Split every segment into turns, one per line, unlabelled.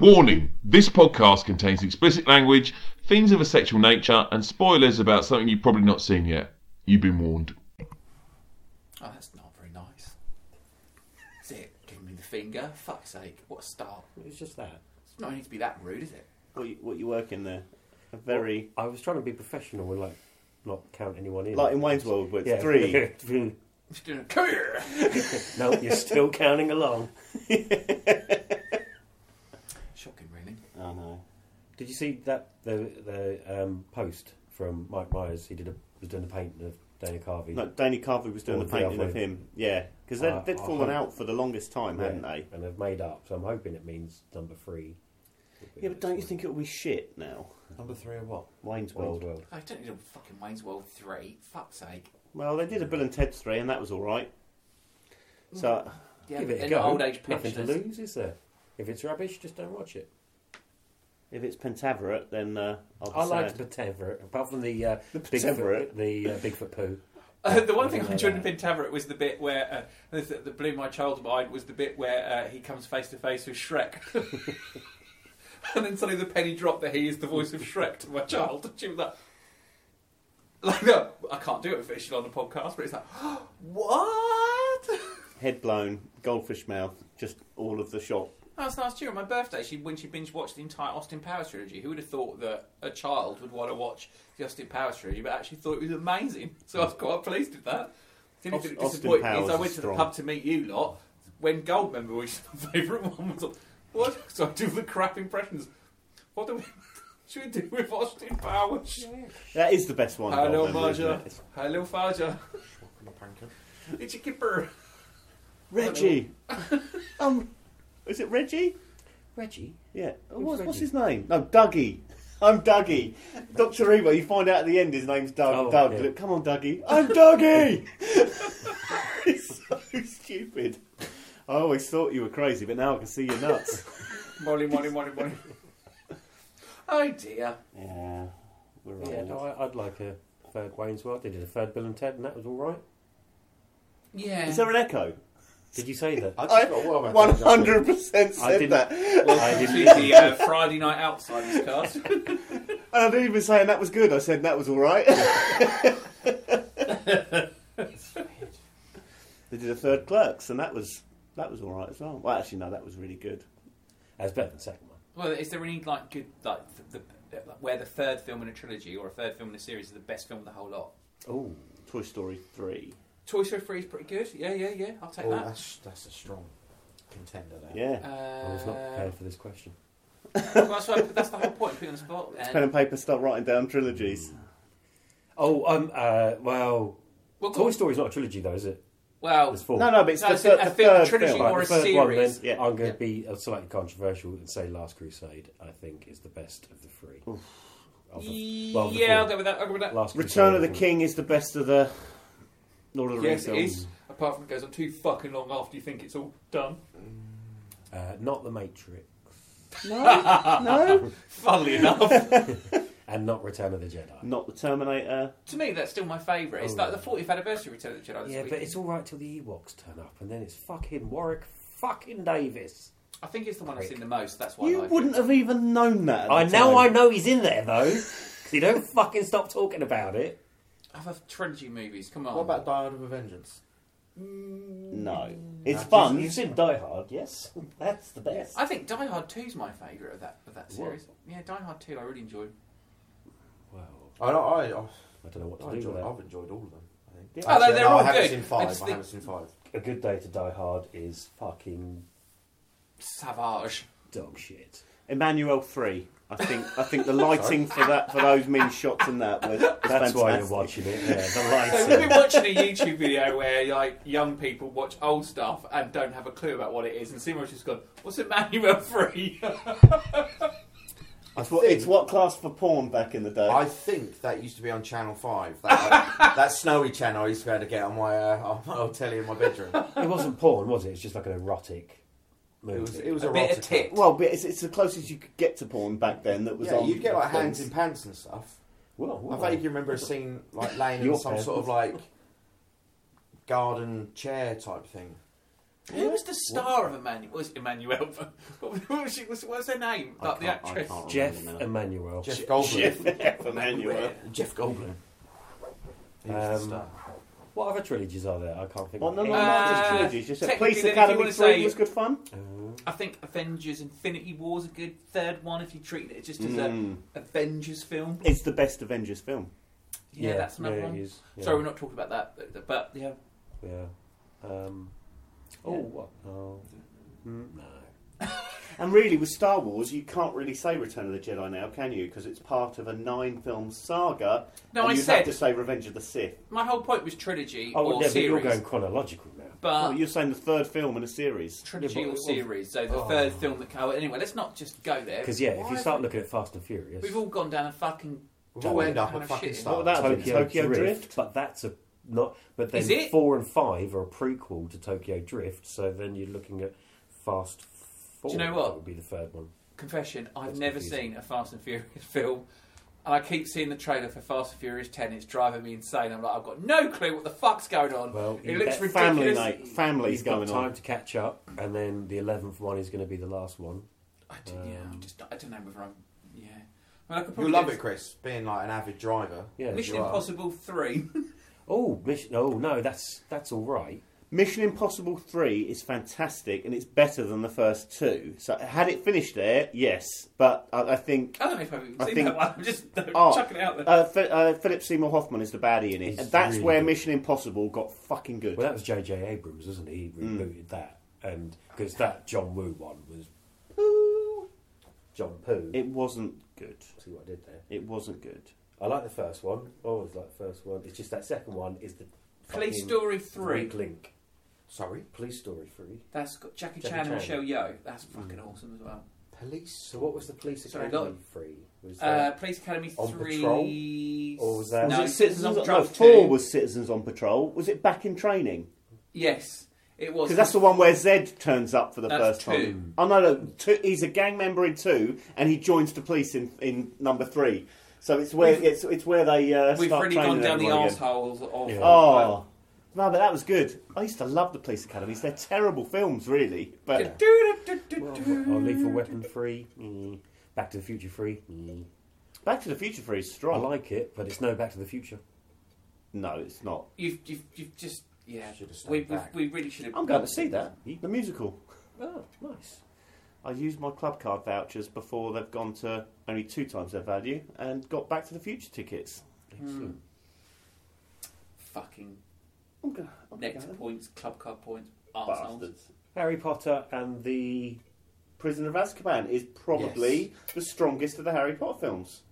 Warning this podcast contains explicit language, things of a sexual nature, and spoilers about something you've probably not seen yet. You've been warned.
Oh, that's not very nice. Is it? Giving me the finger? Fuck's sake, what a start.
It's just that.
It's not need to be that rude, is it?
What you, what you work in there? A very
I was trying to be professional and like not count anyone in.
like in Wayne's World where it's three.
three.
She's doing a come here!
no, you're still counting along.
Shocking, really.
Oh no.
Did you see that the the um, post from Mike Myers? He did a, was doing the paint of Dana Carvey.
No, Danny Carvey was doing
Or
the
the
painting
other
of
way.
him. Yeah, because they'd,
Uh,
they'd
I
fallen
hope-
out for the longest time,
Yeah,
hadn't they?
And they've made up, so I'm hoping it means number three.
Yeah, but don't you think it'll be shit now?
number three or what?
Wayne's World.
World World.
I don't need a fucking Wayne's World 3. Fuck's sake.
Well, they did a Bill and Ted's three, and that was all right. So
Yeah,
Give it a
and
go.
Old age
Nothing to
pensioners.
lose, is there? If it's rubbish, just don't watch it.
if it's Pentaveret, then uh, I'll be
I liked
sad.
the Pateveret, apart from the uh,
The
Bigfoot,
Pateveret.
the uh, Bigfoot poo.
Uh, the one
I
thing
don't
I
know
enjoyed in
that.
Pentaveret was the bit where, uh, the- that blew my child mind, was the bit where uh, he comes face to face with Shrek. and then suddenly the penny dropped that he is the voice of Shrek to my child. She was like, like no, I can't do it officially on the podcast, but it's like, what?
Head blown, goldfish mouth, just all of the shot.
Last last year on my birthday, she when she binge watched the entire Austin Powers trilogy. Who would have thought that a child would want to watch the Austin Powers trilogy? But actually thought it was amazing. So I was quite pleased with that. The only thing that
Austin
disappointed me is
Powers
I went
is
to
strong.
the pub to meet you lot when Goldmember was my favourite one. Was on. What? So I do the crap impressions. What do we? Should we do with Austin Powers?
That is the best one.
Hello,
Goldmember, isn't
Marja.
it?
Hello, Faja. It's a kipper.
Reggie. um, is it Reggie?
Reggie.
Yeah. Oh,
Who's
What's, what's
Reggie?
his name? No, Dougie. I'm Dougie. Dr. Evil, you find out at the end his name's Doug.
Oh,
Doug.
yeah.
Look, come on, Dougie. I'm Dougie! it's so stupid. I always thought you were crazy, but now I can see you're nuts.
Molly, Molly, Molly, Molly. oh dear.
yeah. We're
Yeah, no, I, I'd like a third Wayne's World. They did a third Bill and Ted, and that was all right.
Yeah.
Is there an echo?
Did you say that?
I 100% said
I didn't-
that. And
I
Welcome to
didn't-
the uh, Friday night outsiders cast.
I didn't even say that was good. I said that was alright. they did a third Clerks, and that was that was alright as well. Well, actually, no, that was really good.
That's better than the second one.
well, is there any like good like the, the like, where the third film in a trilogy or a third film in a series is the best film of the whole lot?
Oh,
Toy Story 3.
Toy Story Three is pretty good. Yeah, yeah, yeah. I'll take
Oh,
that.
that's that's a strong contender there.
Yeah.
Uh,
I was oh, not prepared for this question.
well, that's, what- that's the whole point. Put it on the spot.
Pen
And,
and paper start writing down trilogies.
Oh, um, uh, well,
well,
Toy
go-
Story's not a trilogy though, is it?
well,
There's four.
No, no, but it's
no,
the,
it's
third,
a
the
film, a
third
trilogy
film.
or a
the third one,
series.
then,
Yeah.
I'm going
Yeah.
to be uh, slightly controversial and say Last Crusade. I think is the best of the three. Of the- well, the
yeah, I'll
four.
go with that. I'll go with that.
Last
Return
Crusade,
of the
I think.
King is the best of the Lord of the
Yes, it
Rings
is. Apart from it goes on too fucking long after you think it's all done.
Uh, not the Matrix,
films. No, no.
Funnily enough.
and not Return of the Jedi.
Not the Terminator.
To me, that's still my favourite. It's
Oh,
like
yeah.
the 40th anniversary Return of the Jedi. this
Yeah, but
week.
it's all right till the Ewoks turn up, and then it's fucking Warwick fucking Davis.
I think it's the one I've
Prick.
seen the most. That's why I
You
like
wouldn't
it.
have even known that. at
I
the
now I
time.
know he's in there though, because he don't fucking stop talking about it.
Other trilogy movies. Come on.
What about Die Hard with a Vengeance?
No, it's
Now,
fun.
You've seen Die Hard, yes? That's the best.
I think Die Hard 2 is my favourite of that of that
What?
series. Yeah, Die Hard 2, I really enjoyed.
Well,
I don't. I, I,
I don't know what to
I
do
enjoyed,
with that.
I've enjoyed all of them. I think.
Oh, they're- they're
no,
all
I haven't
good.
seen
I
five. I,
just
haven't seen five.
A good day to Die Hard is fucking
Savage.
dog shit.
Emmanuel three. I think I think the lighting for that for those mean shots and that was, was
That's why you're
fantastic.
watching it. Yeah, the
So
lights.
we've been watching a YouTube video where like young people watch old stuff and don't have a clue about what it is, and Seymour's just gone, "What's Emmanuel Free?"
It's what, it's what class for porn back in the day.
I think that used to be on Channel Five. That, that snowy channel I used to be able to get on my uh, on my old telly in my bedroom.
it wasn't porn, was it? It's just like an erotic movie.
It was it was
A bit
erotica.
of tit.
well, but it's, it's the closest you could get to porn back then. That was
Yeah,
on.
you'd get like
things.
hands in pants and stuff.
Well, well,
I vaguely remember a scene like laying in
Your
some sort of like garden chair type thing.
Who was the star of Emmanuel? Was it Emmanuel? what was, she, was, what was her name?
I
Like the
can't- I
actress.
can't
Jeff
remember now.
Emmanuel.
Jeff Goldblum.
Jeff Emmanuel.
Jeff Goldblum. He was the
Um,
star.
What other trilogies are there? I can't think.
Well, none of them
any.
are
Uh,
just trilogies. Just said
technically,
Police
then, if you
Academy 3
wanna say-
was good fun.
Uh,
I think Avengers Infinity War is a good third one if you treat it just as
Mm.
a Avengers film.
It's the best Avengers film.
Yeah, that's another
yeah,
one.
it is, yeah,
Sorry, we're not talking about that, but, but yeah.
Yeah. Um, oh,
Yeah.
what? Oh, no.
And really, with Star Wars, you can't really say Return of the Jedi now, can you? Because it's part of a nine-film saga.
No,
and
I
you'd
said-
have to say Revenge of the Sith.
My whole point was trilogy or
Oh, yeah, but you're
series,
going chronological now.
but
well, you're saying the third film in a series.
trilogy
Yeah, but
or
it was-
series. So the
Oh.
third film that came. Anyway, let's not just go there.
Because yeah, if
Why
you start
have-
looking at Fast and Furious,
We've all gone down a fucking.
We'll all end up
Kind
at
of
fucking
shit.
Star.
What about that?
Tokyo,
Tokyo
Drift,
Drift?
but that's a not. But then
Is it?
four and five are a prequel to Tokyo Drift, so then you're looking at Fast. Four,
you know what?
That would be the third one.
Confession: I've
That's
never
confusing.
seen a Fast and Furious film, and I keep seeing the trailer for Fast and Furious Ten. It's driving me insane. I'm like, I've got no clue what the fuck's going on.
Well,
it
you
looks
That
ridiculous.
family, mate. Family's
He's got
going
time
on.
to catch up, and then the eleventh one is going to be the last one.
I don't, yeah, I'm
Um,
just, I don't know whether I'm. Yeah, I mean, I could
You'll
probably
love
do
it, Chris, being like an avid driver.
Yeah.
Mission
you are.
Impossible Three.
Oh, mission. Oh no, that's that's all right.
Mission Impossible 3 is fantastic, and it's better than the first two. So had it finished there, yes. But I, I think...
I don't know if I've even
I
seen
think-
that one. I'm just
Oh,
chucking it out there.
Uh, F- uh, Philip Seymour Hoffman is the baddie in it.
He's
And that's
really
where
good.
Mission Impossible got fucking good.
Well, that was J.J. Abrams, wasn't he? He
Mm.
rebooted that, and because that John Woo one was poo, John Poo.
It wasn't good.
See what I did there.
It wasn't good.
I like the first one. I always like the first one. It's just that second one is the
Police
fucking
Story Three.
weak link.
Sorry,
Police Story Three.
That's got Jackie,
Jackie
Chan,
Chan.
and Michelle Yeoh. That's fucking awesome as well.
police.
So what was the Police
Sorry,
Academy
Lord.
Three? Was
Uh,
that
Police Academy
On
Three,
Patrol? Or was that-
no
was it
Citizens
on-
on Patrol?
no, four
two.
was Citizens on Patrol. Was it Back in Training?
yes, it was
Because that's the one where Zed turns up for the
That's
first
two.
time. Oh no, no, two, he's a gang member in two, and he joins the police in, in number three. So it's where
We've-
it's it's where they uh,
We've
start
really
training
gone down the
everyone again.
arseholes of. uh,
Yeah.
Oh. No, but that was good. I used to love the police academies. They're terrible films, really. But
well, or Lethal Weapon Three? Mm. Back to the Future Three. Mm.
Back to the Future Three is
I
strong.
Oh.
like it, but it's no Back to the Future.
No, it's not.
You've, you've, you've just yeah.
Should have stayed
We, we,
back.
we really should have.
I'm going to see that. The musical.
Oh, nice.
I used my club card vouchers before they've gone to only two times their value and got Back to the Future tickets.
Hmm.
Excellent.
Fucking
I'm going. I'm
next
going.
points, club card points, arseholes.
Bastards.
Harry Potter and the
Prisoner of Azkaban is probably the strongest of the Harry Potter films.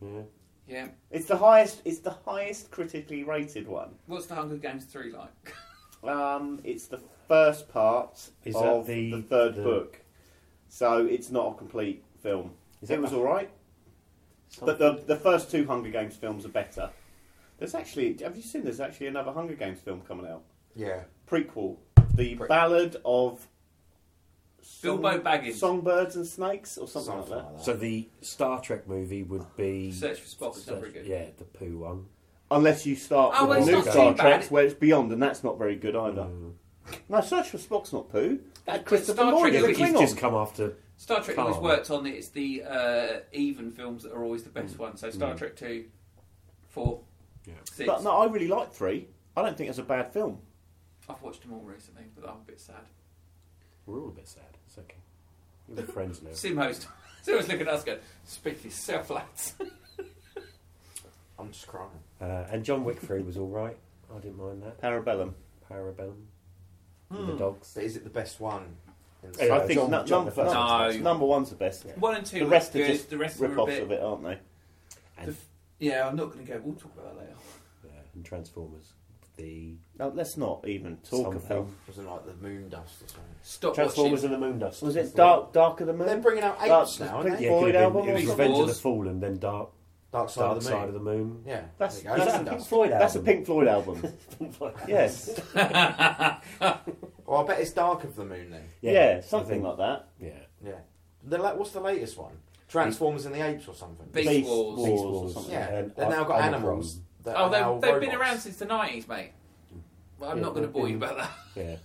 yeah.
Yeah.
It's the highest. It's the highest critically rated one.
What's the Hunger Games three like?
Um, it's the first part
Is that
of the,
the-
third
the-
book, so it's not a complete film.
Is
It
that
was
the-
all right, but the the first two Hunger Games films are better. There's actually. Have you seen? There's actually another Hunger Games film coming out.
Yeah,
prequel, the
Prequel.
Ballad of
Bilbo Baggins.
Songbirds and Snakes, or something, like that.
So the Star Trek movie would be
Search for Spock is not very good.
Yeah, the poo one.
Unless you start
Oh,
with
well,
the new
it's not
Star
too
Trek,
bad.
where it's beyond, and that's not very good either.
Mm.
No, Search for Spock's not poo. That Christopher
Star
Lloyd
Trek
is
Yeah,
a
but he's
Klingon.
just come after.
Star Trek
Calm.
always worked on it. It's the uh, even films that are always the best ones. So Star Trek two, four,
Mm. Yeah.
six.
But no, I really like three. I don't think it's a bad film.
I've watched them all recently, but I'm a bit sad.
We're all a bit sad. It's okay. We're friends now.
Sim host. Simhost looking at us going, speak for yourself, lads.
I'm just crying.
Uh, and John Wick three was all right. I didn't mind that.
Parabellum.
Parabellum. with
Hmm.
The dogs.
But is it the best one? In the
Yeah,
I think
John-
nu-
John the
number,
first
one's
number,
best.
number one's the best.
One and two
The
were
rest
good.
are just
the rest were a
rip-offs
bit.
of it, aren't they?
The
And,
f- yeah, I'm not going to go. We'll talk about that later.
yeah, and Transformers. The
No, let's not even talk
Something.
about.
Wasn't like the moon dust or something.
Stop
Transformers
watching.
and the Moondust.
Was it Dark, Dark of the Moon?
They're bringing out
That's
apes now, aren't
Pink
they?
Yeah, it
Floyd
could have been,
album
it was
or
Revenge of the
Wars?
Fallen, then Dark
Dark side
Dark
of the moon.
Side of the Moon.
Yeah,
That's,
there you go.
that's, a
Moon
Pink
dust.
Floyd
album.
that's a Pink Floyd album. yes.
Well, Oh, I bet it's Dark of the Moon then.
Yeah,
I
something
think-
like that.
Yeah.
Yeah. The, la- what's the latest one? Transformers and the Apes or something.
Beast
Beast
Wars.
Wars.
Beast
or
Wars.
something.
yeah,
and
they've now got
Omicron.
animals. that
Oh,
are now
they, they've been
robots.
around since the 90s, mate. Well, I'm
Yeah,
not going to
they've
bore you
been-
about that.
Yeah. And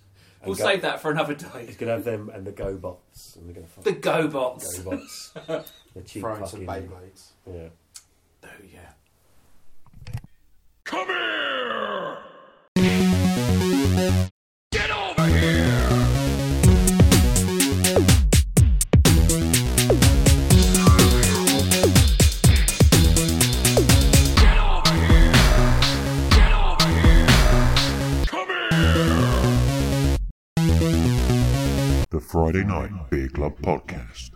We'll
go-
save that for another day.
He's gonna have them and the Go Bots, and they're gonna
The
fucking
GoBots.
Go Bots. the cheap
Throwing some
fucking
Beyblades.
yeah.
Oh yeah.
Come here!
The Friday Night Beer Club Podcast.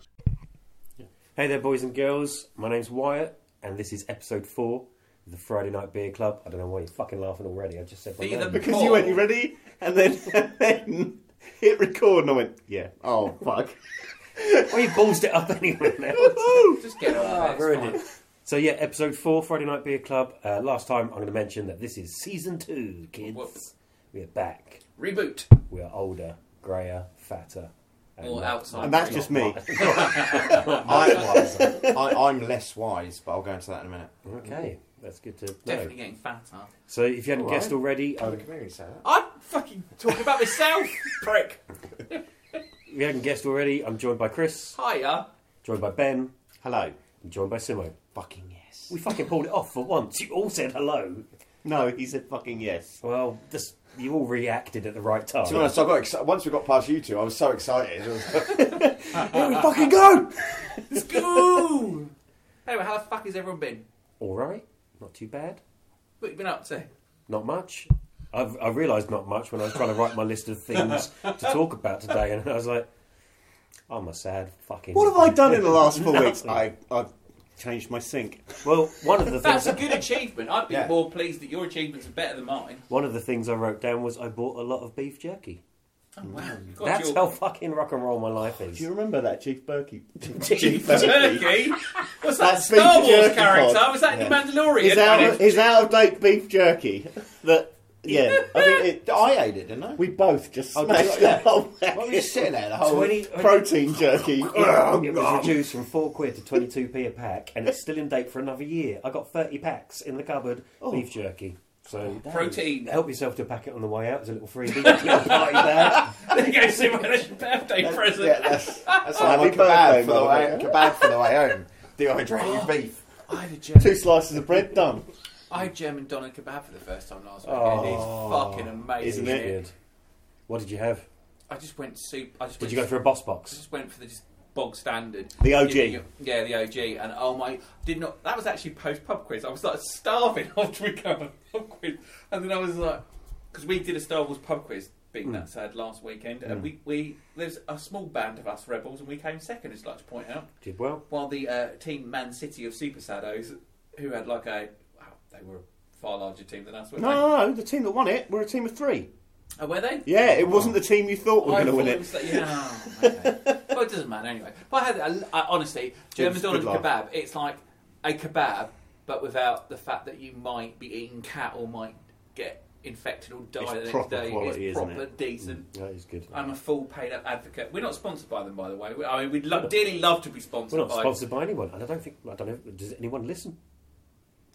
Hey there, boys and girls. My name's Wyatt, and this is episode four of the Friday Night Beer Club. I don't know why you're fucking laughing already. I just said my
See them-
name.
Because you went, you ready? And then, and then hit record, and I went, yeah. Oh, fuck.
Well, you ballsed it up anyway. Now.
Just get on
Ah,
with it.
ruined
it's
it. So yeah, episode four, Friday Night Beer Club. Uh, last time, I'm going to mention that this is season two, kids.
Whoop.
We're back.
fine. Reboot.
We are older, grayer, fatter, and
Or outside.
And that's just me.
I, I, I'm less wise, but I'll go into that in a minute.
Okay, that's good to know.
Definitely getting fatter.
So if you hadn't guessed
Alright.
already,
Oh, the
um,
comedian said that.
I'm fucking talking about myself, prick.
if you hadn't guessed already, I'm joined by Chris,
Hiya.
joined by Ben,
Hello.
and joined by Simo.
Fucking yes.
We fucking pulled it off for once. You all said hello.
No, he said fucking yes.
Well, this, you all reacted at the right time.
To be honest, I got exci- once we got past you two, I was so excited. It was-
Here we fucking go!
Let's go. anyway, how the fuck has everyone been?
All right, not too bad.
What you been up to?
Not much. I've, I realised not much when I was trying to write my list of things to talk about today, and I was like, I'm a sad fucking.
What have I done in the last four weeks? I, I've changed my sink.
Well, one of the
That's
things
a good achievement. I'd be
Yeah.
more pleased that your achievements are better than mine.
one of the things I wrote down was I bought a lot of beef jerky.
Oh, wow. You've got
That's
your
how fucking rock and roll my life is.
Do you remember that Chief Berkey?
Chief Turkey. What's that
That's
Star
Peter
Wars
Jerky
character?
Pod.
Was that in The
Yeah.
Mandalorian?
His out,
When
of,
it-
his out of date beef jerky. That yeah, I mean, it,
I ate it, didn't I?
we both just
Oh,
smashed
yeah.
that whole
Why were
packet.
you sitting there the whole
Twenty-
protein jerky.
Oh,
It was reduced from four quid to twenty two p a pack, and it's still in date for another year. I got thirty packs in the cupboard beef jerky. So
Protein.
help yourself to a packet on the way out. There's a little freebie. Little party there.
There you go, see my birthday present.
Yeah, that's, that's why I'm
Oh,
a
Happy
kebab
birthday,
for, the way,
motherfucker.
kebab for the way home. Dehydrated beef.
I had a German,
Two slices of bread done.
I had German doner kebab for the first time last week.
Oh.
it is fucking amazing.
Isn't it?
Good. What did you have?
I just went soup. I just
Did
went
you go for a boss box?
just went for the just bog standard.
The OG.
You- you- Yeah, the OG. And oh my, did not. That was actually post pub quiz. I was like starving after we got a pub quiz, and then I was like, because we did a Star Wars pub quiz, being
Hmm.
that sad last weekend, and we we there's a small band of us rebels, and we came second. I'd like to point out,
Did well.
while the uh, team Man City of Super Sados, who had like a wow, they were a far larger team than us, weren't
No, no, no, the team that won it were a team of three.
they? Oh, were they?
Yeah, it wasn't the team you thought were
I
going to win
thought
it.
was that- yeah, okay. well, it doesn't matter anyway. But I had, I, I- honestly, German
Good-
doner
good
kebab. It's like a kebab, but without the fact that you might be eating cat or might get infected or die
It's
the next
proper
day.
quality,
it's
isn't
proper
it? Mm.
decent.
That is good.
I'm a full paid-up advocate. We're not sponsored by them, by the way. We, I mean, we'd lo- dearly love to be sponsored.
We're not
by
sponsored by anyone, and I don't think I don't know. Does anyone listen?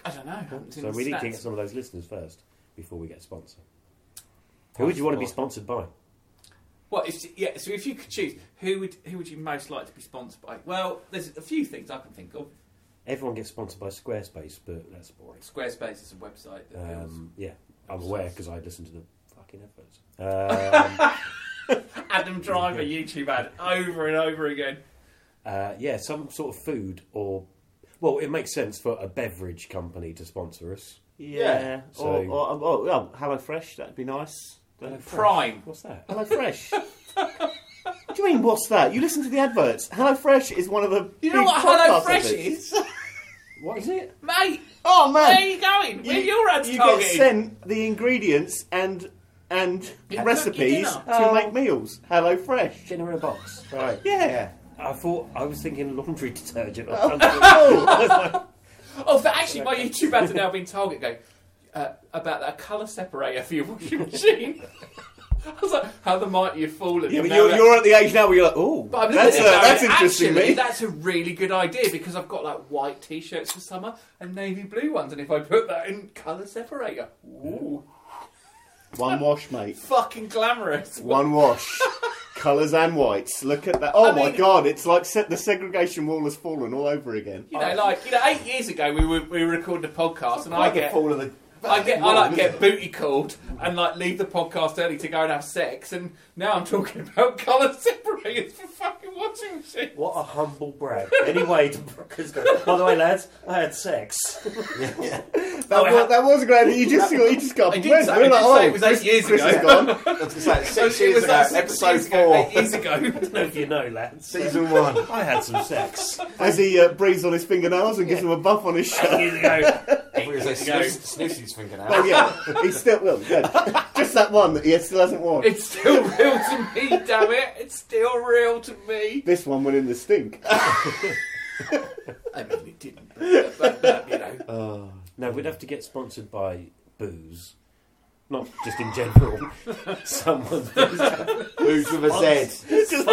I don't know. I haven't seen
So
the
we need to
stats.
get some of those listeners first before we get a sponsor. Who would you want to be sponsored by?
Well, if, yeah. So if you could choose, who would who would you most like to be sponsored by? Well, there's a few things I can think of.
Everyone gets sponsored by Squarespace, but that's boring.
Squarespace is a website that builds
Um, yeah, I'm aware because I listened to the fucking efforts. Um,
Adam Driver YouTube ad over and over again.
uh, yeah, some sort of food or. Well, it makes sense for a beverage company to sponsor us.
Yeah,
So-
or, or, or, or oh, Hello Fresh, that'd be nice.
Prime.
What's that?
Hello Fresh. What do you mean? What's that? You listen to the adverts. Hello Fresh is one of the.
You know
big
what Hello
podcast
Fresh
adverts.
is?
What is it?
Mate,
Oh
where are
man,
you going? Where are your ads
you get
targeting?
sent the ingredients and and
Yeah,
recipes
cook
to
your
dinner.
make meals. Hello Fresh.
Dinner in a box.
Right.
Yeah.
I thought I was thinking laundry detergent or something.
Oh, that actually, my YouTube ads are now being target going uh, about that colour separator for your washing machine. I was like, how the mighty have fallen.
Yeah,
And
but
now
you're,
that-
you're at the age now where you're like, oh,
But I'm
that's,
looking at
a,
it
that's
going,
interesting,
actually,
mate.
That's a really good idea because I've got like white t-shirts for summer and navy blue ones, and if I put that in colour separator, ooh,
One wash, mate.
Fucking glamorous.
One wash. Colours and whites. Look at that. Oh
I
my
mean-
god, it's like se- the segregation wall has fallen all over again.
You know, like you know, eight years ago we were we were recording a podcast, and I
Like
get
the fall of the.
I get I like get booty called and like leave the podcast early to go and have sex, and now I'm talking about colour separators for fucking watching machines.
What a humble brag. Anyway, by the way, lads, I had sex.
That,
I
was,
ha-
that was great. You just, you just got
Oh, I
up
did
and
say-
went.
I
We're
did say it
like, oh,
was eight
Chris-
years
Chris
ago.
is gone.
It's like
It
six years
Oh, was
ago,
like six
episode
years ago,
four,
eight years ago.
I don't know if you know, lads.
season one.
I had some sex.
As he uh, breathes on his fingernails and gives
Yeah.
him a buff on his shirt.
Years ago.
I thought you were
Go.
saying Snoo- Snoozy's thinking
Oh
out.
yeah, he's still well, yeah. just that one that he still hasn't worn.
It's still real to me, damn it! It's still real to me.
This one went in the stink.
I mean, it didn't, but, but, but, you know.
No, we'd have to get sponsored by booze. Not just in general. Someone's been
Who's with a Z?
just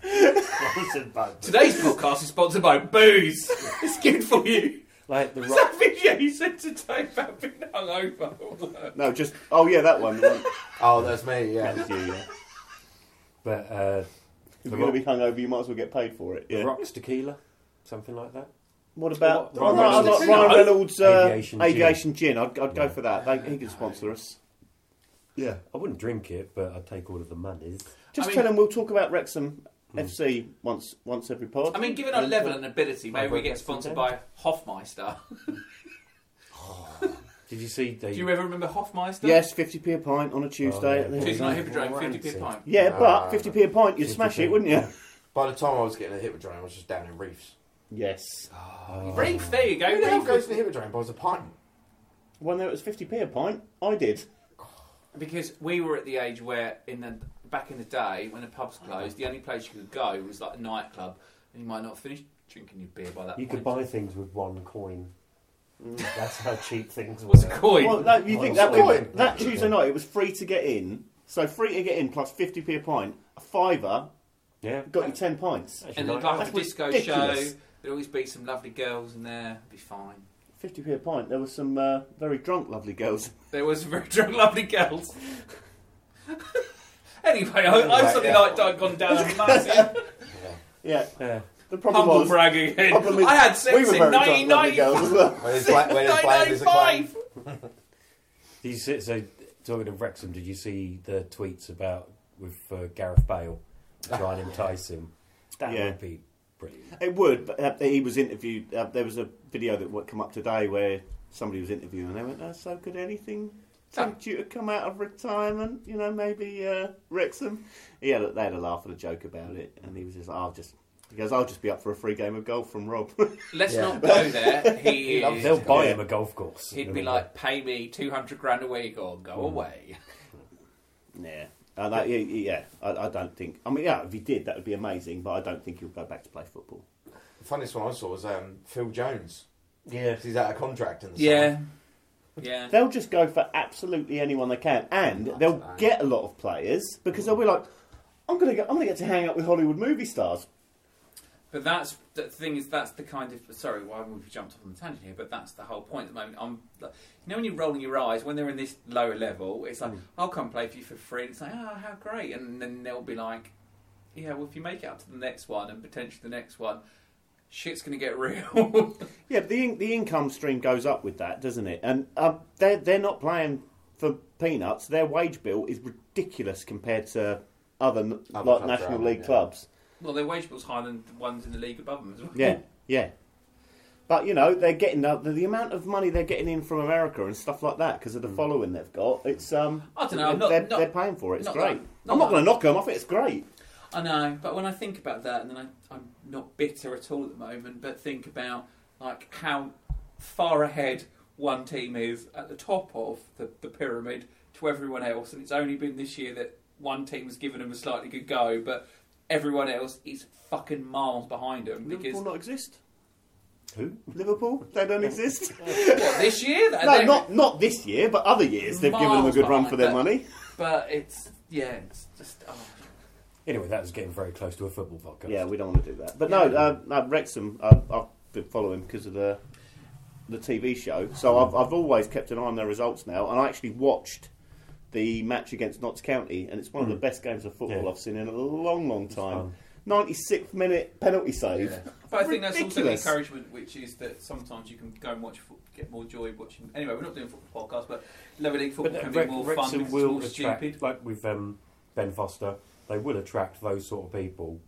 booze.
sponsored by booze.
Today's podcast is sponsored by booze. It's good for you.
Like the
Was that
right.
video you sent today about being hungover?
No, just oh yeah, that one. The one
Oh, that's me.
that
Yeah.
was you, yeah.
But uh,
If
The
you're going
Rock.
to be hungover, you might as well get paid for it. Yeah.
rocks tequila, something like that.
What about
Ryan
Ryan Reynolds?
Reynolds.
Ryan Reynolds uh,
Aviation
aviation,
Gin.
gin. I'd, I'd go for that. They, he could sponsor us. Yeah.
I wouldn't drink it, but I'd take all of the monies.
Just
I mean-
tell him we'll talk about Wrexham FC once once every pod.
I mean, given our level and ability, maybe we get sponsored by Hofmeister.
Did you see the?
Do you ever remember Hofmeister?
yes, fifty p a pint on a Tuesday.
yeah.
There we
Tuesday
go.
night hippodrome, fifty p a
Rancid.
pint.
Yeah, but
Ah.
fifty p a pint, you'd smash it, wouldn't you?
By the time I was getting a hippodrome, I was just down in Reefs.
Yes. Oh.
Reef, there you go.
Who the hell
Reef
goes
is-
to the hippodrome? Buys a pint.
One there it was fifty p a pint. I did.
Because we were at the age where, in the back in the day, when the pubs closed, the only place you could go was like a nightclub, and you might not finish drinking your beer by that
You could
point.
buy things with one coin.
Mm.
That's how cheap things were.
What's a coin?
Well, that, you think
Well,
that
it's
would-
fine.
that Tuesday night it was free to get in, so free to get in plus fifty p a pint, a fiver
Yeah.
got you ten pints.
Actually,
and then
like-
like
That's
a disco
ridiculous.
show, there'd always be some lovely girls in there. It'd be fine.
Fifty p a pint. There were some uh, very drunk, lovely girls.
There was very drunk, lovely girls. anyway, I, I
Right,
suddenly
yeah.
like I'd gone down a massive
Yeah,
Yeah.
the problem
humble
was
brag again.
problem is
I had sex
we were
in
very drunk, lovely girls as
1995.
well.
Where there's bla- where there's blanders and clams.
Did you see, so talking of Wrexham, did you see the tweets about with uh, Gareth Bale trying to entice him? That
Yeah.
would be brilliant.
It would, but uh, he was interviewed. Uh, there was a video that would come up today where somebody was interviewing, and they went, oh, "So could anything
Ah.
tempt you to come out of retirement? You know, maybe uh, Wrexham." Yeah, look, they had a laugh and a joke about it, and he was just, "I'll just." He goes, "I'll just be up for a free game of golf from Rob."
Let's
Yeah.
not go there. He
He loves
is.
They'll buy
yeah.
him a golf course.
He'd be like, "Pay me two hundred grand a week or go away."
yeah. Uh, that, yeah, yeah, I, I don't think. I mean, yeah, if he did, that would be amazing. But I don't think he'll go back to play football.
The funniest one I saw was um, Phil Jones.
yeah.
'Cause He's out of contract in the
Yeah,
summer.
yeah.
They'll just go for absolutely anyone they can, and they'll get a lot of players because they'll be like, "I'm gonna get, I'm gonna get to hang out with Hollywood movie stars."
But that's the thing is that's the kind of sorry, why well, we've jumped off on the tangent here, but that's the whole point at the moment. I'm, you know, when you're rolling your eyes when they're in this lower level, it's like I'll come play for you for free. And it's like, oh, how great! And then they'll be like, yeah, well, if you make it up to the next one and potentially the next one, shit's gonna get real.
Yeah, but the in- the income stream goes up with that, doesn't it? And um, they're they're not playing for peanuts. Their wage bill is ridiculous compared to other, n
Other
like
clubs
national
around,
league
yeah.
clubs.
well, their wage bill's higher than the ones in the league above them as well.
Yeah, yeah. But you know they're getting the, the amount of money they're getting in from America and stuff like that because of the following they've got. It's um,
Hmm. I dunno, I'm
They're,
not-
they're,
not-
they're paying for it. It's
not
great.
that- not
I'm not
that-
going to knock them. I think it's great.
I know, but when I think about that, and then I, I'm not bitter at all at the moment, but think about like how far ahead one team is at the top of the, the pyramid to everyone else, and it's only been this year that one team's given them a slightly good go, but everyone else is fucking miles behind them because
Liverpool not exist?
Who?
Liverpool? They don't exist.
what, this year, They're-
no,
they're-
not not this year, but other years they've given them a
Miles
good run
behind
for their
that.
money.
but it's yeah, it's just oh,
Anyway, that was getting very close to a football podcast.
Yeah, we don't want to do that. But no, uh, no Wrexham. Uh, I've been following because of the
Mm.
the TV show, so I've, I've always kept an eye on their results now, and I actually watched the match against Notts County, and it's one of the best games of football
Mm. Yeah.
I've seen in a long, long time.
fun.
96th minute penalty save.
But I think that's also the
Ridiculous.
encouragement, which is that sometimes you can go and watch, fo- get more joy watching. Anyway, we're not doing football podcast, but lower league football
But no,
can
Wrex-
be more fun
Wrexham
because
will
it's more
attract,
stupid.
like with um, Ben Foster, they will attract those sort of people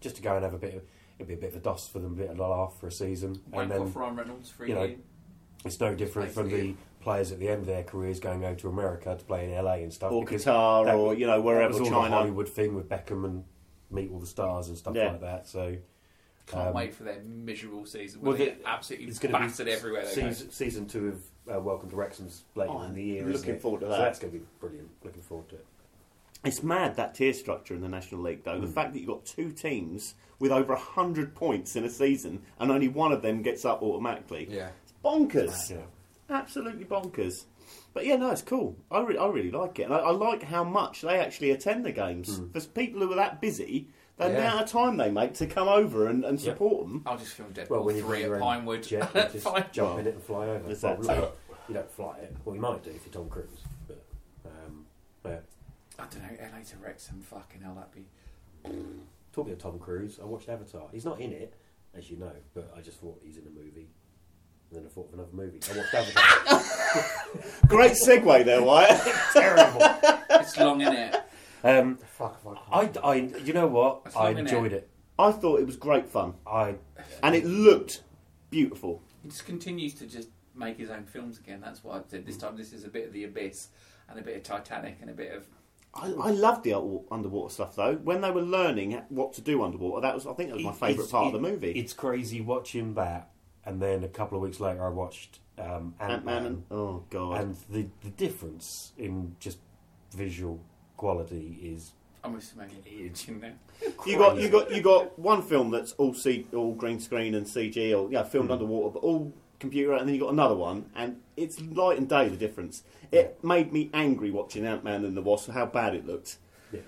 just to go and have a bit of. It'd be a bit of a dust for them, a bit of a laugh for a season,
Wank
and then
off Ryan Reynolds, free
you know,
in.
it's no different from the
Basically.
players at the end of their careers going over to America to play in LA and stuff.
Or
because
Qatar,
that-
or, you know,
that
wherever,
was all
China.
the Hollywood thing with Beckham and meet all the stars and stuff
Yeah.
like that. So
Can't
um,
wait for their miserable season.
well,
Where they
the-
get absolutely
it's going to
battered
be
everywhere. They go.
Season, season two of uh, Welcome to Wrexham's later
Oh,
in the year.
looking
isn't it?
forward to
So
that.
that's going to be brilliant. Looking forward to it.
It's mad that tier structure in the National League, though. The fact that you've got two teams with over 100 points in a season and only one of them gets up automatically.
Yeah.
It's bonkers.
Yeah.
Absolutely bonkers. But yeah, no, it's cool. I, re- I really like it. And I, I like how much they actually attend the games. There's people who are that busy, the
Yeah.
amount of time they make to come over and, and support them.
I'll just film Deadpool
Well, when you
three
bring
at
your own
Pinewood.
jet, you just
Fine.
jump in it and fly over.
Is that-
Well, you don't fly it. Well, you might do if you're Tom Cruise, but um, yeah.
I don't know. LA to Wrexham, fucking hell, that'd be.
Talking of Tom Cruise, I watched Avatar. He's not in it, as you know, but I just thought he's in a movie. And then I thought of another movie. I watched Avatar.
Great segue there, Wyatt.
Terrible.
It's long in it.
Um,
Fuck if I can't.
I, I, you know what?
That's
I
long, innit?
enjoyed it.
I thought it was great fun.
I
And it looked beautiful.
He just continues to just make his own films again. That's why I said
Mm.
this time this is a bit of The Abyss and a bit of Titanic and a bit of.
I, I loved the out- underwater stuff though. When they were learning what to do underwater, that was I think that was my
It-
favourite
it's-
part of
it-
the movie.
It's crazy watching that, and then a couple of weeks later, I watched um, Ant
Ant Man and oh god,
and the, the difference in just visual quality is
I'm with Megan Hitch in there.
you got you got you got one film that's all C, all green screen and CG or yeah filmed
Hmm.
underwater, but all computer, and then you got another one, and it's light and day the difference. It made me angry watching Ant Man and the Wasp how bad it looked.
Yeah.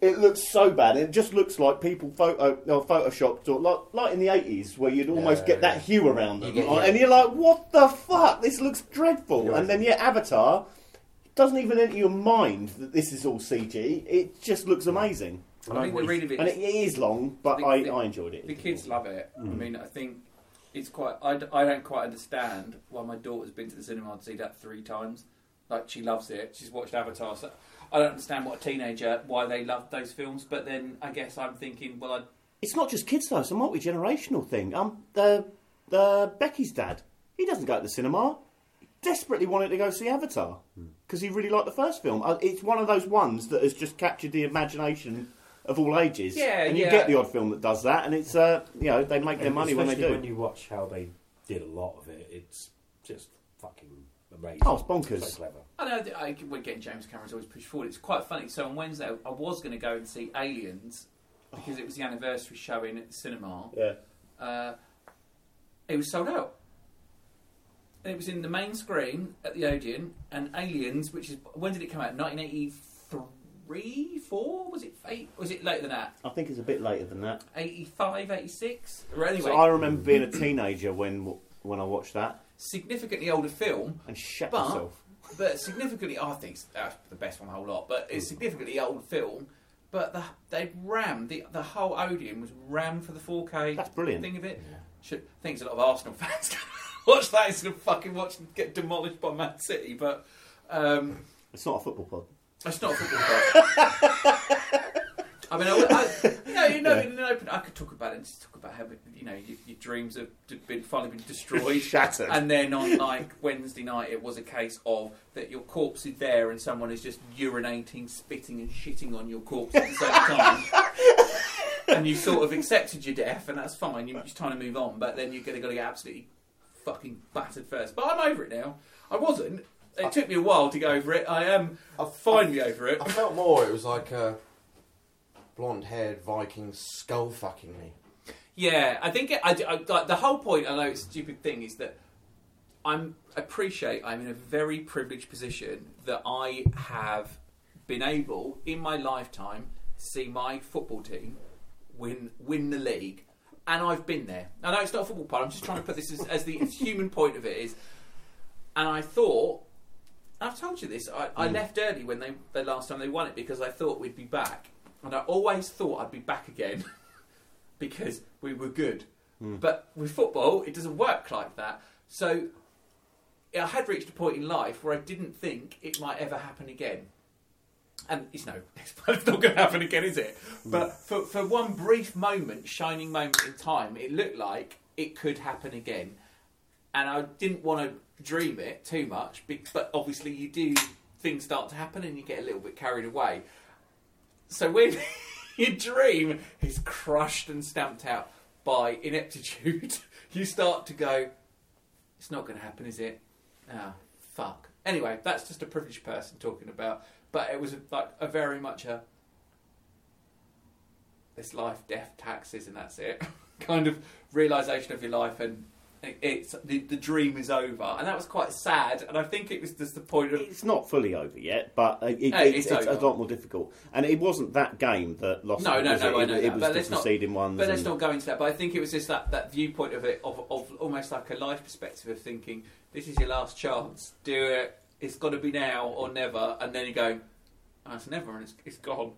It looks so bad. It just looks like people photo or photoshopped, or like like in the eighties where you'd almost
Yeah,
get that
yeah.
hue around them,
You get-
Like,
yeah.
and you're like, "What the fuck? This looks dreadful."
Yeah.
And then your Avatar doesn't even enter your mind that this is all CG. It just looks amazing.
I think the read of it
And it is long, but
The-
I,
the-
I enjoyed it. Mm.
The kids love it. I mean, I think it's quite. I, d- I don't quite understand why my daughter's been to the cinema to see that three times. Like she loves it. She's watched Avatar. So I don't understand what a teenager why they love those films. But then I guess I'm thinking, well, I
It's not just kids though; it's a multi-generational thing. Um, the the Becky's dad, he doesn't go to the cinema. He desperately wanted to go see Avatar because he really liked the first film. Uh, It's one of those ones that has just captured the imagination of all ages.
Yeah,
and you
yeah.
get the odd film that does that, and it's uh, you know they make their
and
money when they
especially
do.
when you watch how they did a lot of it, it's just fucking amazing.
Oh, it's bonkers.
So clever.
I know that I, we're getting James Cameron's always pushed forward. It's quite funny. So on Wednesday, I was going to go and see Aliens
Oh.
because it was the anniversary showing at the cinema.
yeah,
Uh, it was sold out. And it was in the main screen at the Odeon, and Aliens, which is when did it come out? 1983, four? Was it eight? Was it later than that?
I think it's a bit later than that.
85, 86? Or anyway,
So I remember being a teenager when when I watched that
significantly older film.
and shat
But-
myself.
but significantly, I think that's the best one, the whole lot. But it's significantly old film. But the, they rammed the the whole Odeon was rammed for the 4K.
That's brilliant.
Thing of it. Should, I think it's a lot of Arsenal fans can watch that instead of fucking watch and get demolished by Man City. But um,
It's not a football pod.
it's not a football. club. I mean, I, would- I, no, you know, in an open, I could talk about it and just talk about how you know your, your dreams have d- been finally been destroyed,
Shattered.
and then on like Wednesday night, it was a case of that your corpse is there and someone is just urinating, spitting, and shitting on your corpse at the same time. and you sort of accepted your death, and that's fine. You're just trying to move on, but then you're going to get absolutely fucking battered first. But I'm over it now. I wasn't. It took me a while to go over it. I am
I-
finally over it.
I felt more it was like a blonde haired Viking skull fucking me.
Yeah, I think it, I, I- like, the whole point. I know it's a stupid thing is that I'm appreciate I'm in a very privileged position that I have been able in my lifetime to see my football team win win the league, and I've been there. I know it's not a football part. I'm just trying to put this as, as the human point of it is, and I thought I've told you this. I, I left early when they the last time they won it because I thought we'd be back, and I always thought I'd be back again because we were good. But with football, it doesn't work like that. So I had reached a point in life where I didn't think it might ever happen again. And it's no, it's not going to happen again, is it? But for, for one brief moment, shining moment in time, it looked like it could happen again. And I didn't want to dream it too much, be- but obviously you do, things start to happen and you get a little bit carried away. So when your dream is crushed and stamped out by ineptitude, you start to go, it's not going to happen, is it? Ah, fuck. Anyway, that's just a privileged person talking about. But it was a, like a very much a this life, death, taxes, and that's it kind of realization of your life, and it, it's the, the dream is over, and that was quite sad. And I think it was just the point of
It's not fully over yet, but uh, it,
No,
it's,
it's
it's a
over.
lot more difficult. And it wasn't that game that lost.
No,
it,
no,
was
no,
it?
I
It-
know
it,
that.
was
but
the
let's not,
preceding ones.
But let's
and-
not go into that. But I think it was just that, that viewpoint of it, of, of almost like a life perspective of thinking, this is your last chance, do it, it's got to be now or never. And then you go, oh, it's never, and it's, it's gone.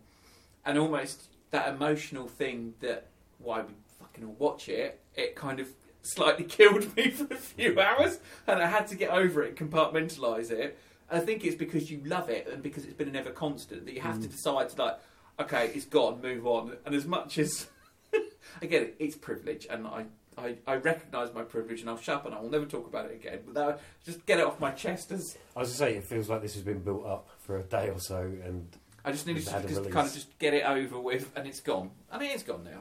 And almost that emotional thing that why we fucking all watch it, it kind of slightly killed me for a few hours. And I had to get over it, compartmentalise it. And I think it's because you love it and because it's been an ever constant that you have
Mm.
to decide to like, okay, it's gone, move on. And as much as again, it's privilege, and I, I, I recognise my privilege, and I'll shut up, and I will never talk about it again. But that, just get it off my chest. As
I was just saying, it feels like this has been built up for a day or so, and
I just needed to
Had a
just
release.
kind of just get it over with, and it's gone. I mean, it's gone now.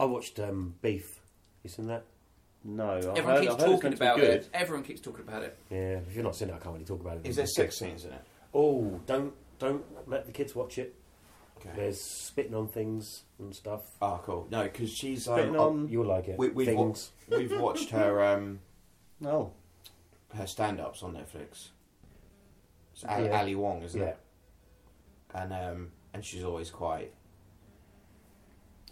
I watched um, Beef. You seen that?
No, I've heard,
Everyone keeps
I've heard it's
talking
meant to be
about
good.
it. Everyone keeps talking about it.
Yeah. If you've not seen it, I can't really talk about it.
Is there sex scenes in it?
Oh, don't don't let the kids watch it.
Okay.
There's spitting on things and stuff.
Oh, cool. No, because she's. Um,
Spitting on-
You'll like it.
We- we've
things.
I- we've watched her um,
No,
her stand ups on Netflix. It's Al-
Yeah.
Ali Wong, isn't
yeah.
it? And um, and she's always quite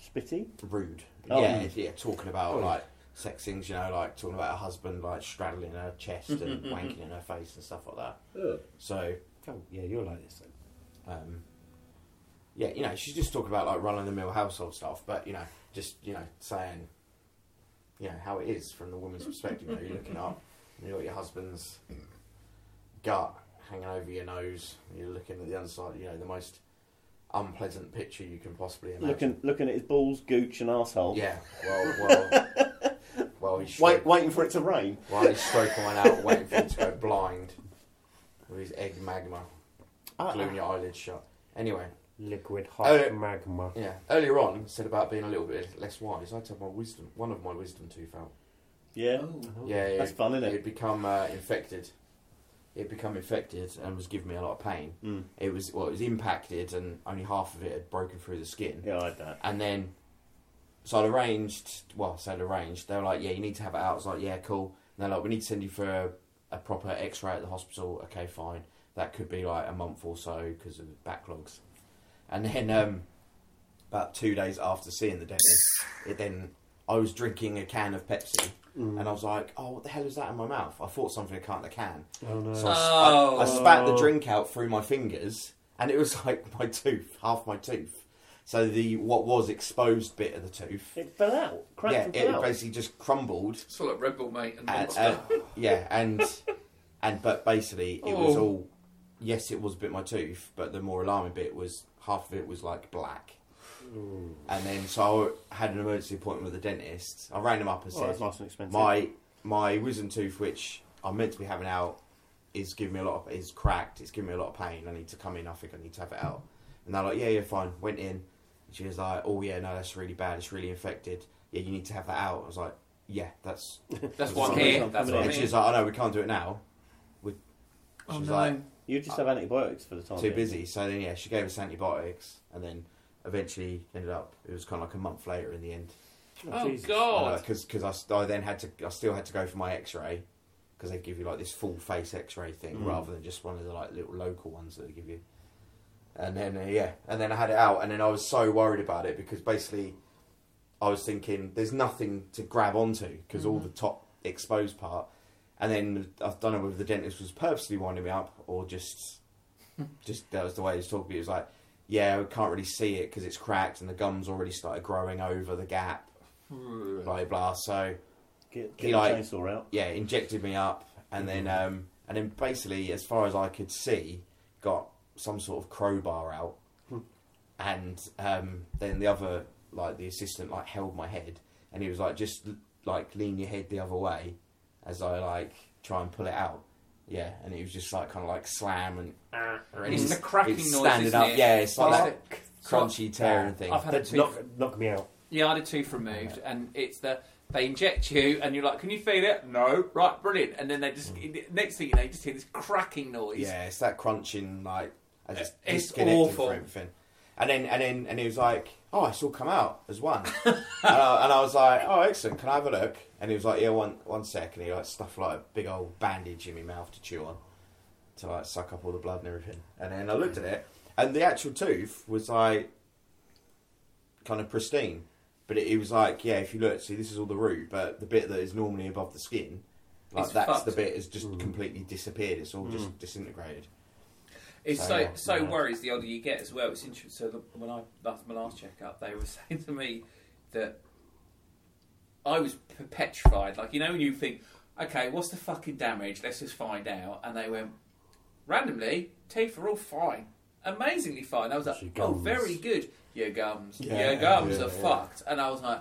spitty.
rude.
Oh.
Yeah, yeah, talking about
Oh.
like sex things, you know, like talking about her husband like straddling her chest and wanking in her face and stuff like that. So,
Oh, yeah. You'll like this. Then.
um, yeah, you know, she's just talking about like run of the mill household stuff, but you know, just you know, saying, you know, how it is from the woman's perspective. You know, you're looking up, and you've got your husband's gut hanging over your nose, and you're looking at the underside. You know, the most unpleasant picture you can possibly imagine.
Looking, looking at his balls, gooch, and asshole.
Yeah, well, well, well, he's
Wait, waiting for it to rain.
While he's stroking one out, waiting for him to go blind with his egg magma,
I-
gluing your eyelids shut. Anyway,
Liquid hot
Oh, yeah.
magma.
yeah. Earlier on, said about being a little bit less wise. I'd have my wisdom, one of my wisdom tooth out.
Yeah.
Oh.
Yeah, yeah
Oh, That's fun, isn't it?
It'd become uh, infected. It'd become infected and was giving me a lot of pain.
Mm.
It was well, it was impacted, and only half of it had broken through the skin.
Yeah, I had that.
And then, so I'd arranged, well, so I'd arranged, they were like, yeah, you need to have it out. I was like, yeah, cool. And they're like, we need to send you for a, a proper x ray at the hospital. Okay, fine. That could be like a month or so because of backlogs. And then, um, about two days after seeing the dentist, it then, I was drinking a can of Pepsi. And I was like, oh, what the hell is that in my mouth? I thought something had cut in the can.
Oh no.
So I, sp- I, I spat the
Oh.
drink out through my fingers, and it was like my tooth, half my tooth. So the what was exposed bit of the tooth,
It fell out. Cracked
yeah,
and fell
it
out.
basically just crumbled.
It's all like Red Bull, mate, and
And, uh,
Monster.
and- yeah, and and but basically it was
Oh.
all. Yes, it was a bit my tooth, but the more alarming bit was half of it was like black. And then so I had an emergency appointment with the dentist. I rang him up and
Well,
said,
Oh, that's nice and expensive.
my my wisdom tooth, which I'm meant to be having out, is giving me a lot of is cracked. It's giving me a lot of pain. I need to come in. I think I need to have it out. And they're like, yeah, yeah, fine. Went in. She was like, oh yeah, no, that's really bad. It's really infected. Yeah, you need to have that out. I was like, yeah, that's.
that's
that's
one
something
here.
I'm
That's
coming
one
and she
here.
was like, oh no, we can't do it now. We, she
Oh,
was
no.
like,
You just have antibiotics for the
Oh,
time.
too
being.
busy. So then, yeah, she gave us antibiotics, and then eventually ended up. It was kind of like a month later in the end.
Oh,
Jesus.
God.
Because because I, st- I then had to I still had to go for my X-ray because they give you like this full face X-ray thing
Mm.
rather than just one of the like little local ones that they give you. And then uh, yeah, and then I had it out, and then I was so worried about it because basically
Mm-hmm.
I was thinking there's nothing to grab onto because all the top exposed part, And then I don't know whether the dentist was purposely winding me up or just, just that was the way he was talking. He was like, "Yeah, we can't really see it because it's cracked and the gums already started growing over the gap." Blah blah. So
Get,
He
get the
like-
chainsaw out.
yeah, injected me up, and then um, and then basically, as far as I could see, got some sort of crowbar out, and um, then the other like the assistant like held my head, and he was like, just like lean your head the other way, as I like try and pull it out. Yeah, and it was just like kind of like slam and, and
It's the Ah, cracking
it's
noise,
standing
isn't
up.
it?
Yeah, it's like
Well,
that
I-
crunchy tearing thing.
I've had a
That's
tooth.
knock, knock me out.
Yeah, I had a tooth removed, and it's the they inject you, and you're like, "Can you feel it?" No, right, brilliant. And then they just next thing you know, you just hear this cracking noise.
Yeah, it's that crunching, like I just
It's
disconnected
awful.
from everything. And then and then and he was like, "Oh, it's all come out as one." and, I, and I was like, "Oh, excellent! Can I have a look?" And he was like, "Yeah, one one sec." And he like stuffed like a big old bandage in my mouth to chew on to like suck up all the blood and everything. And then I looked at it, and the actual tooth was like kind of pristine. But it, it was like, yeah, if you look, see, this is all the root, but the bit that is normally above the skin, like
It's
that's
fucked.
the bit has just completely disappeared. It's all just disintegrated.
It's
So,
so
yeah,
so
yeah.
worries the older you get as well. It's interesting. So the, when I last my last checkup, they were saying to me that I was p- petrified. Like you know when you think, okay, what's the fucking damage? Let's just find out. And they went randomly, teeth are all fine, amazingly fine. I was like,
Your
oh,
gums.
very good. Your gums,
Yeah,
your gums
yeah,
are
yeah.
fucked. And I was like,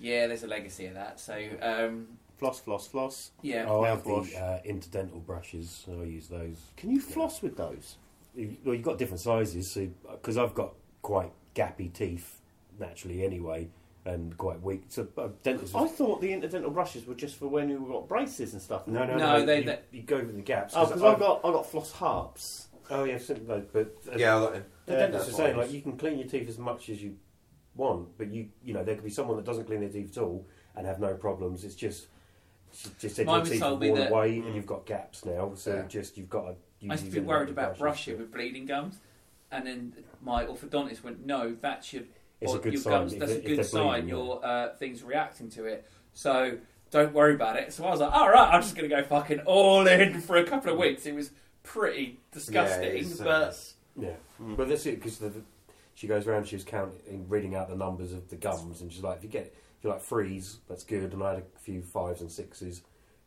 yeah, there's a legacy of that. So um,
Floss, floss, floss.
yeah,
Oh, I have the
Mouthwash.
uh, interdental brushes. So I use those.
Can you floss with those?
You- Well, you've got different sizes, so because I've got quite gappy teeth naturally anyway, and quite weak. So uh, dentists.
I thought the interdental brushes were just for when you got braces and stuff.
no, no, no.
No, they-
you,
they-
you go with the gaps.
Oh, because I've got I got floss harps.
Oh yeah, simply, but uh, The
Yeah,
dentist
that's
was saying
nice.
like you can clean your teeth as much as you want, but you you know there could be someone that doesn't clean their teeth at all and have no problems. It's just she just said
Mine
your
was
teeth are
told me
worn
that- Mm.
away and you've got gaps now, so
Yeah.
just you've got to. Use
I used to
these
be
other
worried about
brushes.
brushing with bleeding gums, and then my orthodontist went, "No, that's your
It's a good
your
sign
gums.
if
That's
they-
a
if
good
they're
sign.
bleeding,
Your uh, things reacting to it. So don't worry about it." So I was like, "All right, I'm just going to go fucking all in for a couple
Mm.
of weeks." It was pretty disgusting,
uh,
but
Yeah, Mm. but that's it because the, the- she goes around. She was counting, reading out the numbers of the gums, and she's like, if you get if you like threes, that's good. And I had a few fives and sixes,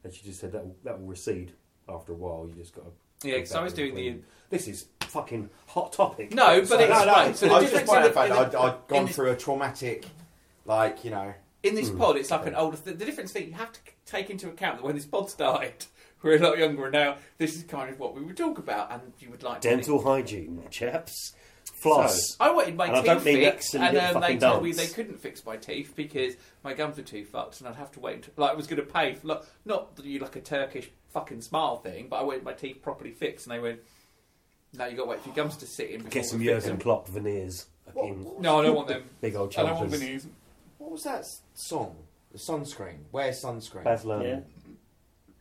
and she just said that will, that will recede after a while. You just got to.
Yeah, 'cause I was doing the-
This is fucking hot topic.
No, but
no,
it's
no,
fine. So the
I was just
difference
pointing
in
out
the-
the fact
in
that I'd,
the-
I'd
in
gone
the-
through a traumatic, like, you know.
in
mm,
this pod, it's like an older. The, the difference thing you have to c- take into account that when this pod started, we were a lot younger, and now this is kind of what we would talk about, and you would like to think-
dental hygiene, chaps. Floss.
I wanted my
And I
teeth
don't mean
fixed,
X and
and
little
um, they
fucking
told me
dots.
they couldn't fix my teeth because my gums were too fucked, and I'd have to wait. Until, like I was going to pay, for, like, not that you like a Turkish fucking smile thing, but I wanted my teeth properly fixed, and they went, "No, you got to wait for your gums to sit in." before
Get some
we fix
Jurgen
them."
Klopp veneers. Fucking
No, I don't want them.
big old
I don't want
chompers.
veneers.
What was that s- song? The sunscreen. Wear sunscreen.
Baz Luhrmann.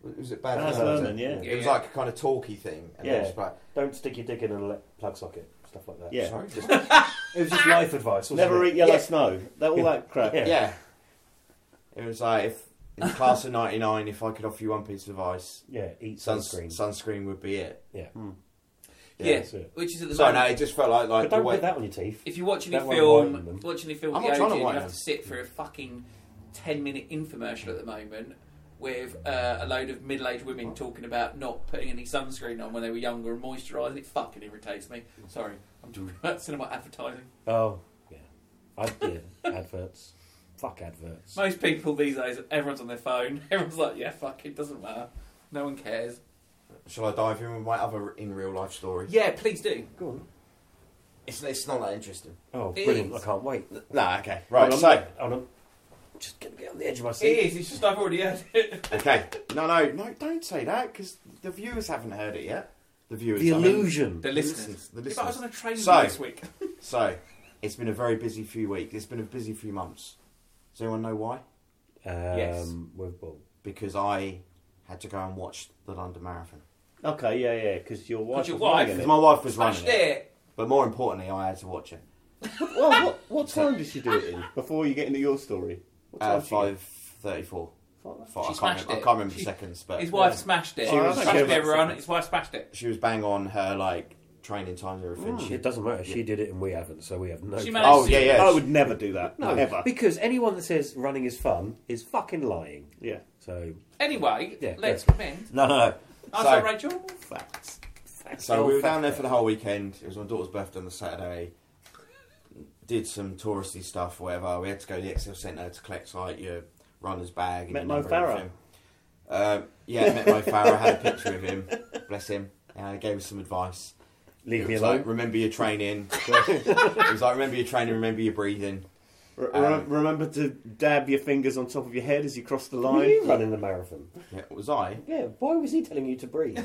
Yeah.
was it Baz,
Baz
Luhrmann?
Luhrmann, yeah.
It was
Yeah.
like a kind of talky thing. And yeah.
Yeah.
Just like,
Don't stick your dick in a le- plug socket. Stuff like that.
Yeah.
sorry, just-
It was just life advice. Wasn't
Never
it?
eat yellow
Yeah.
snow. That all that crap.
Yeah.
yeah. It was like, if in class of 99, if I could offer you one piece of advice,
Yeah, eat
suns-
sunscreen.
sunscreen would be it.
yeah.
Yeah.
Yeah,
that's it.
which is at the
So, no,
moment.
it just felt like, like
But don't
the way.
put that on your teeth.
If you watch any
That won't whiten
film,
them.
watch any film,
I'm
with the
not trying to
OG, you
whiten
have to
them.
sit for a fucking ten-minute infomercial at the moment with uh, a load of middle-aged women talking about not putting any sunscreen on when they were younger and moisturising. It fucking irritates me. Sorry, I'm talking about cinema advertising.
Oh, yeah. I, yeah. adverts. Fuck adverts.
Most people these days, everyone's on their phone. Everyone's like, yeah, fuck, it doesn't matter. No one cares.
Shall I dive in with my other in real life story?
Yeah, please do.
Go on.
It's, it's not that interesting.
Oh,
It
brilliant.
is.
I can't wait.
No, okay. Right,
hold
so.
on, hold on. Just going to get on the edge of my
It
seat.
is. It's just I've already heard it.
Okay. No, no, no, don't say that because the viewers haven't heard it yet. The viewers.
The
I mean.
illusion.
The listeners.
listeners, the
If I was on
listeners.
a train
So-
this week,
So, it's been a very busy few weeks. It's been a busy few months. Does anyone know why?
Um,
Yes.
With ball.
Because I had to go and watch the London Marathon.
Okay. Yeah. Yeah. Because your wife.
your
was
wife-
running
Because
it.
my wife was
smashed
running it.
it.
But more importantly, I had to watch it.
well, what, what time did she do it in? Before you get into your story. What time
At
did she do?
five thirty-four.
Fuck that.
Fuck, I, can't
smashed
remember, I
it.
can't remember
She-
the seconds, but
His wife smashed it.
She
She
was-
was smashed
okay,
it, everyone.
that's-
His wife smashed it.
she was bang on her like training times and everything. She,
It doesn't matter. She did it and we haven't, so we have no.
She
clue.
managed-
oh yeah, yeah.
I would never do that.
No,
Never.
because anyone that says running is fun is fucking lying.
Yeah.
So
Anyway,
Yeah,
let's
good.
commend.
no, no, no.
I
So-
said, Rachel,
Facts.
So we were down there for the whole weekend. It was my daughter's birthday on the Saturday. Did some touristy stuff, whatever. We had to go to the Excel Centre to collect like your runner's bag. And
Met
your
Mo
number and
Farah.
everything. Uh, yeah, met Mo Farah. Had a picture of him. Bless him. And he gave us some advice.
leave
It
me
was
alone.
Like, remember your training. it was like remember your training, remember your breathing.
Re-
Um,
re- remember to dab your fingers on top of your head as you cross the
Were
line.
you running the marathon?
Yeah, was I,
Yeah. Why was he telling you to breathe?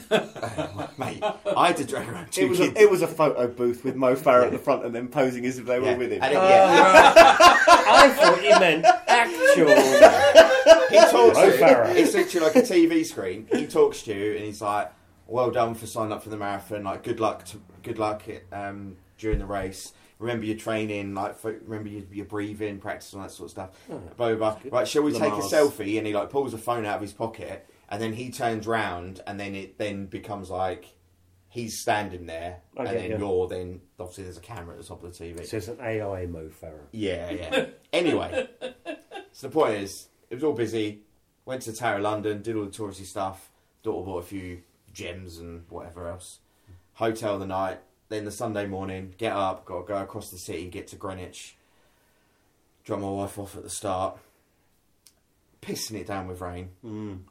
mate? I had to drag around two
It was,
kids.
a, it was a photo booth with Mo Farah at the front and then posing as if they were
yeah.
with him. Oh,
And it- yeah.
I thought you meant actual.
he talks
Mo
to you.
Farah.
It's literally like a TV screen. He talks to you, and he's like, "Well done for signing up for the marathon. Like, good luck. To, good luck um, during the race. Remember your training. Like, fo- remember your, your breathing, practice, all that sort of stuff.
Oh,
Blah, blah, blah. Right? Shall we
Lamar's.
take a selfie?" And he like pulls the phone out of his pocket, and then he turns round, and then it then becomes like. He's standing there,
Okay,
and then
yeah.
you're then obviously there's a camera at the top of the TV.
So it's an AI Mo Farah.
Yeah, yeah. anyway, so the point is, it was all busy. Went to the Tower of London, did all the touristy stuff. Daughter bought a few gems and whatever else. Hotel the night. Then the Sunday morning, get up, got to go across the city, get to Greenwich. Drop my wife off at the start. Pissing it down with rain.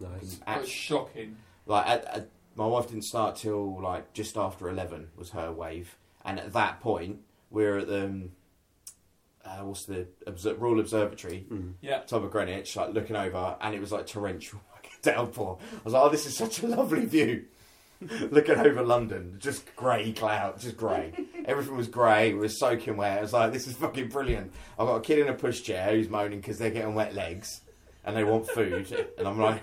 Nice.
At-
that's shocking.
like at, at, my wife didn't start till like just after 11 was her wave and at that point we were at the um, uh, what's the obser- royal observatory
Yeah.
top of greenwich like looking over and it was like torrential fucking downpour i was like oh this is such a lovely view looking over london just grey cloud just grey everything was grey we were soaking wet i was like this is fucking brilliant i've got a kid in a pushchair who's moaning because they're getting wet legs and they want food and i'm like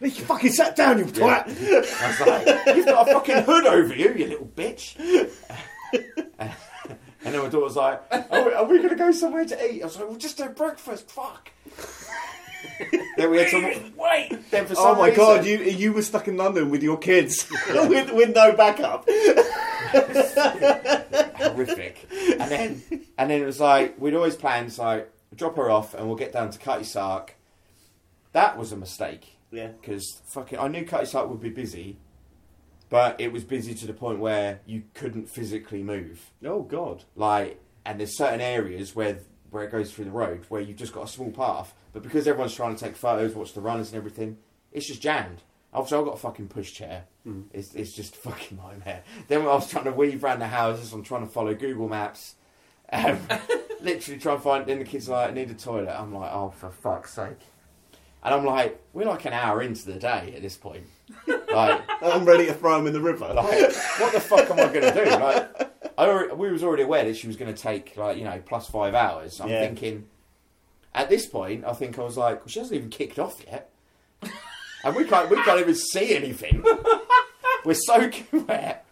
You fucking sat down, you twat!
I was like, you've got a fucking hood over you, you little bitch. and then my daughter's like, are we, are we going to go somewhere to eat? I was like, we'll just do breakfast, fuck. then we had to...
Wait!
Then for
Oh
some
my
reason-
god, you you were stuck in London with your kids with, with no backup.
horrific. And then and then it was like we'd always planned it's like drop her off and we'll get down to Cutty Sark. That was a mistake.
Yeah.
Because fucking I knew Cutty Sark would be busy, but it was busy to the point where you couldn't physically move.
Oh god.
Like and there's certain areas where where it goes through the road where you've just got a small path, but because everyone's trying to take photos, watch the runners and everything, it's just jammed. Obviously, I've got a fucking pushchair. It's, it's just a fucking nightmare. Then when I was trying to weave round the houses, I'm trying to follow Google Maps. Um, literally trying to find. Then the kids are like, I need a toilet. I'm like, oh, for fuck's sake. And I'm like, we're like an hour into the day at this point. Like,
I'm ready to throw him in the river.
like, what the fuck am I going to do? Like, I already, we was already aware that she was going to take like you know plus five hours. I'm
Yeah.
thinking, at this point, I think I was like, well, she hasn't even kicked off yet, and we can't we can't even see anything. We're soaking wet.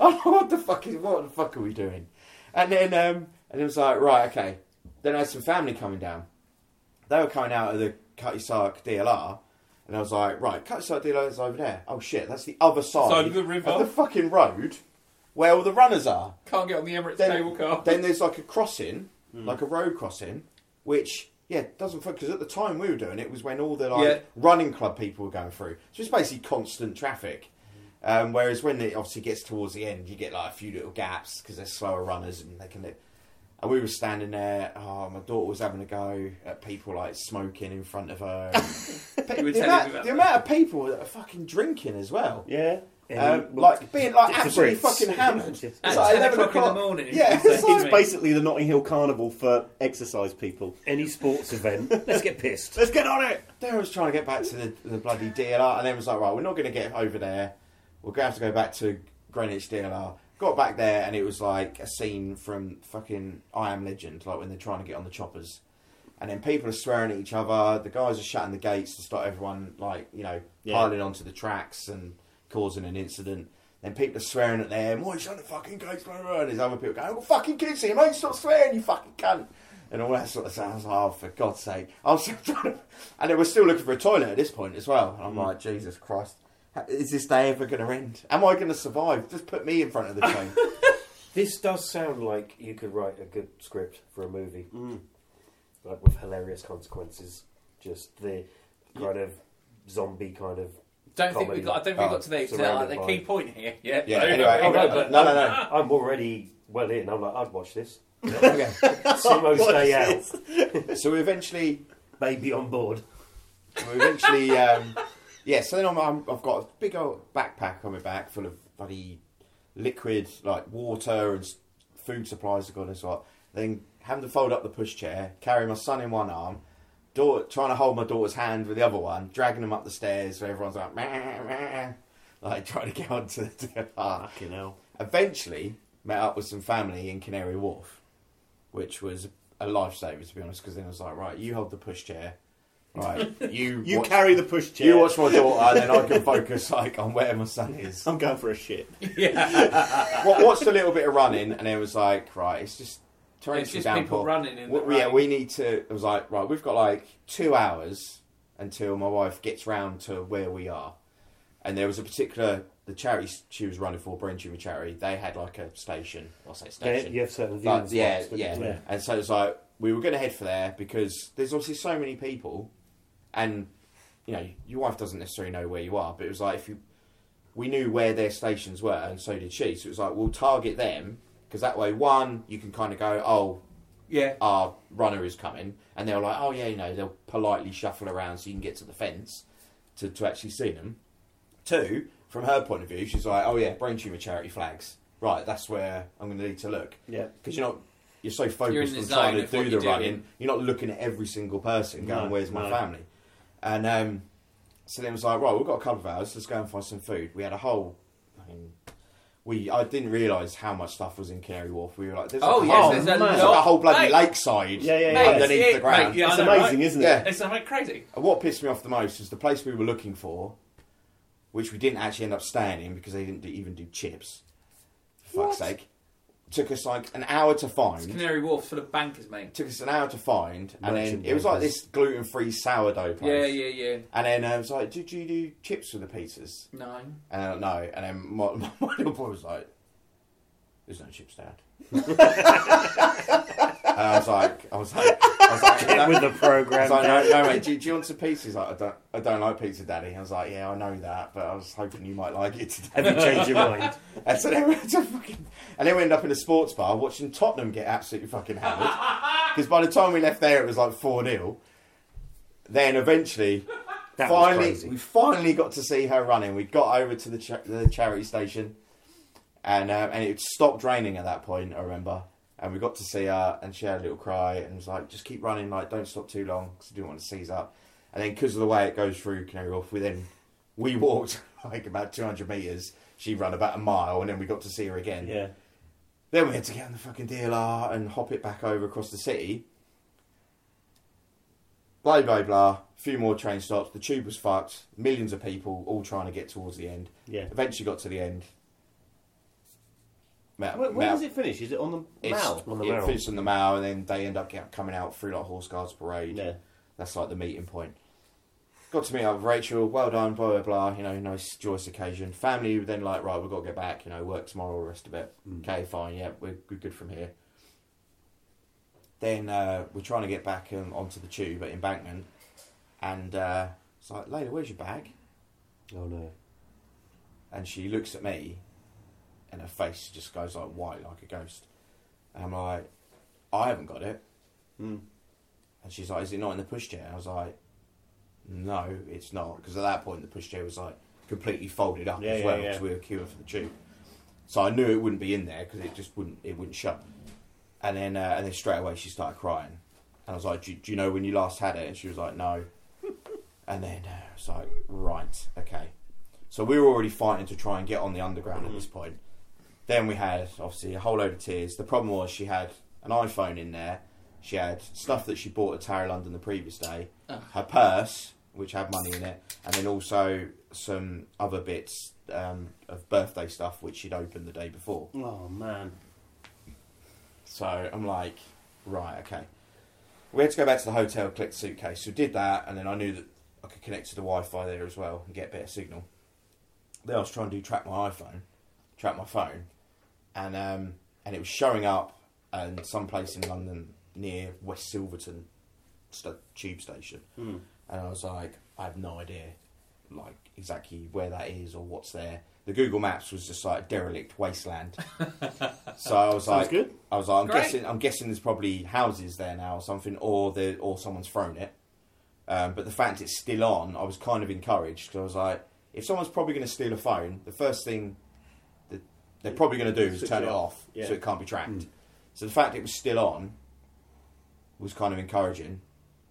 Oh, what the fuck is what the fuck are we doing? And then um, and it was like right okay. Then I had some family coming down. They were coming out of the Cutty Sark DLR. And I was like, right, Cutty Sark DLR is over there. Oh shit, that's the other side
Side of the river.
of the fucking road where all the runners are.
Can't get on the Emirates cable
Then,
car. Hmm.
then there's like a crossing, like a road crossing, which yeah doesn't because at the time we were doing it was when all the like
Yeah.
running club people were going through, so it's basically constant traffic. Um, whereas when it obviously gets towards the end, you get like a few little gaps because they're slower runners and they can. Live. And we were standing there. Oh, my daughter was having a go at people like smoking in front of her.
You were
the
telling me
amount,
about that.
the amount of people that are fucking drinking as well.
Yeah.
Um,
Any-
like being like
it's the
absolutely
Brits.
fucking hammered.
Yes.
It's
At
like
10
11
o'clock in the morning.
Yeah,
It's
it's like-
It's basically the Notting Hill Carnival for exercise people.
Any sports event. Let's get pissed.
Let's get on it!
Darren was trying to get back to the, the bloody DLR, and then was like, right, we're not going to get over there. We're going to have to go back to Greenwich DLR. Got back there, and it was like a scene from fucking I Am Legend, like when they're trying to get on the choppers. And then people are swearing at each other. The guys are shutting the gates to stop everyone, like, you know,
Yeah.
piling onto the tracks and causing an incident. Then people are swearing at them, why are you shutting the fucking gates? Blah, blah, blah. And there's other people going, oh, fucking kids here, mate, stop swearing, you fucking cunt. and all that sort of stuff. I was like, oh, for God's sake. I was still trying to, and they were still looking for a toilet at this point as well. And I'm like, Jesus Christ. How- Is this day ever going to end? Am I going to survive? Just put me in front of the train.
This does sound like you could write a good script for a movie, like with hilarious consequences. Just the kind of zombie kind of.
Don't think we
Comedy.
got. I don't think we
Oh,
got to the, to
surrounded
the
by-
key point here. Yeah.
yeah,
So-
anyway.
Oh, no,
no,
but-
no, no.
I'm already well in. I'm like, I'd watch this.
Okay.
Simo stay out.
So we eventually
Baby on board.
We eventually, um, yeah. So then I'm, I'm, I've got a big old backpack on my back full of bloody liquid, like water and s- food supplies and God knows what. Then having to fold up the pushchair, carry my son in one arm, daughter, trying to hold my daughter's hand with the other one, dragging him up the stairs. So everyone's like, meh, meh, like trying to get onto the, to the car.
Fucking hell.
Eventually, met up with some family in Canary Wharf, which was a lifesaver to be honest. Because then I was like, right, you hold the pushchair. Right, you
You
watch-
carry the pushchair.
you watch my daughter, and then I can focus like on where my son is.
I'm going for a shit.
Wa- Watched a little bit of running, and it was like, right, it's just torrential
It's just
downpour.
people running in the
W- yeah,
rain.
we need to. It was like, right, we've got like two hours until my wife gets round to where we are. And there was a particular the charity s- she was running for, Brain Tumor Charity. They had like a station. I'll say
They,
station.
you have certain views.
Like, yeah, yeah,
Yeah.
And so it's like we were going to head for there because there's obviously so many people, and you know your wife doesn't necessarily know where you are, but it was like if you, we knew where their stations were, and so did she. So it was like we'll target them because that way, one, you can kind of go, oh,
Yeah.
our runner is coming, and they're like, oh yeah, you know, they'll politely shuffle around so you can get to the fence to, to actually see them. Two, from her point of view, she's like, oh yeah, brain tumor charity flags. Right, that's where I'm going to need to look.
Yeah.
because you're not, you're so focused
You're in the
on
zone
trying to
of what
do the
you're doing.
running, you're not looking at every single person going,
No,
where's my
no.
family? And um, so then it was like, right, we've got a couple of hours, let's go and find some food. We had a whole. I mean, we, I didn't realise how much stuff was in Canary Wharf. We were like, there's
Oh,
like a
yes,
whole-
there's a
there's
lot.
like a whole bloody
Mate.
lakeside
Yeah, yeah, yeah.
Mate,
underneath
it's-
the ground.
mate, yeah,
It's
I know, right?
amazing, isn't it?
Yeah.
It's like crazy.
And what pissed me off the most is the place we were looking for, which we didn't actually end up staying in because they didn't do, even do chips. For fuck's sake. Took us like an hour to find.
Canary Wharf full of bankers, mate.
took us an hour to find, and then
Merchant
it was like
bankers.
this gluten free sourdough place.
Yeah, yeah, yeah.
And then I was like, "Did you do chips with the pizzas?"
No.
And I no. And then my, my little boy was like, "There's no chips, Dad." and I was like, I was like, I was like, "No."
With the
I
program.
was like, no, no, mate. Do, you- do you want some pizza? He's like, I don't, I don't like pizza, Daddy. I was like, yeah, I know that, but I was hoping you might like it
Have
today.
you changed your mind?
and so they went to fucking, and then we ended up in a sports bar watching Tottenham get absolutely fucking hammered. Because by the time we left there, it was like four 0 Then eventually,
That was
finally,
crazy.
we finally got to see her running. We got over to the cha- the charity station, and um, and it stopped raining at that point. I remember, and we got to see her, and she had a little cry, and was like, "Just keep running, like don't stop too long, because I didn't want to seize up." And then, because of the way it goes through Canary Wharf, we then we walked like about two hundred meters. She ran about a mile, and then we got to see her again.
Yeah.
Then we had to get on the fucking DLR and hop it back over across the city. Blah blah blah. A few more train stops. The tube was fucked. Millions of people all trying to get towards the end.
Yeah.
Eventually got to the end. Met,
When, when
met-
does it finish? Is it on the
it's-
mouth?
on the
it
Mall.
finished on the Mall, and then they end up get, coming out through like Horse Guards Parade.
Yeah.
That's like the meeting point. Got to meet up with Rachel. Well done. Blah blah blah. You know, nice joyous occasion. Family were then like, right, we've got to get back. You know, work tomorrow. The rest of it. Okay, fine. Yeah, we're, we're good from here. Then uh, we're trying to get back um, onto the tube at Embankment, and uh, it's like, Layla, where's your bag?
Oh no.
and she looks at me, and her face just goes like white, like a ghost. And I'm like, I haven't got it.
Mm.
And she's like, Is it not in the pushchair? I was like, No, it's not, because at that point the pushchair was like completely folded up
Yeah,
as
yeah,
well,
yeah.
because we were queuing for the tube. So I knew it wouldn't be in there because it just wouldn't it wouldn't shut. And then uh, and then straight away she started crying, and I was like, do, do you know when you last had it? And she was like, No. and then uh, I was like, Right, okay. So we were already fighting to try and get on the underground at this point. Then we had obviously a whole load of tears. The problem was she had an iPhone in there. She had stuff that she bought at Tower London the previous day, her purse which had money in it, and then also some other bits um, of birthday stuff which she'd opened the day before.
Oh man.
So I'm like, right, okay. we had to go back to the hotel, collect the suitcase. So did that, and then I knew that I could connect to the Wi-Fi there as well and get better signal. Then I was trying to track my iPhone, track my phone, and um, and it was showing up um, someplace in London near West Silverton st- tube station,
Hmm.
and I was like, I have no idea, like exactly where that is or what's there. The Google Maps was just like derelict wasteland, so I was
Sounds
like,
good.
I was like, I'm
Great.
guessing, I'm guessing there's probably houses there now or something, or the or someone's thrown it. Um, but the fact it's still on, I was kind of encouraged because I was like, if someone's probably going to steal a phone, the first thing that they're probably going to do is
Switch
turn
it
it
off.
off
Yeah.
so it can't be tracked.
Hmm.
So the fact it was still on was kind of encouraging.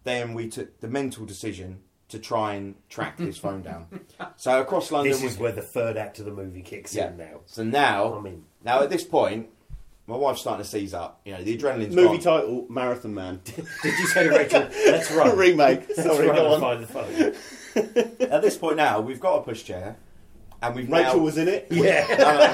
Then we took the mental decision to try and track this phone down. So across London,
This
we-
is where the third act of the movie kicks
yeah.
in now.
So now,
I mean-
now at this point, my wife's starting to seize up. You know, the adrenaline's
Movie
gone.
title: Marathon Man.
Did you say, Rachel? Let's run.
Remake.
Let's
Sorry,
run and
go on.
find the phone.
At this point now, we've got a pushchair, and we've
Rachel
now,
was in it.
Yeah.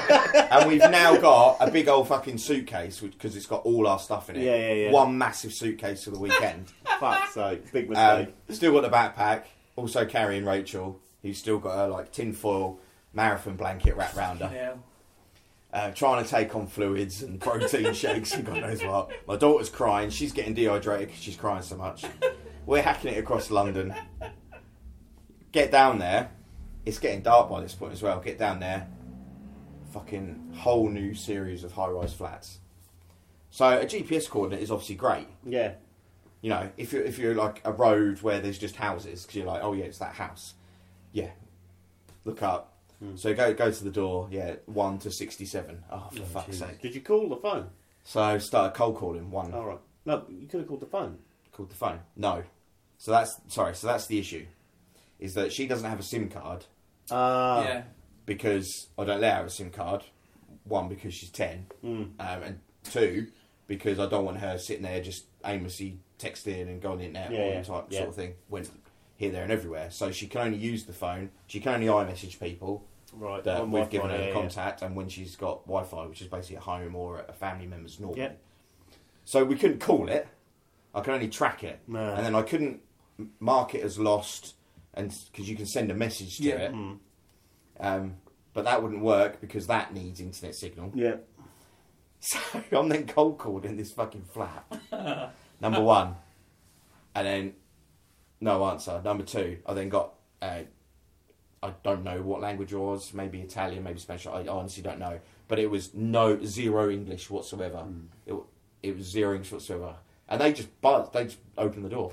and we've now got a big old fucking suitcase because it's got all our stuff in it.
Yeah, yeah, yeah.
One massive suitcase for the weekend.
Fuck's sake, big mistake.
um, still got the backpack. Also carrying Rachel, who's still got her like tinfoil marathon blanket wrapped round her.
Yeah.
uh, trying to take on fluids and protein shakes and God knows what. My daughter's crying. She's getting dehydrated because she's crying so much. We're hacking it across London. Get down there. It's getting dark by this point as well. Get down there. Fucking whole new series of high-rise flats. So a GPS coordinate is obviously great.
yeah.
You know, if you're if you're like a road where there's just houses, because you're like, oh yeah, it's that house. Yeah, look up.
Hmm.
So go go to the door. Yeah, one to sixty-seven. Oh, for fuck's sake!
Mm. Did you call the phone?
So I started cold calling. One
All right. No, you could have called the phone.
called the phone. No. So that's sorry. So that's the issue, is that she doesn't have a SIM card Uh, Oh.
Ah.
Yeah.
because I don't let her have a SIM card. One because she's ten,
Hmm.
um, and two because I don't want her sitting there just aimlessly texting and going on the internet
Yeah,
all
yeah,
the time,
yeah.
sort of thing. Went here, there, and everywhere. So she can only use the phone. She can only iMessage people
Right.
that
on
we've
Wi-Fi,
given her
yeah,
the
yeah.
contact, and when she's got Wi-Fi, which is basically at home or at a family member's normal.
Yeah.
So we couldn't call it. I could only track it,
No.
and then I couldn't m- mark it as lost, and because you can send a message to
Yeah.
it,
Mm.
um, but that wouldn't work because that needs internet signal.
Yeah.
So I'm then cold called in this fucking flat. Number one, and then no answer. Number two, I then got uh, I don't know what language it was. Maybe Italian, maybe Spanish. I honestly don't know. But it was no zero English whatsoever. It it was zero English whatsoever. And they just buzzed. They just opened the door.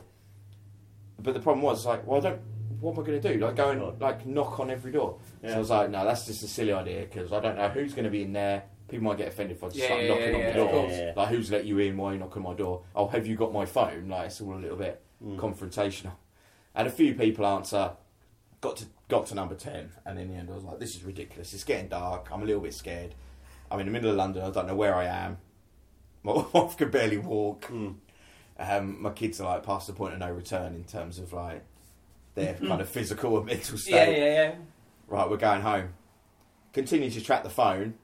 But the problem was like, well, I don't. What am I going to do? Like go and like knock on every door. So I was like, no, that's just a silly idea because I don't know who's going to be in there. People might get offended if I just
Yeah,
start
yeah,
knocking
yeah,
on
yeah,
the
of
door.
course. Yeah.
Like who's let you in? Why are you knocking on my door? Oh, have you got my phone? Like it's all a little bit confrontational. And a few people answer. Got to got to number ten, and in the end, I was like, this is ridiculous. It's getting dark. I'm a little bit scared. I'm in the middle of London. I don't know where I am. My wife could barely walk. Um, my kids are like past the point of no return in terms of like their kind of physical and mental state.
Mm-hmm. Yeah, yeah, yeah.
Right, we're going home. Continue to track the phone,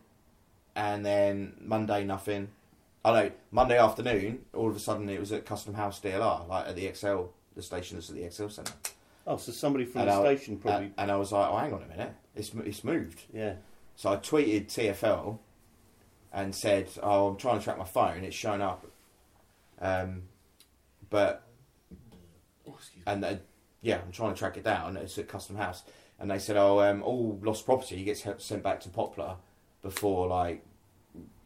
and then Monday nothing. I know Monday afternoon. All of a sudden, it was at Custom House DLR, like at the XL, the station that's at the XL Centre.
Oh, so somebody from
And
the
I-
station probably.
And, and I was like, oh, hang on a minute, it's mo- it's moved.
yeah.
So I tweeted TFL and said, "Oh, I'm trying to track my phone. It's shown up, um, but and uh, yeah, I'm trying to track it down. It's at Custom House, and they said, "Oh, um, all lost property gets he- sent back to Poplar before like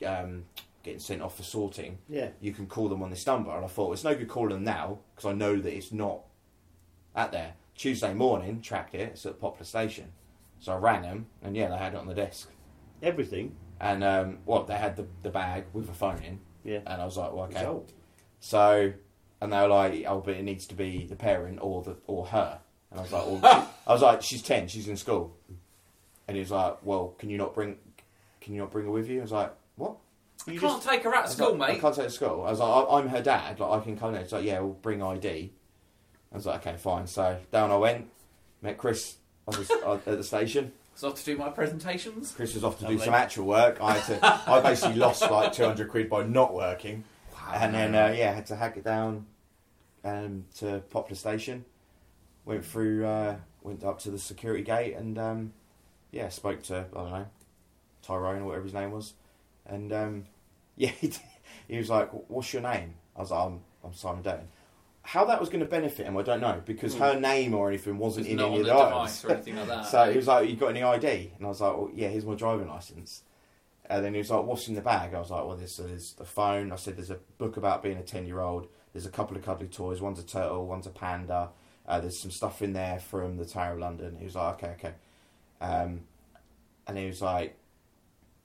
um, getting sent off for sorting.
Yeah.
You can call them on this number." And I thought it's no good calling them now because I know that it's not at there. Tuesday morning, tracked it. It's at Poplar Station, so I rang them, and yeah, they had it on the desk.
Everything.
And um, well, they had the, the bag with a phone in,
Yeah.
and I was like, well, okay.
Result.
So, and they were like, oh, but it needs to be the parent or the or her. And I was like, well, I was like, she's ten, she's in school. And he was like, well, can you not bring, can you not bring her with you? I was like, what?
You
You
can't
just
take her out of
I was
school,
like, I
mate.
can't take her to school. I was like, I, I'm her dad. Like, I can come there. It's like, yeah, we'll bring ID. I was like, okay, fine. So down I went, met Chris. I was at the station.
So I have to do my presentations.
Chris was off to do
Lovely.
some actual work. I had to. I basically lost like two hundred quid by not working, and then uh, yeah, had to hack it down. um, to Poplar Station. Went through, uh, went up to the security gate, and um, yeah, spoke to I don't know Tyrone or whatever his name was, and um, yeah, he, did- he was like, "What's your name?" I was like, "I'm, I'm Simon Dayton." How that was going to benefit him, I don't know, because her name or anything wasn't
Hmm. It's
in
not
any
on
of
the
the items.
device or anything like that.
So he was like, "You got any ID?" And I was like, well, "Yeah, here's my driving license." And then he was like, "What's in the bag?" I was like, "Well, there's there's a phone." I said, "There's a book about being a ten year old. There's a couple of cuddly toys. One's a turtle. One's a panda. Uh, there's some stuff in there from the Tower of London." He was like, "Okay, okay." Um, and he was like,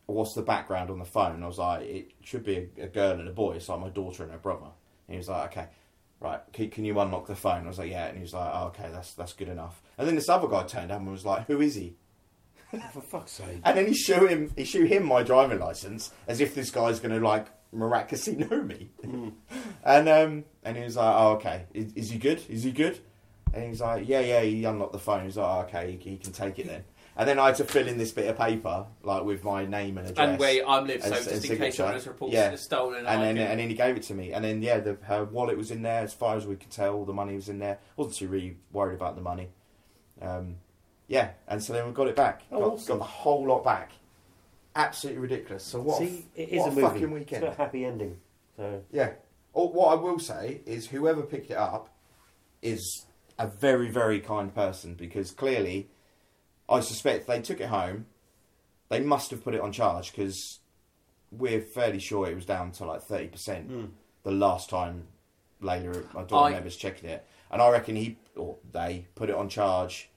"What's the background on the phone?" And I was like, "It should be a, a girl and a boy. It's like my daughter and her brother." And he was like, "Okay." Right, can, can you unlock the phone? I was like, yeah, and he was like, oh, okay, that's that's good enough. And then this other guy turned up and was like, who is he?
For fuck's sake.
And then he showed him he showed him my driving license as if this guy's going to like miraculously know me.
Hmm.
and um and he was like, oh okay, is, is he good? Is he good? And he was like, yeah, yeah. He unlocked the phone. He was like, oh, okay, he, he can take it then. And then I had to fill in this bit of paper like with my name and address
and where I'm live, so
and-
just
and
in case
signature.
someone has reported
Yeah.
it stolen,
and
I
then
can-
and then he gave it to me. And then yeah, the, her wallet was in there. As far as we could tell, all the money was in there. wasn't too really worried about the money. Um, yeah, and so then we got it back.
Oh,
got,
awesome.
got the whole lot back. Absolutely ridiculous. So what? a
See,
f-
it is
what
a movie.
fucking
It's got
weekend.
a happy ending. So
Yeah. Or what I will say is, whoever picked it up is a very very kind person because clearly, I suspect they took it home. They must have put it on charge because we're fairly sure it was down to like thirty percent the last time Layla, my daughter
Hmm. I-
members checking it, and I reckon he or they put it on charge,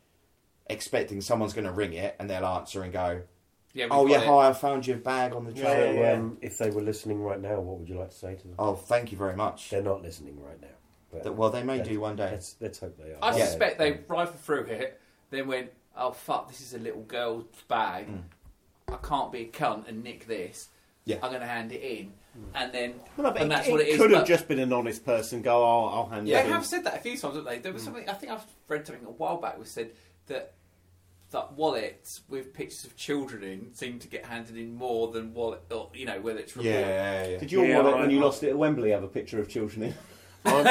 expecting someone's going to ring it and they'll answer and go,
yeah, we've
"Oh
got
yeah,
it.
hi, I found your bag on the
So,
train."
um, if they were listening right now, what would you like to say to them?
Oh, thank you very much.
They're not listening right now. But
Th- Well, they may
let's-
do one day.
Let's, let's hope they are.
I
Yeah. Mm.
suspect they rifled through it, then went, "Oh fuck, this is a little girl's bag. I can't be a cunt and nick this.
Mm. Yeah. Mm.
I'm going to hand it in." And then,
Well, I bet
and that's
it,
what it is.
could have
but
just been an honest person. Go, oh, I'll hand
they
it. in."
have said that a few times, haven't they? There
Mm.
was something I think I've read something a while back was said that that wallets with pictures of children in seem to get handed in more than wallet, or, you know, whether it's reward.
yeah, yeah.
Did your
Yeah,
wallet
I-
when you
I-
lost it at Wembley have a picture of children in?
I'm-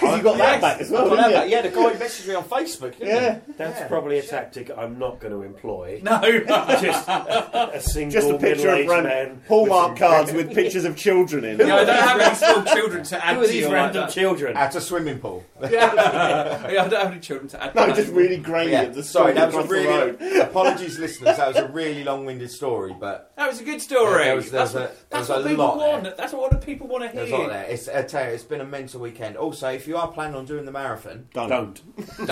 Because you got that back as well,
Well,
didn't
no, but
you?
yeah, the guy messaged me on Facebook. Didn't
Yeah.
he?
that's
Yeah.
probably a tactic I'm not going to employ.
No,
Just a, a single
Just a picture of
middle-aged
random
man.
Hallmark
with
cards with pictures of children in.
Yeah, I don't have any small children to
some-
add
Who are
to
these
your
random
like that.
children?
At a swimming pool.
Yeah. yeah, I don't have any children to add. to
No,
that.
just really grainy.
Yeah,
at the
sorry,
street
that was
across
a
the road.
really. apologies, listeners. That was a really long-winded story, but
That was a good story.
Yeah, there was- there was
that's what-
a- there
that's
was
what
a
people
lot
want.
there.
That's what other people want to hear.
there's a lot there. It's, I tell you, it's been a mental weekend. Also, if you are planning on doing the marathon,
Don't.
Don't
Don't.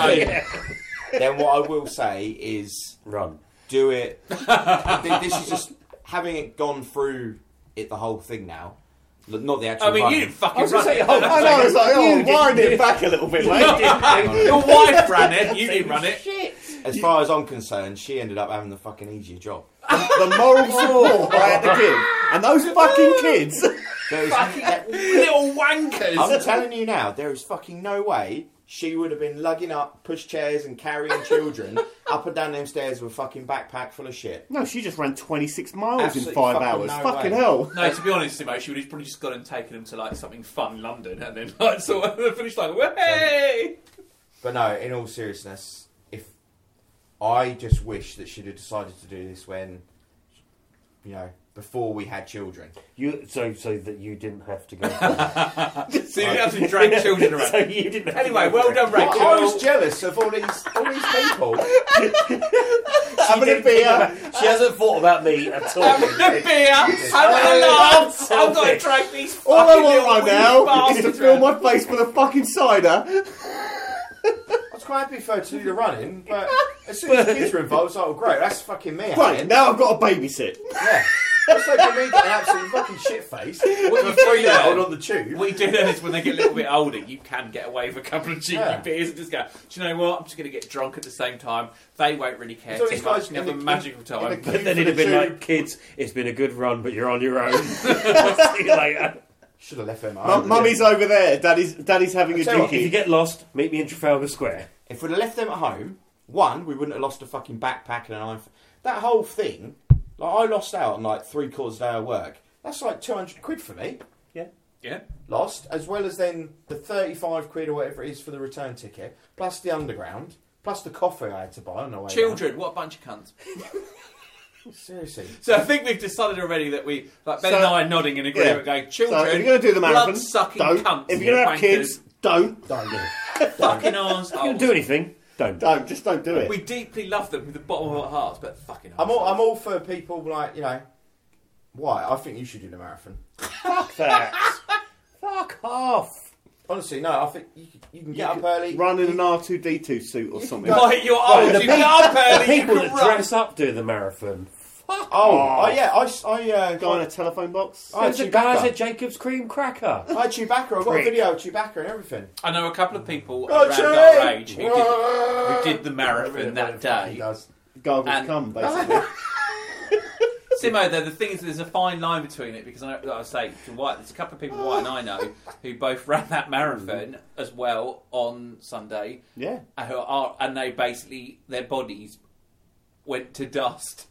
then what I will say is
run.
do it. Th- this is just having it gone through it the whole thing now. L- Not the actual.
I mean,
running.
you didn't fucking
I was
run
gonna say,
it.
oh,
I know, it's like,
You
oh,
did
wind
this.
it back a little bit, mate.
Your wife ran it. You didn't run it.
As far as I'm concerned, she ended up having the fucking easier job.
the moral support I had to give. And those fucking kids.
There is-
Little wankers.
I'm telling you now, there is fucking no way she would have been lugging up pushchairs and carrying children up and down them stairs with a fucking backpack full of shit.
No, she just ran 26 miles
Absolutely
in five
fucking
hours.
no
fucking
way.
hell.
no, to be honest, Simo, she would have probably just gone and taken them to like something fun, London, and then like sort of the finish line. Hey!
But no, in all seriousness, if I just wish that she'd have decided to do this when, you know, before we had children.
You so so that you didn't have to go.
So you didn't have to drag children around.
so you didn't. Have
Anyway,
to go
well
for it.
done,
I,
Rachel.
I was jealous of all these all these people having a
didn't
beer.
She hasn't thought about me at all.
Having a beer, having a laugh. I've got to drag these fucking
All I want
little
right
wee
now is to
bastards
fill
around.
my face with a fucking cider.
I was quite happy for her to do the running, but as soon as the kids were involved, I was like, "Oh, great, that's fucking me."
Right,
Alan."
now I've got a babysit.
Yeah. It's like me getting absolutely fucking shit faced with a three year old on the tube.
What you do then is when they get a little bit older, you can get away with a couple of cheeky
Yeah.
beers and just go, do you know what? I'm just going to get drunk at the same time. They won't really care
So
too
these
much.
guys
You have
in
a
the-
magical
in the
time.
queue
But then
for
it'd have
the
been
tube.
like, kids, it's been a good run, but you're on your own. See you later.
Should have left them at
Mum-
home.
Mummy's over there. Daddy's, daddy's having a
tell you what,
If you
dookie.
get lost, meet me in Trafalgar Square.
If we'd have left them at home, one, we wouldn't have lost a fucking backpack and an iPhone. That whole thing, like I lost out on like three quarters of an hour work. That's like 200 quid for me.
Yeah.
Yeah.
lost, as well as then the 35 quid or whatever it is for the return ticket, plus the underground, plus the coffee I had to buy on the way.
Children, what a bunch of cunts.
down. Seriously.
So I think we've decided already that we, like Ben
So-
and I are nodding in agreement,
Yeah.
going,
So
children,
if you're going to do the marathon,
blood-sucking
don't.
cunts.
if you're going to have
wankers,
kids, don't.
Don't do it.
fucking
You
arseholes.
don't do anything. Don't.
Don't. Just don't do it.
We deeply love them with the bottom of our hearts, but fucking
I'm all,
arseholes.
I'm all for people like, you know, why? I think you should do the marathon.
Fuck that.
Fuck off.
Honestly, no, I think you, you can get
You
up early.
Run in an R2D2 suit or something.
Right, you're old.
the
you get up early.
People
you can
that
run.
dress up do the marathon.
Oh, oh, yeah, I, s- I, uh,
Go in a telephone box.
I had
There's a
Chewbacca.
guy at Jacob's Cream Cracker.
I had Chewbacca. I got
Prick.
a video of Chewbacca and everything.
I know a couple of people
Oh,
around
Chewie!
our age who did, who did the marathon that
He
day.
does.
Gargle
And-
cum, basically.
Simo, though, the thing is, there's a fine line between it because I, like I say to White, there's a couple of people White and I know who both ran that marathon as well on Sunday,
yeah.
and who are and they basically their bodies went to dust,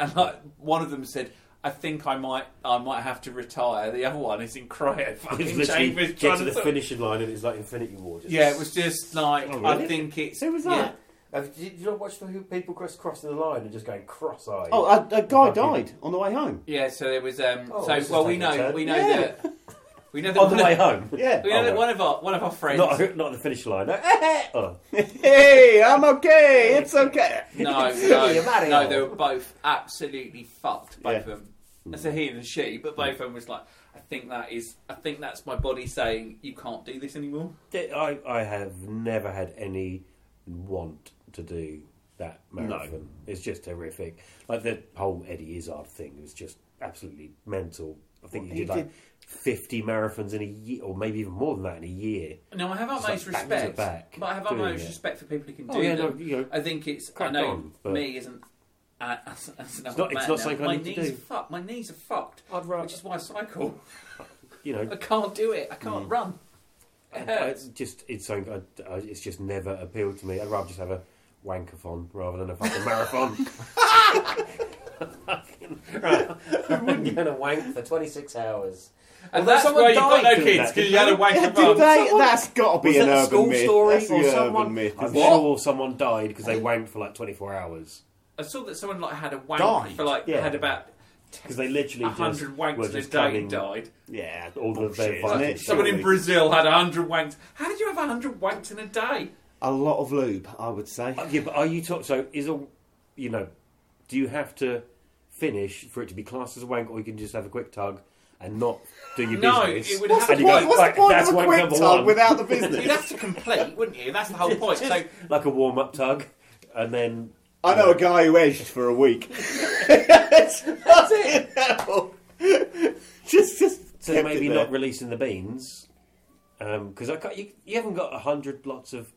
and like one of them said. I think I might, I might have to retire. The other one is in cryo
It's
fucking
literally
chambers
get
trying
to
to
the
sort-
finishing line and it's like Infinity War. Just
Yeah, it was just like
Oh, really?
I think it's.
Who was
yeah.
that?
Have, did you not watch the people cross, crossing the line and just going cross-eyed?
Oh, a, a guy
Fucking-
died on the way home.
Yeah, so there was. Um,
Oh,
so
this is
well, we
taking a
know
turn.
we know
Yeah.
that we know that
on the
one
way
of-
home.
Yeah.
We know
Oh,
that
no.
one of our one of our friends.
Not not the finish line. No. oh.
Hey, I'm okay. It's okay.
no,
Silly,
no,
Mario.
no, they were both absolutely fucked. Both
Yeah.
of them. That's a he and a she, but both of them was like, I think that is, I think that's my body saying you can't do this anymore.
I, I have never had any want to do that marathon. It's just horrific. Like the whole Eddie Izzard thing was just absolutely mental. I think
Well,
he
he
did like 50 marathons in a year, or maybe even more than that in a year.
No, I have
like
utmost
back to
respect,
back
but I have
doing
utmost
it.
respect for people who can do
Oh, yeah, no,
them.
you know,
I think it's. I
crack
know
on, but-
me isn't. Uh, as, as an
It's
adult
not- it's
man
not
now,
something I
my
need to
knees
do.
are fucked. My knees are fucked,
I'd rather-
which is why I cycle.
You know,
I can't do it. I
Mm.
can't run. It
I-
hurts.
it's just it's something I, I, it's just never appealed to me. I'd rather just have a wankathon rather than a fucking marathon. Fucking- I'm gonna wank for 26 hours.
And
Although
that's
someone
why you got
died
no
doing
kids
that,
because you
didn't
had a
they?
wank
Yeah,
of
did they?
bums.
That's got to be
Was
an
that a
urban
school
myth.
story
That's
or
the
someone?
urban myth.
I'm
isn't it?
sure someone died because they wanked for like 24 hours
I saw that someone like had a wank
Died.
for like
Yeah.
had about
because they literally just
hundred wanks
were
in a
just
day
coming-
and died.
Yeah,
All the
bullshit,
vampires
isn't
and
it?
shit.
Someone in
Surely.
Brazil had hundred wanks. How did you have hundred wanks in a day?
A lot of lube, I would say.
Uh, Yeah, but are you talk? So is a you know, do you have to finish for it to be classed as a wank, or you can just have a quick tug and not do your
No,
business?
it would
And
have to
you
be-
go,
what's
"Right,
the point
that's
of a
wank
quick
number
tug
one."
without the
You'd
business?
have to complete, wouldn't you? That's the whole point.
Just
So
like a warm up tug, and then
I know a guy who edged for a week.
that's it.
just, just
so
kept
maybe
it there.
not releasing the beans because I can't, you, you haven't got a hundred lots of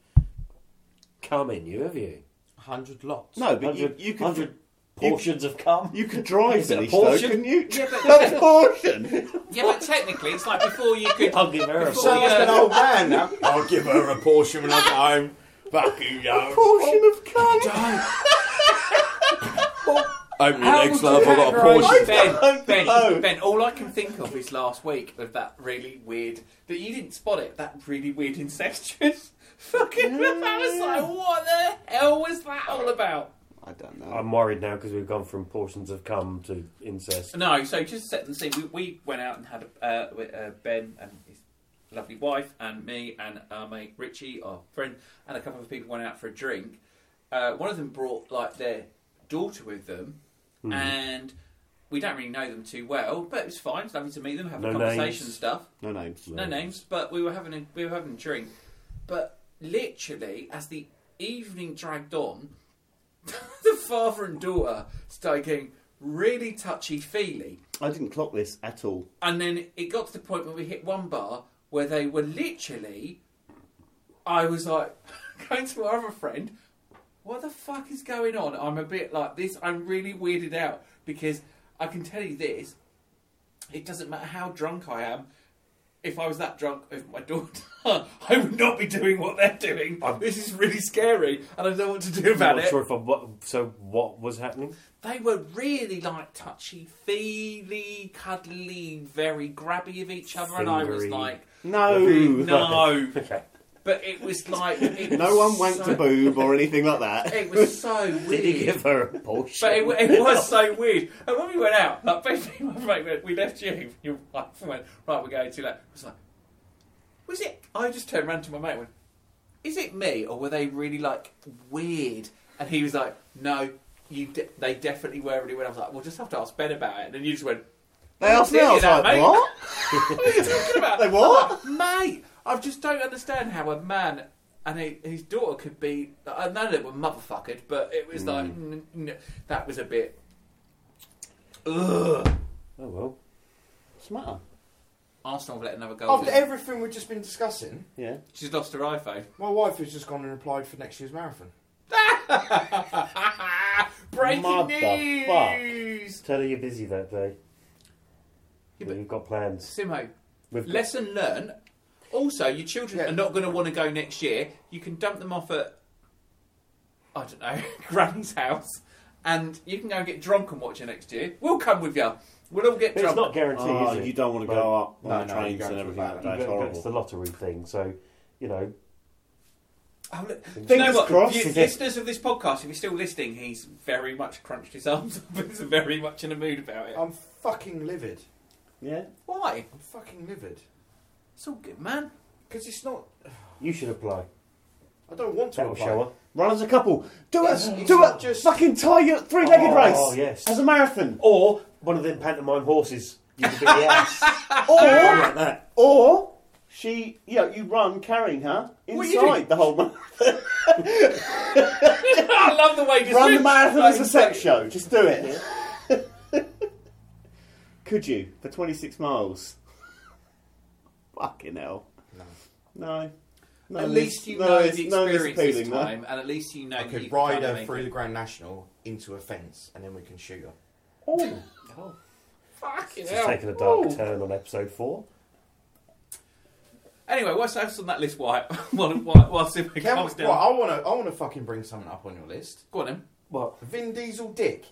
cum in you, have you?
100 lots.
No, but you,
100
you could
100 portions of cum.
you could drive
Is it a
these though,
portion?
couldn't you?
Yeah, but-
That's portion.
Yeah, but technically, it's like before you could.
I'll give her a
Before
So
you-
like an old man now. I'll give her a portion when I get home. Fucking go.
Portion of cum.
Open your
How
legs,
would
love.
you
I've got a
categorise
portion.
Ben,
don't know.
Ben, Ben, all I can think of is last week of that really weird that you didn't spot it, that really weird incestuous fucking I was like, what the hell was that all about?
I don't know.
I'm worried now because we've gone from portions of cum to incest.
No, so just to set the scene, we, we went out and had uh, with, uh, Ben and his lovely wife, and me and our mate Richie, our friend, and a couple of people went out for a drink. Uh, one of them brought like their daughter with them,
Hmm.
and we don't really know them too well, but it was fine. It's lovely to meet them, have a
No
conversation and
names.
stuff.
no names.
No names, but we were having a, we were having a drink. But literally, as the evening dragged on, the father and daughter started getting really touchy feely.
I didn't clock this at all.
And then it got to the point where we hit one bar where they were literally. I was like, going to our other friend, what the fuck is going on? I'm a bit like this. I'm really weirded out because I can tell you this it doesn't matter how drunk I am. if I was that drunk over my daughter, I would not be doing what they're doing. this is really scary, and I don't know what to do
I'm
about
not
it.
sure if I. What, so what was happening?
They were really like touchy feely, cuddly, very grabby of each other, and I was
Fingery.
like, "Oh,
No.
no.
Okay.
But it was like it was
No one wanked
so,
a boob or anything like that.
It was so weird.
Did he give her a bullshit?
But it, wa- it was so weird. And when we went out, like basically, my mate went, we left you, your wife, and went, right, we're going to that. I was like, was it? I just turned around to my mate and went, is it me, or were they really like weird? And he was like, no, you de- they definitely were really weird. I was like, we'll just have to ask Ben about it. And then you just went,
They asked me, I was
Yeah,
like,
mate.
what?
what are you talking about?
They what?
I'm like, Mate, I just don't understand how a man and he- his daughter could be. I know that were motherfuckered, but it was like n- n- that was a bit. Ugh.
Oh well.
What's the matter?
Arsenal have let another goal.
After everything we've just been discussing,
Yeah.
She's lost her iPhone.
my wife has just gone and applied for next year's marathon.
Breaking
Motherfuck.
news.
Tell her you're busy that day.
Yeah,
That
but-
You've got plans.
Simo,
We've got-
lesson learned. Also, your children
Yeah.
are not going to want to go next year. You can dump them off at, I don't know, Granny's house, and you can go and get drunk and watch it next year. We'll come with you. We'll all get
But it's
drunk.
not guaranteed,
Oh,
is it?
you don't want to
Like,
go up on
No,
the
no, you
trains
go
and
to
everything.
that.
like that. It's
But- but It's the
horrible.
lottery thing, so you know.
Oh, look, do you know
Fingers
what?
crossed.
You- listeners of this podcast, if you're still listening, he's very much crunched his arms up. He's very much in a mood about it.
Oh.
I'm fucking livid.
Yeah.
Why?
I'm fucking livid.
It's all good, man.
Because it's not.
You should apply.
I don't want to
That'll
apply.
show her.
Run as a couple. Do
It's-
it.
it's
Do
not
it.
just-
Fucking tie your three-legged
Oh,
race.
yes.
As a marathon.
Or one of them pantomime horses. You could be the ass. Something
Or,
like that.
or she, you know, you run carrying her
What are you doing?
inside the whole marathon.
I love the way you
Run the marathon as a sex show. Just do it. Could you for 26 miles? Fucking hell. No. No.
At
this-
least you
no,
know
it's-
the
no,
experience this
appealing, no.
time, and at least you know
I
that
could
you
ride
can't
her
make
through
it.
the Grand National into a fence, and then we can shoot her.
Oh,
Fucking
this
hell.
is taking a dark
Ooh.
turn on episode four.
Anyway, what's else on that list, White? while, while, while Simo
Can
calms
we-
down.
right, I want to. I want to fucking bring something up on your list.
Go on, then.
Well,
Vin Diesel dick.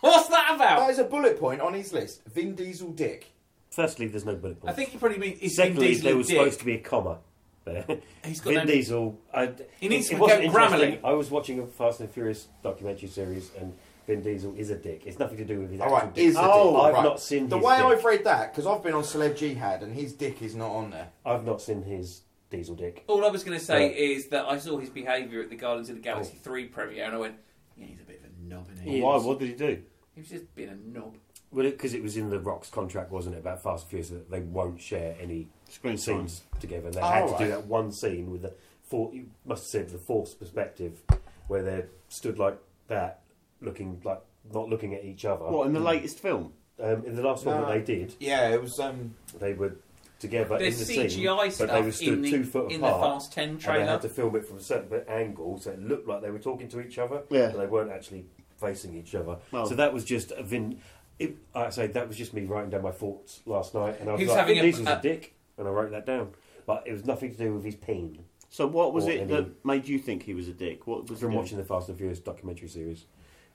What's that about?
That is a bullet point on his list. Vin Diesel dick.
firstly, there's no bullet
I
point.
think you probably mean it's Vin
Secondly,
Diesel
there was
dick.
supposed to be a comma there.
He's got
Vin
no-
Diesel. I,
He needs
it-
to
it wasn't
go
interesting.
Grammarly.
I was watching a Fast and Furious documentary series, and Vin Diesel is a dick. It's nothing to do with his
All
actual
right,
dick.
is a
oh,
dick.
I've
Right.
not seen
the
his
way
dick.
I've read that because I've been on Celeb Jihad and his dick is not on there.
I've not seen his Diesel dick.
All I was going to say
Right.
is that I saw his behaviour at the Guardians of the
Oh.
Galaxy 3 premiere, and I went, yeah, he's a bit of a knob, isn't he?
Why? What did he do?
He was just being a knob.
Well, because it, was in the Rock's contract, wasn't it, about Fast and Furious that they won't share any
Screen
scenes together. And they
Oh,
had to
right.
do that one scene with the four. You must have seen the forced perspective, where they stood like that, looking like not looking at each other.
What in the latest film?
Um, in the last one that
No.
they did,
Yeah, it was. um
they were together
There's
in
CGI
the scene, but
stuff
they were stood
in, the,
two foot
in the
apart.
Fast 10
and they
trailer.
had to film it from a certain bit angle, so it looked like they were talking to each other,
Yeah.
but they weren't actually facing each other.
Oh.
So that was just a vin. It, I say that was just me writing down my thoughts last night, and I was
He was
like,
having a-
"Diesel's a,
a-
dick," and I wrote that down. But it was nothing to do with his peen.
So what was
Or
it
any-
that made you think he was a dick? What was
from
it?
watching the Fast and Furious documentary series,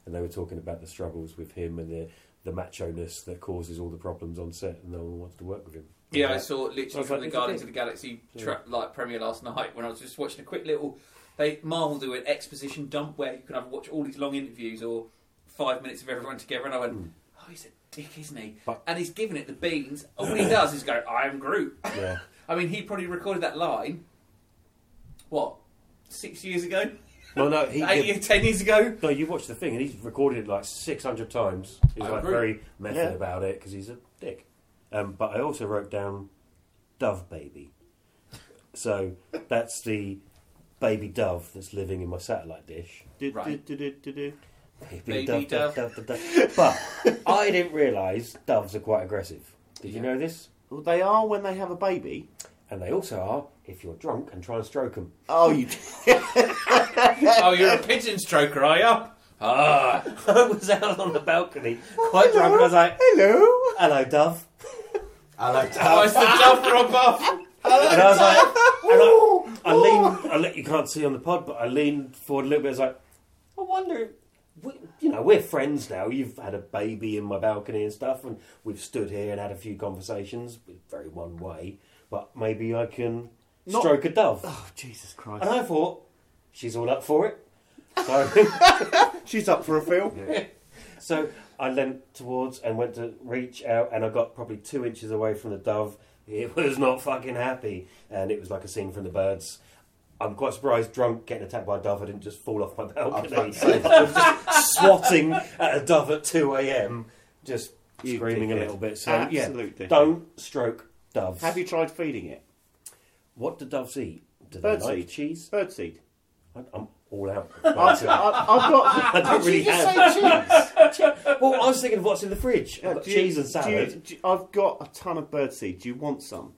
and they were talking about the struggles with him and the the macho ness that causes all the problems on set, and no one wants to work with him.
Yeah, I
And
saw literally
I was
from
like,
the
it's
Guardians
a
of the Galaxy tra- like premiere last night when I was just watching a quick little. They Marvel do an exposition dump where you can either watch all these long interviews or five minutes of everyone together, and I went, "Oh, he's a dick, isn't he?"
Hmm. But-
and he's giving it the beans. All he does is go, "I am Groot."
that- yeah.
I mean, he probably recorded that line. What? Six years ago,
No, no, he.
eight, year, ten years ago.
no, you watch the thing, and he's recorded it like six hundred times. He's
I
like
agree.
very method
Yeah.
about it because he's a dick. Um, but I also wrote down Dove Baby, so that's the baby dove that's living in my satellite dish.
Do, do,
Right.
do, do, do, do.
Baby
Baby
dove, dove, dove, dove, dove. But I didn't realise doves are quite aggressive. Did you know this?
Well, they are when they have a baby.
And they also are if you're drunk and try and stroke them.
Oh, you.
oh, you're a pigeon stroker, are you? Ah,
I was out on the balcony, quite drunk, and I was like,
Uh-huh. Hello.
"Hello, dove."
I like
Oh, it's the jump from above.
And I was like, and I, I leaned, I le- you can't see on the pod, but I leaned forward a little bit. I was like, I wonder, if we, you know, we're friends now. You've had a baby in my balcony and stuff, and we've stood here and had a few conversations, very one way, but maybe I can
Not-
stroke a dove.
Oh, Jesus
And
Christ.
I thought, she's all up for it. So,
She's up for a feel.
so I leant towards and went to reach out, and I got probably two inches away from the dove. It was not fucking happy, and it was like a scene from the birds. I'm quite surprised, drunk, getting attacked by a dove. I didn't just fall off my balcony.
about to say
I was just swatting at a dove at 2 a.m., just
You
screaming a
dickhead.
little bit. So,
Absolute
yeah,
dickhead.
don't stroke doves.
Have you tried feeding it?
What do doves eat? Do they
Birdseed.
like cheese?
Birdseed.
I- I'm all out.
I've, I've, I've got.
I don't really
Did you
have.
just say cheese?
Well, I was thinking of what's in the fridge. I've
Yeah,
got
do you-
cheese and
do
salad.
you- do you- I've got a ton of birdseed. Do you want some?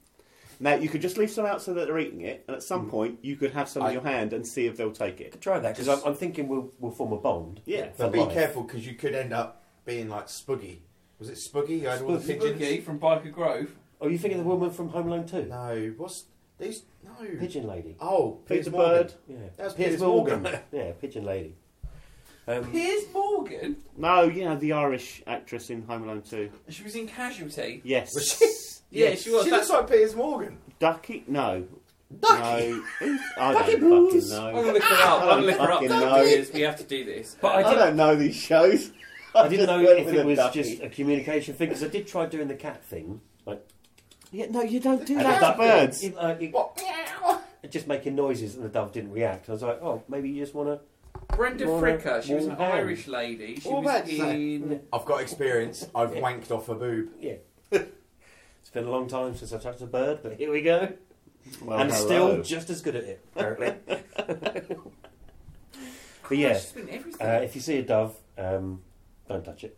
Now you could just leave some out so that they're eating it, and at
Mm.
some point you could have some
I-
in your hand and see if they'll take it.
Try that because I'm, I'm thinking we'll we'll form a bond.
Yeah.
for
But be
life.
careful because you could end up being like Spoogie. Was it Spoogie? You had all the pigeons.
Pigeon from Biker Grove.
Are you thinking of the woman from Home Alone Two?
No, what's these? No.
Pigeon lady.
Oh,
Peter
Piers Morgan.
Bird.
Yeah.
That was
Piers
Piers Morgan.
yeah, pigeon lady. Um,
Here's Morgan.
No, you know the Irish actress in Home Alone Two.
She was in Casualty.
Yes.
Yeah, she was.
She looks
That's
like Piers Morgan.
Ducky? No.
Ducky.
No. I don't fucking
Balls.
know.
I'm gonna look her up. I'm gonna look her up
Fucking
now
no.
because we have to do this. Uh,
but I,
I
did,
don't know these shows.
I didn't
just
know
went
if
with
it
a
was
ducky.
just a communication thing because I did try doing the cat thing. Like,
Yeah, no, you don't do
and
that
the
to
dove-
birds.
it- uh, it-
What?
just making noises, and the dove didn't react. I was like, oh, maybe you just want to.
Brenda
Laura
Fricker. She was an
Morgan.
Irish lady. She
What
was
about that?
in.
I've got experience. I've wanked off a boob.
Yeah. it's been a long time since I touched a bird, but here we go.
Well,
and
hello.
still just as good at it, apparently. but yeah,
Gosh, She's been everything.
uh, if you see a dove, um, don't touch it.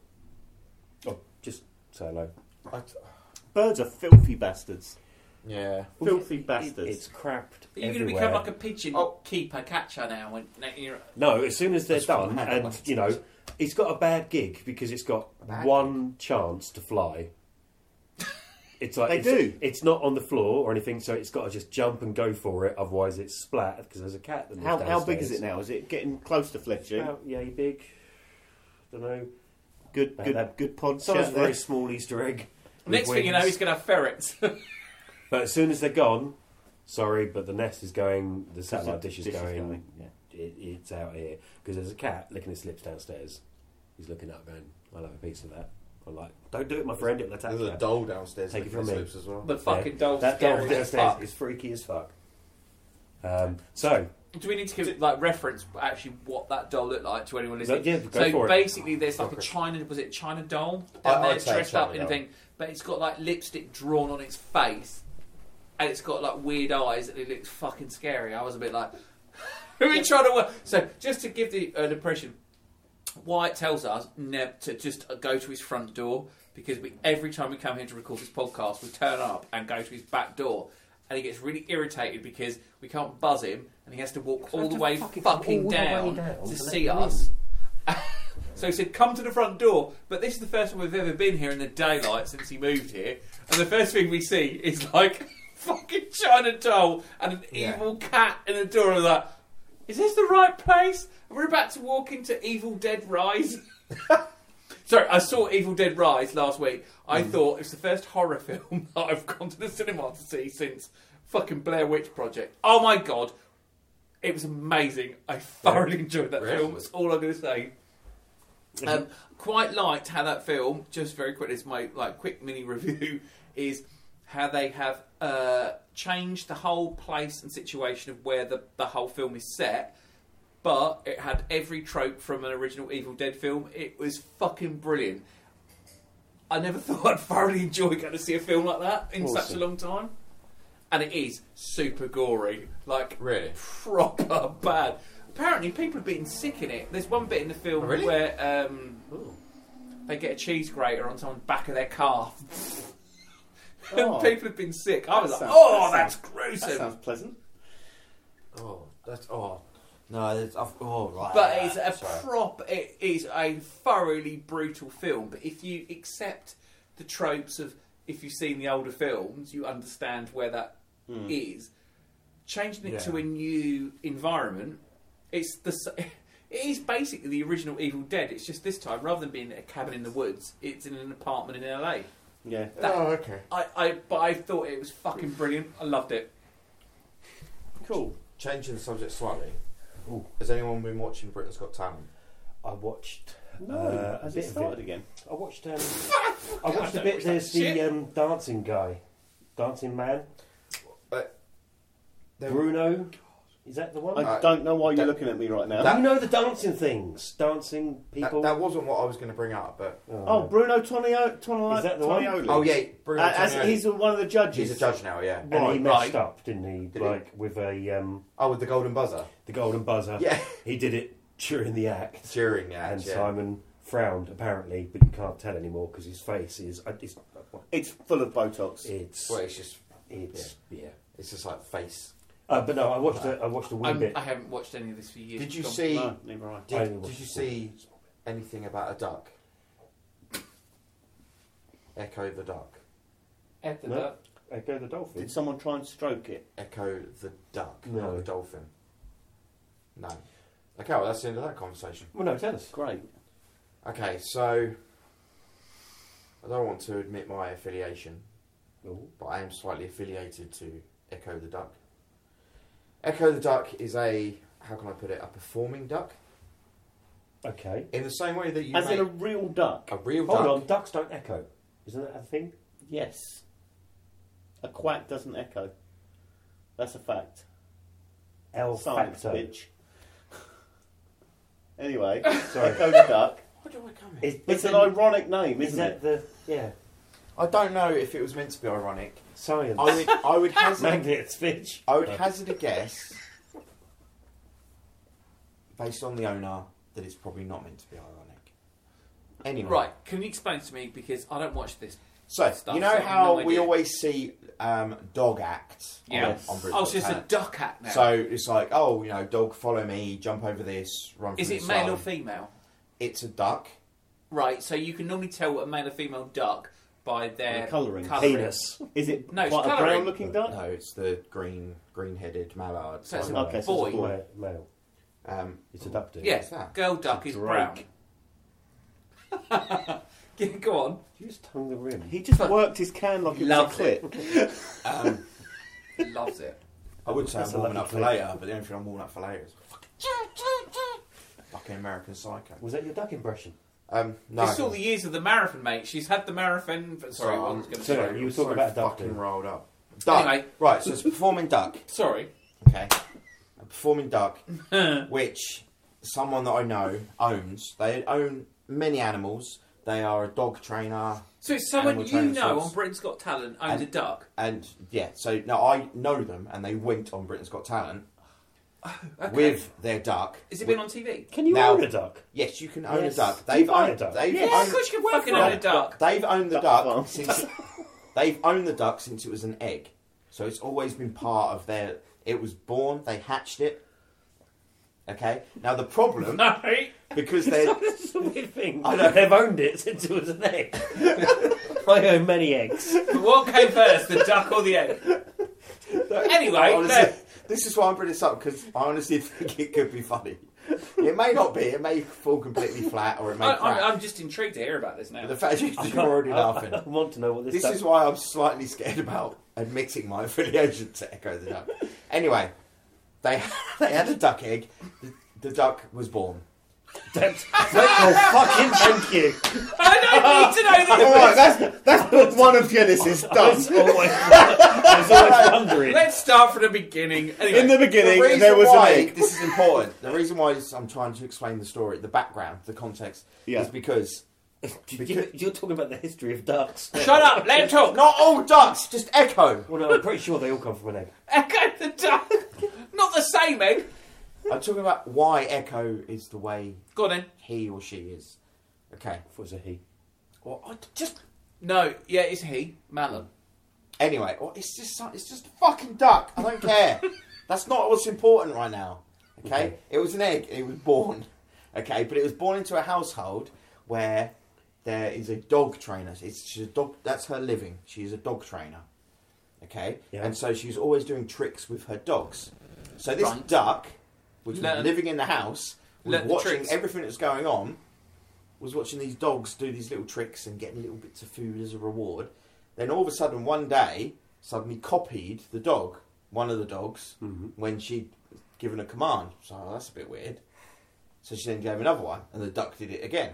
Oh, just say hello.
I-
birds are filthy bastards.
yeah.
Filthy bastards.
It's crapped.
Are you going to
everywhere.
become like a pigeon
Oh.
keeper catcher now? When next year-
No, as soon as they're done,
what I
and
had.
you know, it's got a bad gig because it's got
bad
one chance to fly. It's like
They
it's,
do.
It's not on the floor or anything, so it's got to just jump and go for it. Otherwise, it's splat because there's a cat. That lives
How, how big is
downstairs.
it now? Is it getting close to Fletcher?
About yay big. Don't know.
Good,
About
good,
uh, that-
good pod
Someone's
chat
a very
there.
small Easter egg. with
next thing you know,
wings.
he's going to have ferrets.
But as soon as they're gone, sorry, but the nest is going. The satellite dish is
Dish is
going.
going, yeah.
It, it's out here because there's a cat licking his lips downstairs. He's looking up, going, "I'll have a piece of that." I'm like, "Don't do it, my friend. It'll attack
There's
you."
a doll downstairs.
Take it
licking
from me.
his lips as well.
the fucking doll's
That doll
scary as
downstairs
fuck.
is freaky as fuck. Um, so
Do we need to give like reference actually what that doll looked like to anyone listening?
Yeah, go
so
for it.
basically, there's like a China was it China doll
I-
down there
I'd say
dressed
China
up in a
doll.
thing, but it's got like lipstick drawn on its face, and it's got like weird eyes, and it looks fucking scary. I was a bit like, who are you trying to work? So just to give the an impression, Wyatt tells us never to just uh, go to his front door because we, every time we come here to record this podcast, we turn up and go to his back door, and he gets really irritated because we can't buzz him, and he has to walk all
have
the
to
way
fucking
fucking,
go all the way
down,
down
to
to let
see
him
us. so he said, "Come to the front door." But this is the first time we've ever been here in the daylight since he moved here, and the first thing we see is like fucking China doll and an
Yeah.
evil cat in the door, and that. Is this the right place? We're about to walk into Evil Dead Rise. Sorry, I saw Evil Dead Rise last week. I thought it's the first horror film that I've gone to the cinema to see since fucking Blair Witch Project. Oh my god, it was amazing. I thoroughly enjoyed that
Really?
film. That's all I'm going to say. Um, quite liked how that film. Just very quick, it's my like quick mini review. Is how they have uh, changed the whole place and situation of where the the whole film is set. But it had every trope from an original Evil Dead film. It was fucking brilliant. I never thought I'd thoroughly enjoy going to see a film like that in such a
Awesome.
long time. And it is super gory. Like,
Really?
proper bad. Apparently, people are being sick in it. There's one bit in the film
Oh, really?
where um, they get a cheese grater on someone's back of their calf. and
Oh.
people have been sick. I was
That
like,
sounds-
oh,
that
that's
sounds-
gruesome.
That sounds pleasant.
Oh, that's oh. No, that's, I've, oh right.
but it's a
Sorry.
prop. It is a thoroughly brutal film. But if you accept the tropes of if you've seen the older films, you understand where that is. Changing it
Yeah.
to a new environment, it's the. s- It is basically the original Evil Dead. It's just this time, rather than being a cabin in the woods, it's in an apartment in LA.
Yeah.
Uh,
Oh,
okay.
I, I, but I thought it was fucking brilliant. I loved it.
Cool.
Changing the subject slightly. Has anyone been watching Britain's Got Talent?
I watched.
No,
uh, a
has
bit
it
of
started again?
I watched. Um, I watched a
don't
bit.
watch
There's
that
the
shit.
um, dancing guy, dancing man,
There-
Bruno. Is that the one?
I
Uh,
don't know why you're
that-
looking at me right now.
that-
you know the dancing things, dancing
that,
people.
that wasn't what I was going to bring up, but
oh, Bruno Tonio, Tonio,
Is that the one?
Tonioli.
oh yeah, Bruno.
Uh, as,
Tonioli.
he's one of the judges.
He's a judge now, yeah.
and he
right,
messed
right.
up, didn't he?
he?
like with a um,
Oh, with the golden buzzer
the golden buzzer.
Yeah.
he did it during the act.
during the act.
and
yeah.
Simon frowned apparently, but you can't tell anymore because his face is uh, it's
It's full of Botox.
it's
Well, it's just
it's yeah.
it's just like face.
Uh, but no, I watched a, I watched a wee
I'm,
bit.
Um, I haven't watched any of this for years.
Did you
Gone.
see?
No, neither I.
I
Did,
only
did
watched
you
it.
see anything about a duck? Echo the duck.
Ed the
No.
Duck.
Echo the dolphin.
Did someone try and stroke it?
Echo the duck,
No.
not the dolphin. No. Okay, well that's the end of that conversation.
Well, no, tell us.
Great.
Okay, so I don't want to admit my affiliation,
Oh,
but I am slightly affiliated to Echo the Duck. Echo the Duck is a how can I put it? A performing duck
okay.
in the same way that you
As
make
in a real duck?
a, real
Hold
duck.
on, ducks don't echo. Isn't that a thing?
Yes. A quack doesn't echo. That's a fact.
El
Science,
Oh, facto.
bitch. anyway,
Sorry.
Echo the Duck.
Why do I come here?
Is,
It's an
that-
ironic name,
Is
isn't
that
it?
the yeah
I don't know if it was meant to be ironic.
science
I would, I would hazard, a,
magnets, bitch?
I would hazard a guess, based on the owner, that it's probably not meant to be ironic. Anyway,
Right, can you explain to me because I don't watch this.
So
Stuff,
you
so
know
I've
how
no
we
idea.
always see um, dog acts. on-
Yeah.
On, Britain's
Oh, so
Got
it's a
Talent.
duck hat now.
So it's like, oh, you know, dog, follow me, jump over this, run.
is
from
it
this
male
line.
or female?
It's a duck.
Right, so you can normally tell a male or female duck by their
The colouring.
Penis.
Is it
uh, No, it's
quite a
colouring.
brown looking duck?
No, it's the green, green-headed mallard.
So it's a
Okay, so
boy.
it's a boy.
Ma- Male.
um,
It's a duck. dude.
yeah,
What's that?
girl duck is brown.
drake.
Yeah, Go on.
You just tongue the rim.
He just worked his can like it was a
Loves
clip.
um,
Loves it.
I would say
That's a
I'm warming
lovely
up for
clip.
later, but the only thing I'm warming up for later is fucking- fucking American Psycho.
Was that your duck impression?
Um, no,
It's all the years of the marathon, mate. She's had the marathon. Sorry,
Sorry,
I
I'm-
was gonna
sorry.
say-
You were
so
talking about a duck,
fucking
dude.
rolled up. Duck.
Anyway.
Right, so it's a performing duck.
Sorry.
Okay. A performing duck, which someone that I know owns. They own many animals. They are a dog trainer.
So it's someone
Animal
you
training
know
shops.
on Britain's Got Talent owns a
And-
duck.
And yeah, so now I know them and they went on Britain's Got Talent
Okay.
with their duck.
Has it been on TV?
Can you
Now-
own a duck?
Yes, you can own
Yes.
a duck.
Can you buy
owned
a duck?
They've
Yeah, of
owned,
course you can fucking own a duck.
They've owned the
Duck
duck,
farm.
since they've owned the duck since it was an egg. So it's always been part of their it was born, they hatched it. Okay? Now the problem
No.
because they're
This is a weird thing.
I know.
They've owned it since it was an egg. I own many eggs.
what came first, the duck or the egg? Anyway,
honestly, this is why I'm bringing this up because I honestly think it could be funny. It may not be. It may fall completely flat, or it may.
I, I'm,
crack.
I'm just intrigued to hear about this now.
But the fact is, you're already laughing.
I want to know what this,
This
duck-
is why I'm slightly scared about admitting my affiliation to Echo the Duck. Anyway, they they had a duck egg. The, the duck was born.
That's- oh, fucking thank you.
I don't need to know
Alright,
this.
that's, that's book one of Genesis
I
done.
was always, I was always wondering.
Let's start from the beginning. Anyway,
In the beginning, there was
why
an egg.
this is important. The reason why is I'm trying to explain the story, the background, the context,
Yeah.
is because
You, you're talking about the history of ducks.
shut up. Let him talk.
not all ducks, just Echo.
Well, no, I'm pretty sure they all come from an egg.
Echo the duck. Not the same egg.
I'm talking about why Echo is the way
Go on then.
he or she is. Okay.
What was a he?
Well, I d- just
No, yeah, it's he, Malin.
anyway. Well, it's just some- it's just a fucking duck. I don't care. That's not what's important right now. Okay?
Okay.
It was an egg. It was born. Okay, but it was born into a household where there is a dog trainer. It's, she's a dog. That's her living. She is a dog trainer. Okay,
Yeah.
and so she's always doing tricks with her dogs. So this
Right.
duck, which
Learn-
was living in the house, was
learn the
watching
tricks.
everything that's going on. Was watching these dogs do these little tricks and getting little bits of food as a reward. Then all of a sudden, one day, suddenly copied the dog, one of the dogs,
Mm-hmm.
when she'd given a command. So "Oh, that's a bit weird. So she then gave another one, and the duck did it again,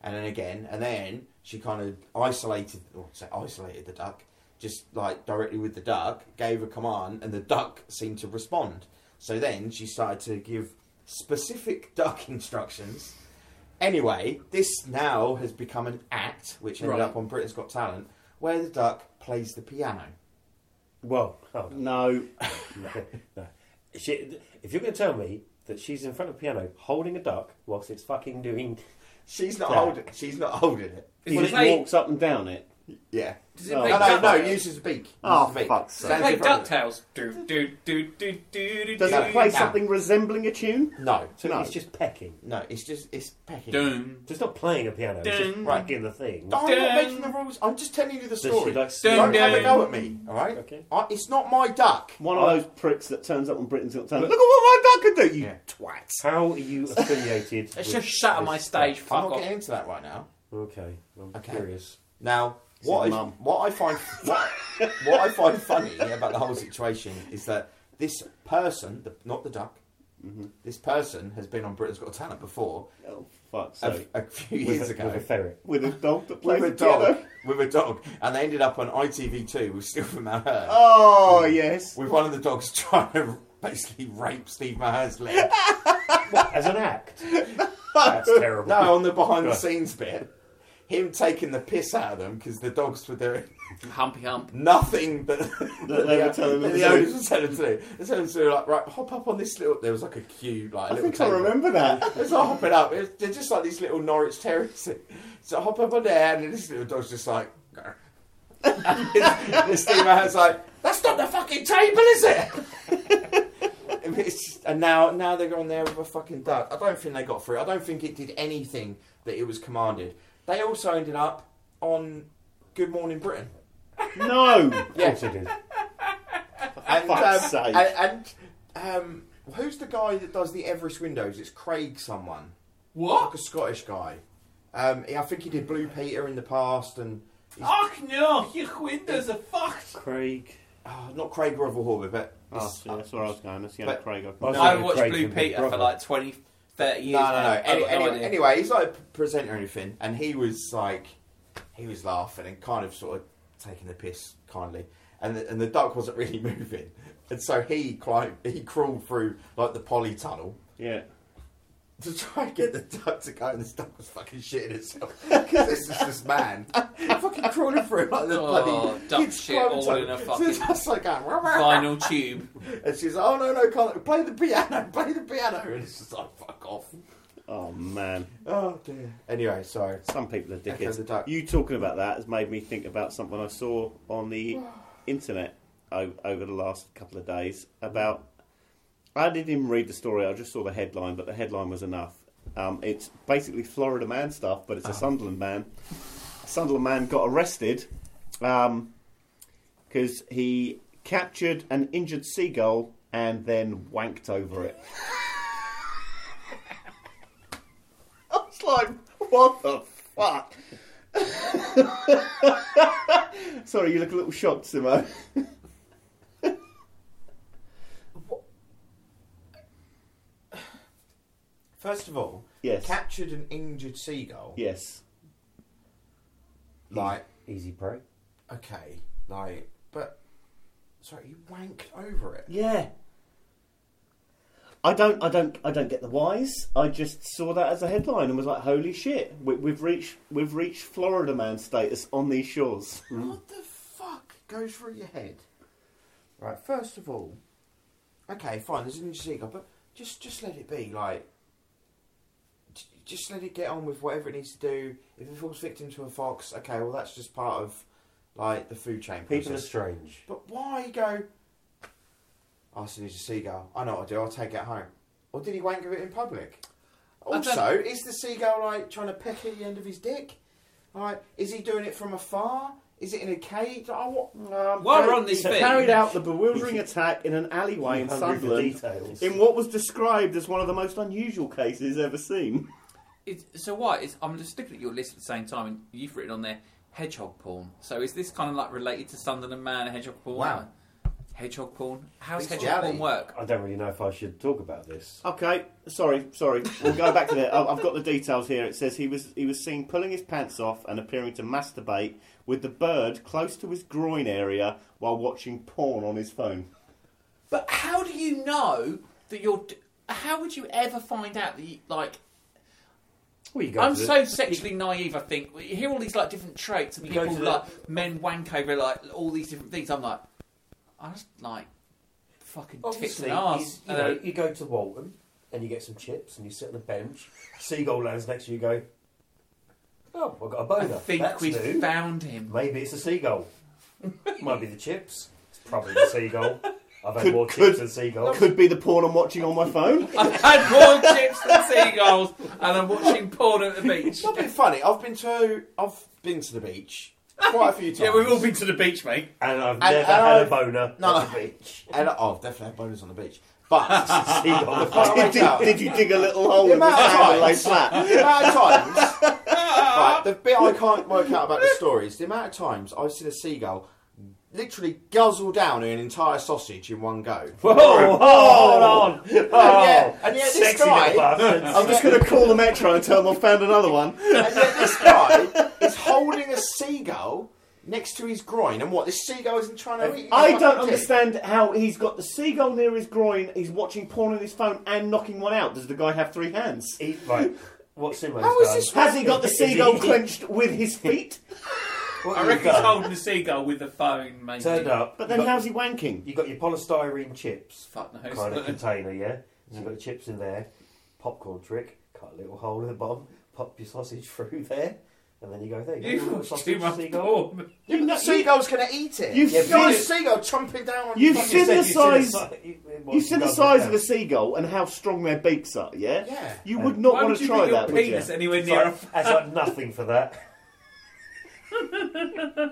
and then again, and then she kind of isolated, or say isolated the duck, just like directly with the duck, gave a command, and the duck seemed to respond. So then she started to give specific duck instructions. Anyway, this now has become an act, which ended
Right.
up on Britain's Got Talent, where the duck plays the piano.
Well, oh,
No.
no, no. She, if you're going to tell me that she's in front of a piano holding a duck whilst it's fucking doing,
She's not
Yeah.
holding. She's not holding it.
Is
He
it
just
play-
walks up and down it.
Yeah.
Does it
No.
play
No, no,
duck-
no. Uses the beak. Uses
Oh,
the beak.
fuck's sake.
Does it
Stands
play
in front of it.
DuckTales? Do, do, do, do, do, do,
Does
do.
that play
No.
something resembling a tune?
No,
so
No.
it's just pecking.
no. It's just it's pecking.
Dun.
It's not playing a piano. It's just
Dun.
pecking the thing.
I'm
Dun.
not making the rules. I'm just telling you the
she,
story.
like,
Don't
Dun,
have a
dun.
go at me. All right.
Okay.
I, it's not my duck.
One of those pricks that turns up on Britain's Got Talent. Look at what my duck can do, you
Yeah.
twat.
How are you affiliated?
It's
with
just shut on
this
my stage.
duck?
I'm
Fuck
not
off.
getting into that right now.
Okay, I'm
Okay.
curious.
Now, what
his
I,
mum.
what I find what, what I find funny about the whole situation is that this person, the, not the duck,
Mm-hmm.
this person has been on Britain's Got Talent before
Oh, fuck's
a,
sake.
a few
With
years
a,
ago.
with a ferret.
With a dog that plays
with a
a
dog,
piano.
with a dog, and they ended up on ITV2 with Steve Mahern,
Oh, yes.
Mm. with one of the dogs trying to basically rape Steve Mahern's leg.
As an act. That's terrible.
No, on the behind the scenes bit, him taking the piss out of them because the dogs were doing
Humpy hump.
nothing that,
That they were telling them
that
to
the
do.
owners were telling them to do. They said to do like right, hop up on this little. There was like a queue, like a
I
little
think I
table.
remember that.
It's all hopping up. It's, they're just like these little Norwich terraces. So hop up on there, and then this little dog's just like. "Grr." and this- this Steve Mahon's like, that's not the fucking table, is it? And it's just- and now, now they're going there with a fucking duck. I don't think they got through. I don't think it did anything that it was commanded. They also ended up on Good Morning Britain.
no.
Of course it is.
And,
fuck's
um,
sake.
and, and um, who's the guy that does the Everest windows? It's Craig, someone. like a
What?
Scottish guy. Um, I think he did Blue Peter in the past, and he's,
Ach no, your windows are fucked.
Craig.
oh, not Craig Revelhorby, but uh,
Oh, see, that's where I was going. That's the other
But-
Craig I've
I was
I
thinking
watched
Craig
Blue
from Big
Peter for
Brother.
like 20, 30 years.
no, no, no.
man. I've
Any,
got no
any,
idea.
anyway, he's like a presenter or anything, and he was like, he was laughing and kind of sort of taking the piss kindly, and the, and the duck wasn't really moving, and so he climbed, he crawled through like the poly tunnel.
Yeah.
to try and get the duck to go, and this duck was fucking shitting itself because this is this man fucking crawling through like the
Oh,
bloody
duck
kid's
shit
clothes.
all in a
So it's
fucking
just like going, "Rah, rah, rah."
Vinyl tube.
and she's like, "Oh no, no, can't play the piano, play the piano," and it's just like, "Fuck off."
Oh, man.
Oh dear. Anyway, sorry.
Some people are
Echo the
dickheads.
Duck.
You talking about that has made me think about something I saw on the internet o- over the last couple of days about. I didn't even read the story. I just saw the headline, but the headline was enough. Um, it's basically Florida man stuff, but
Ah.
it's a Sunderland man. A Sunderland man got arrested because he captured an injured seagull and then wanked over it. I was like, what the fuck? Sorry, you look a little shocked, Simo.
First of all,
Yes.
captured an injured seagull.
yes.
Like,
Easy prey.
okay, like, but sorry, you wanked over it.
Yeah. I don't, I don't, I don't get the whys. I just saw that as a headline and was like, "Holy shit, we, we've reached, we've reached Florida man status on these shores."
Mm.
What the fuck goes through your head? Right, first of all, okay, fine, there's an interesting seagull, but just just let it be, like, j- just let it get on with whatever it needs to do. If it falls victim to a fox, okay, well that's just part of like the food chain process.
People are strange.
But why go?
"Oh,
I see there's a seagull. I know what I do. I'll take it home. Or did he wank of it in public?
Also, is the seagull like trying to peck at the end of his dick? Like, is he doing it from afar? Is it in a cage? Oh, what?
Um,
While
carried-
we're on this thing-
carried out the bewildering attack in an alleyway in
I'm hungry for
Sunderland,
details.
in what was described as one of the most unusual cases ever seen.
It's, so what? It's, I'm just looking at your list at the same time, and you've written on there hedgehog porn. So is this kind of like related to Sunderland Man and hedgehog porn?
Wow.
Hedgehog porn. How's
Big
hedgehog porn
jolly.
work?
I don't really know if I should talk about this.
Okay, sorry, sorry. We'll go back to that. I- I've got the details here. It says he was he was seen pulling his pants off and appearing to masturbate with the bird close to his groin area while watching porn on his phone.
But how do you know that you're? d- How would you ever find out that you, like?
Well, you go
I'm
to the-
so sexually naive. I think you hear all these like different traits and
go
people
to the-
like men wank over like all these different things. I'm like, I just like fucking tits
Obviously,
and
you,
ass.
you know, you go to Walton and you get some chips and you sit on the bench. Seagull lands next to you. you Go. Oh, I got a
I
boner.
think
That's
we
new.
found him.
Maybe it's a seagull. Might be the chips. It's probably the seagull. I've had
Could-
more
could-
chips than seagulls.
Could be the porn I'm watching on my phone.
I've had more chips than seagulls, and I'm watching porn at the beach.
It's not been funny. I've been to I've been to the beach quite a few times.
Yeah, we've all been to the beach, mate.
And I've
and
never had a
I've-
boner.
No,
at
no.
the beach.
And oh, I've definitely had bonus on the beach. But
Seagull.
the part I
did,
went out-
did you dig a little hole
The
in the
amount of
sand and lay
times-
flat?
the amount of times, right, the bit I can't work out about the story is the amount of times I've seen a seagull literally guzzle down an entire sausage in one go.
Whoa, hold on. Oh,
yeah, and yet this
sexy
guy-
little bastards.
I'm just going to call the metro and tell them I found another one.
And yet this guy is holding a seagull next to his groin, and what this seagull isn't trying to eat. his
I
fucking
don't
dick.
understand how he's got the seagull near his groin, he's watching porn on his phone and knocking one out. Does the guy have three hands?
He, right. What Simo's
How is
done-
this-
Has he got the
Is he-
seagull clenched with his feet?
what
I
you've
reckon he's
done-
holding a seagull with a phone, mate.
Turned up.
But then
you got,
how's he wanking?
you got your polystyrene chips
Fuck knows.
kind of container, yeah? So you've got the chips in there, popcorn trick, cut a little hole in the bottom, pop your sausage through there, and then you go there.
You
go,
watch
sausage,
too much
seagull.
porn.
You've,
The
not- you,
seagull's going to eat it.
You've
yeah,
seen
got a
it.
seagull chomping down. on
You've
your fucking
seen the
You've
sausage.
seen the
size-
si- you- what
have seen the
does
size
with
of a
that.
seagull and how strong their beaks are, yeah?
Yeah.
You
Um,
would not
Why
want
would
to
you
try
put your
that, would you?
penis anywhere
It's
near a
like, that's like nothing for that.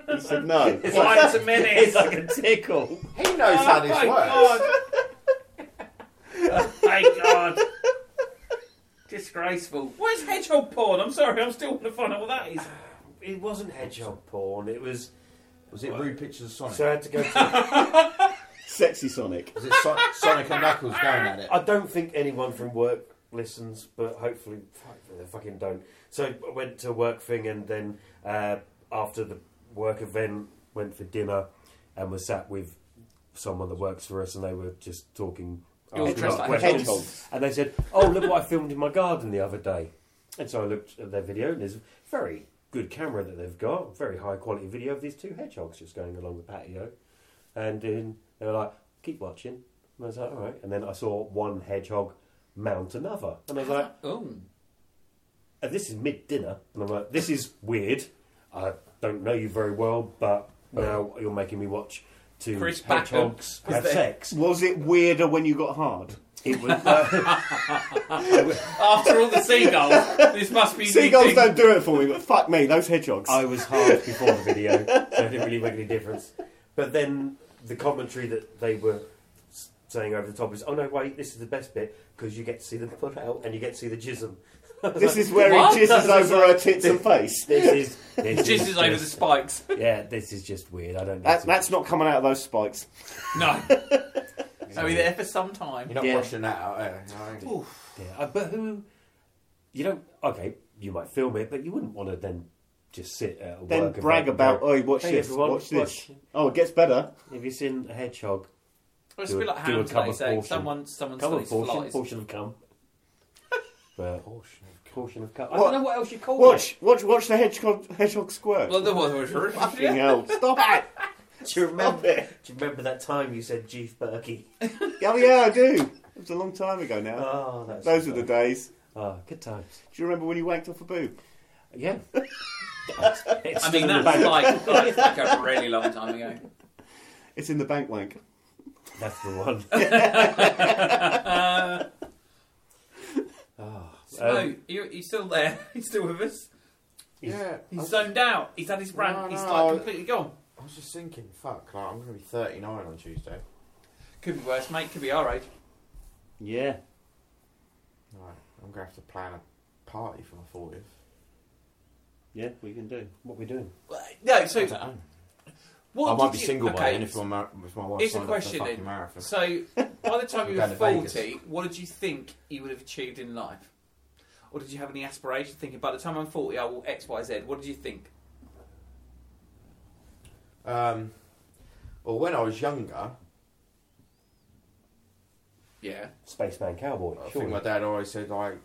He said no.
It's
Why
like,
it's a minute.
it's like a tickle.
He knows how this
Oh
my
works.
God. Thank Oh God. Disgraceful. Where's hedgehog porn? I'm sorry, I'm still want to find out what that is.
It wasn't hedgehog porn. It was.
Was it rude pictures of Sonic?
So I had to go. To,
Sexy Sonic.
Was it Son- Sonic and Knuckles going at it?
I don't think anyone from work listens, but hopefully fuck, they fucking don't. So I went to a work thing, and then uh, after the work event, went for dinner, and was sat with someone that works for us, and they were just talking.
You're
asking
dressed
us
like
questions.
hedgehogs.
And they said, "Oh, look what I filmed in my garden the other day." And so I looked at their video, and there's a very good camera that they've got, very high quality video of these two hedgehogs just going along the patio. And then they were like, "Keep watching." And I was like, "All right." And then I saw one hedgehog mount another, and I was like,
Oh.
and "This is mid dinner," and I'm like, "This is weird. I don't know you very well, but now you're making me watch." Two
Chris Backham
hedgehogs
was
have
there.
sex.
Was it weirder when you got hard?
It was, uh,
After all the seagulls, this must be.
Seagulls don't do it for me, but fuck me, those hedgehogs.
I was hard before the video, so it didn't really make any difference. But then the commentary that they were s- saying over the top was, "Oh no, wait, this is the best bit because you get to see them put out and you get to see the jism.
This is where he
What?
jizzes over her tits and face.
This is this
Just is over the
just-
spikes.
Yeah, this is just weird. I don't. need
That,
to-
that's not coming out of those spikes.
No. Are we there for some time?
You're not
Yeah.
brushing that out, are you?
Yeah, uh, but who? You don't. Okay, you might film it, but you wouldn't want to then just sit at a
Then
work
brag
event
about,
and go,
oh, watch
"Hey,
this,
everyone,
watch this. Oh, it gets better.
Have you seen a hedgehog?
Well, it's
Do
a
a-
bit like
do a
Ham
cover
today saying
portion.
eh? someone, someone
Come on,
studies
portion,
flies.
portion of cum. But portion of cum. I
What?
don't know what else you call it.
Watch, watch, watch the hedgehog, hedgehog squirt.
Well, the one was
Fucking hell, stop it!
Do you
Stop
remember?
it!
Do you remember that time you said Jeef Berkey?
Oh yeah, I do. It was a long time ago now.
Uh,
Oh, that's
Those were the days.
Oh, good times.
Do you remember when you wanked off a boob?
Yeah.
I mean, that's like, that's like a really long time ago.
Um,
It's in the bank wank.
That's the one. oh,
So,
Um,
you, he's still there. He's still with us.
Yeah. I
He's
was,
zoned out. He's had his rant.
No,
he's
no,
like
I-
completely gone.
I was just thinking, fuck, like, I'm going to be 39 on Tuesday.
Could be worse, mate. Could be our age.
Yeah.
Right, I'm going to have to plan a party for my 40th.
Yeah, we can do.
What are we doing?
Well, No,
I
so
don't know.
what
I might
did
be
you-
single by
okay,
then if my, mar- if my wife
here's a
signed up for
question
the fucking
then.
marathon.
So, by the time you were
We're going to
40, what did you think you would have achieved in life? Or did you have any aspiration thinking, by the time I'm 40, I will X, Y, Z? What did you think?
Um, well, when I was younger,
Yeah.
Spaceman Cowboy.
I
surely.
think my dad always said, like,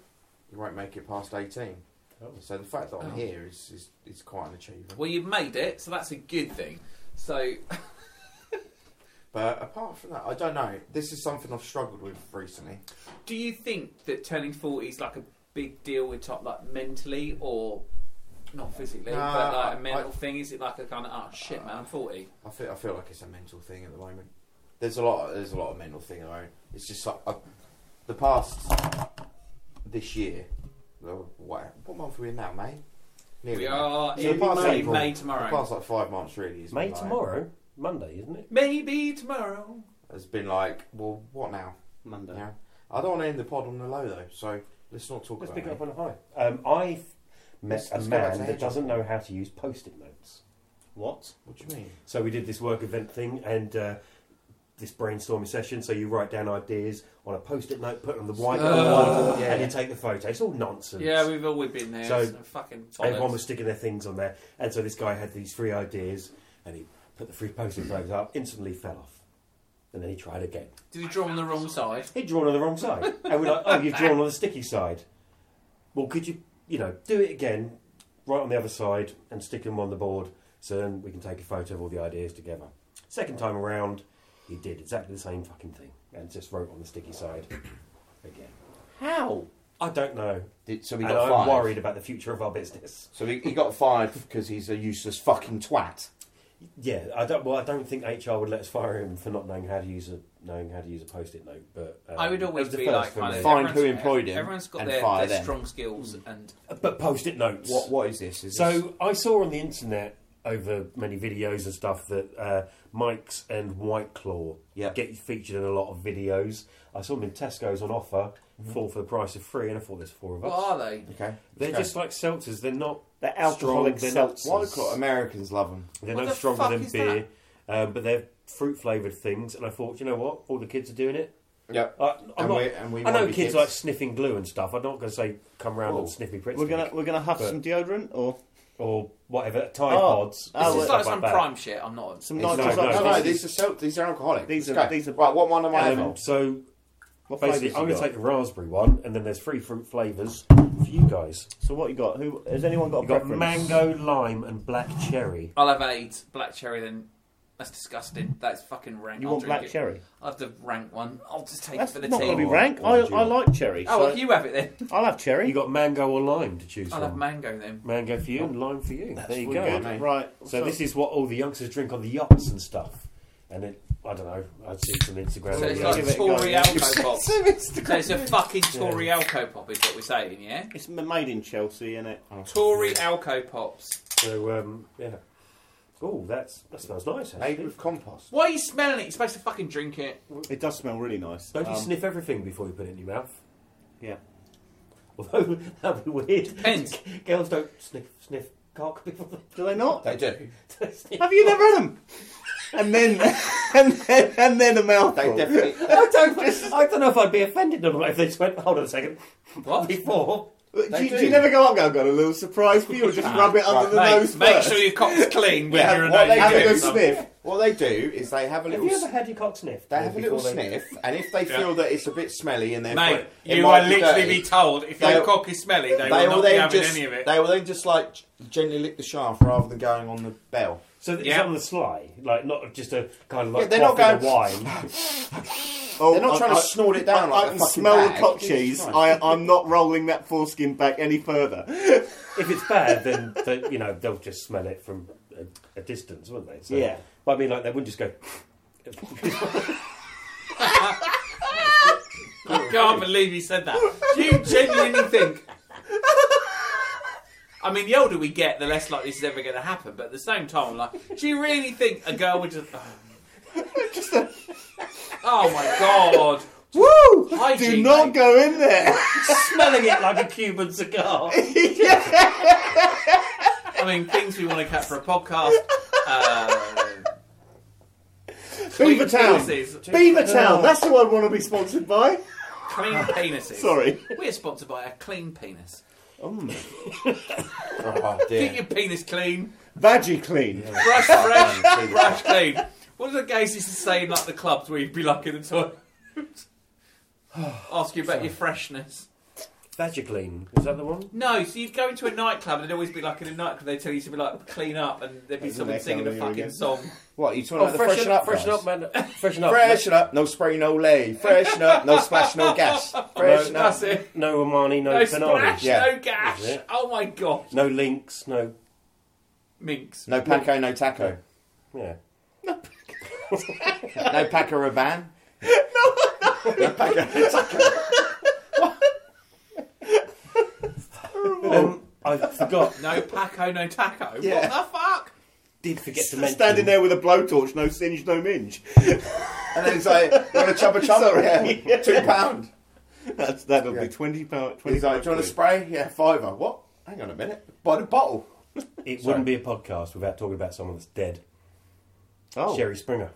you won't make it past 18.
Oh.
So the fact that I'm
Oh.
here is, is, is quite an achievement.
Well, you've made it, so that's a good thing. So,
But apart from that, I don't know. This is something I've struggled with recently.
do you think that turning 40 is like a big deal with top, like mentally or not physically,
No,
but like
I-
a mental thing? Is it like a kind of, oh shit, man, I'm 40?
I feel I feel like it's a mental thing at the moment. There's a lot. There's a lot of mental thing at the moment. It's just like I, the past this year. well, What, what month are we in now, May? Nearly
We
May.
are
So the
in
past
May,
April-
May
The
tomorrow.
past like five months really is
May tomorrow, Monday, isn't it?
Maybe tomorrow.
has been like, well, what now?
Monday.
Yeah. I don't want to end the pod on the low though, so let's not talk
Let's
about
pick it up
it.
on a high. Um, I've met
Let's-
a
let's go back
man
to
that
Hedgehog.
doesn't know how to use post-it notes.
What?
What do you mean?
So we did this work event thing and uh, this brainstorming session. So you write down ideas on a post-it note, put it on the whiteboard,
yeah.
and you take the photo. It's all nonsense.
Yeah, we've always been there.
So,
So, fucking
Everyone
bollocks.
was sticking their things on there, and so this guy had these three ideas, and he put the three post-it notes up. Instantly fell off, and then he tried again.
Did he draw on the wrong side?
He'd drawn on the wrong side, and we're like, "Oh, you've drawn on the sticky side." Well, could you, you know, do it again, right on the other side, and stick them on the board, so then we can take a photo of all the ideas together. Second time around, he did exactly the same fucking thing, and just wrote on the sticky side again.
How?
I don't know,
Did, so we
and
got
I'm
fired.
worried about the future of our business.
So he, he got fired because he's a useless fucking twat.
Yeah, I don't. Well, I don't think HR would let us fire him for not knowing how to use a knowing how to use a post-it note. But um,
I would
it
always
was the
be
first
like,
for
kind
me.
of,
Find
everyone's-
who employed him
Everyone's got
and
their,
fire
their
them.
strong skills,
Hmm.
and
but post-it notes.
What what is this? Is this-
So I saw on the internet over many videos and stuff that uh, Mike's and White Claw
Yeah.
get featured in a lot of videos. I saw them in Tesco's on offer, four for the price of three, and I thought there's four of us.
what are they?
okay.
They're
Okay.
just like seltzers. They're not.
They're alcoholic
strong, they're not-
seltzers.
White Claw Americans love them.
They're
What
no
the
stronger
fuck
than
is
beer, um, but they're fruit flavored things. And I thought, you know what? All the kids are doing it.
Yep.
I, I'm
And
not-
we- and we
I know
wanna be
kids,
kids.
like sniffing glue and stuff. I'm not going to say come round
Oh.
and sniffy pretzel
We're gonna we're gonna huff
But-
some deodorant or
or whatever Tide
Oh.
Pods.
Oh,
This
well,
is
Stuff
like some
that.
prime shit. I'm not.
some
It's
nice.
no,
No,
no,
no,
this
these are sel- these are alcoholic.
These
Let's
are-
go.
these are-
right. What one am I
Um,
having?
so
What
basically,
flavours
I'm going
you
to
got?
take the raspberry one, and then there's three fruit flavors for you guys.
So what you got? Who has anyone got?
You've
a
got
preference?
mango, lime, and black cherry.
I'll have AIDS, black cherry. Then that's disgusting. That's fucking rank.
You
I'll
want
drink
black
it.
cherry?
I'll have the rank one. I'll just take
That's
it for the
not
team.
gonna be
Oh,
rank.
what
I,
do you
I
want?
like cherry.
oh,
so
well, you have it then.
I'll have cherry.
You got mango or lime to choose
I'll have
from.
mango then.
mango for you and lime for you. there you
really
go.
good, mate.
right.
So this is what all the youngsters drink on the yachts and stuff. And it, I don't know. I'd see some Instagram.
So it's
videos.
like
give it a go,
Tory
yeah.
Alco Pop. So it's a fucking Tory Alco Pop, is what we're saying, yeah?
it's made in Chelsea, isn't it?
Oh.
Tory Alco Pops.
So um, yeah. Oh, that's that smells nice.
Made
Actually.
with compost.
Why are you smelling it? You're supposed to fucking drink it.
It does smell really nice.
Don't you
Um,
sniff everything before you put it in your mouth?
Yeah.
Although that'd be weird.
Depends.
Girls don't sniff sniff cock before they
Do they not?
They do.
don't sniff.
Have you never had them? And then, and then, and then a
They
mouthful.
definitely.
I don't. I don't know if I'd be offended or not if they just went. Hold on a second.
What?
Before
do,
They
you, do
do.
you never go up? and go, I've got a little surprise for you. Or just rub it under
Right,
the
Mate,
nose
make
first.
sure your cock's clean when
Yeah,
you're
what they
Have a
do
good
is-
sniff.
What they do is they have
have
a little.
you ever
s-
had your cock sniffed?
They have a little
Before they-
sniff, and if they
Yeah.
feel that it's a bit smelly and they're
Mate,
it
you
might
will literally
dirty,
be told if
They-
your cock is smelly, they,
they
will
will
not be
then
having
just
any of it.
they will then just like gently lick the shaft rather than going on the bell.
So it's
Yeah.
on the sly, like not just a kind of like
Yeah, they're not
quaffing
going-
a wine.
Oh,
They're not trying to
I-
snort it
I,
down like
I
a
can
fucking
smell
bag.
the cock
Jesus
cheese. I,
Christ.
I'm not rolling that foreskin back any further.
if it's bad, then they, you know they'll just smell it from a, a distance, won't they? So,
Yeah.
But I mean, like they wouldn't just go.
I can't believe you said that. Do you genuinely think? I mean, the older we get, the less likely this is ever going to happen. But at the same time, like, do you really think a girl would just? Oh, oh my god!
Woo!
Hygiene,
Do not
mate.
go in there.
Smelling it like a Cuban cigar.
I mean, things we want to cut for a podcast. Uh,
Beaver
tweet
Town.
penises.
Beaver
Oh.
Town. That's the one I want to be sponsored by.
Clean penises.
Sorry.
We're sponsored by a clean penis.
Oh,
Keep
dear.
your penis clean.
Vagi Clean.
Brush fresh. brush clean. What do the gays used to say in like the clubs where you'd be lucky in the toilet? Ask you about your freshness.
Vagiclean. Is that the one?
No, so you'd go into a nightclub and it'd always be like in a nightclub they'd tell you to be like clean up and there'd be
Isn't
someone
that
singing a
coming here
fucking song.
again? What, you talking about the freshen up?
Oh, freshen
guys?
up, man. Freshen up.
Freshen up, no spray, no lay. Freshen up, no splash, no gas. Freshen up.
That's it.
No Omani, no,
No
Benali.
splash,
Yeah.
no gash.
Isn't it?
Oh my god.
No links, no.
Minx.
No Paco, no taco.
Yeah.
No Paco Rabanne.
Um, I forgot.
No Paco, no taco.
Yeah.
What the fuck?
Did forget to mention.
Standing there with a blowtorch, no singe, no minge.
And then he's like, you want a chubba chubba? Yeah, two pound.
That's, that'll
Yeah.
be 20 pounds.
He's like, do you want a spray? Yeah, fiver. What? Hang on a minute. Buy the bottle.
It
Sorry.
wouldn't be a podcast without talking about someone that's dead.
Oh,
Sherry Springer.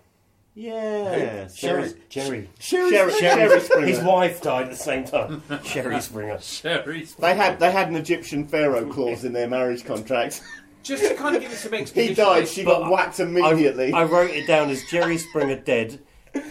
yeah.
Sherry. Jerry.
Sherry, Sherry, Sherry Springer.
His wife died at the same time. Sherry Springer.
Cherries.
They had they had an Egyptian pharaoh clause in their marriage contract.
Just to kind of give you some exposition.
He died, she
But
got whacked
I,
immediately.
I wrote it down as Jerry Springer dead.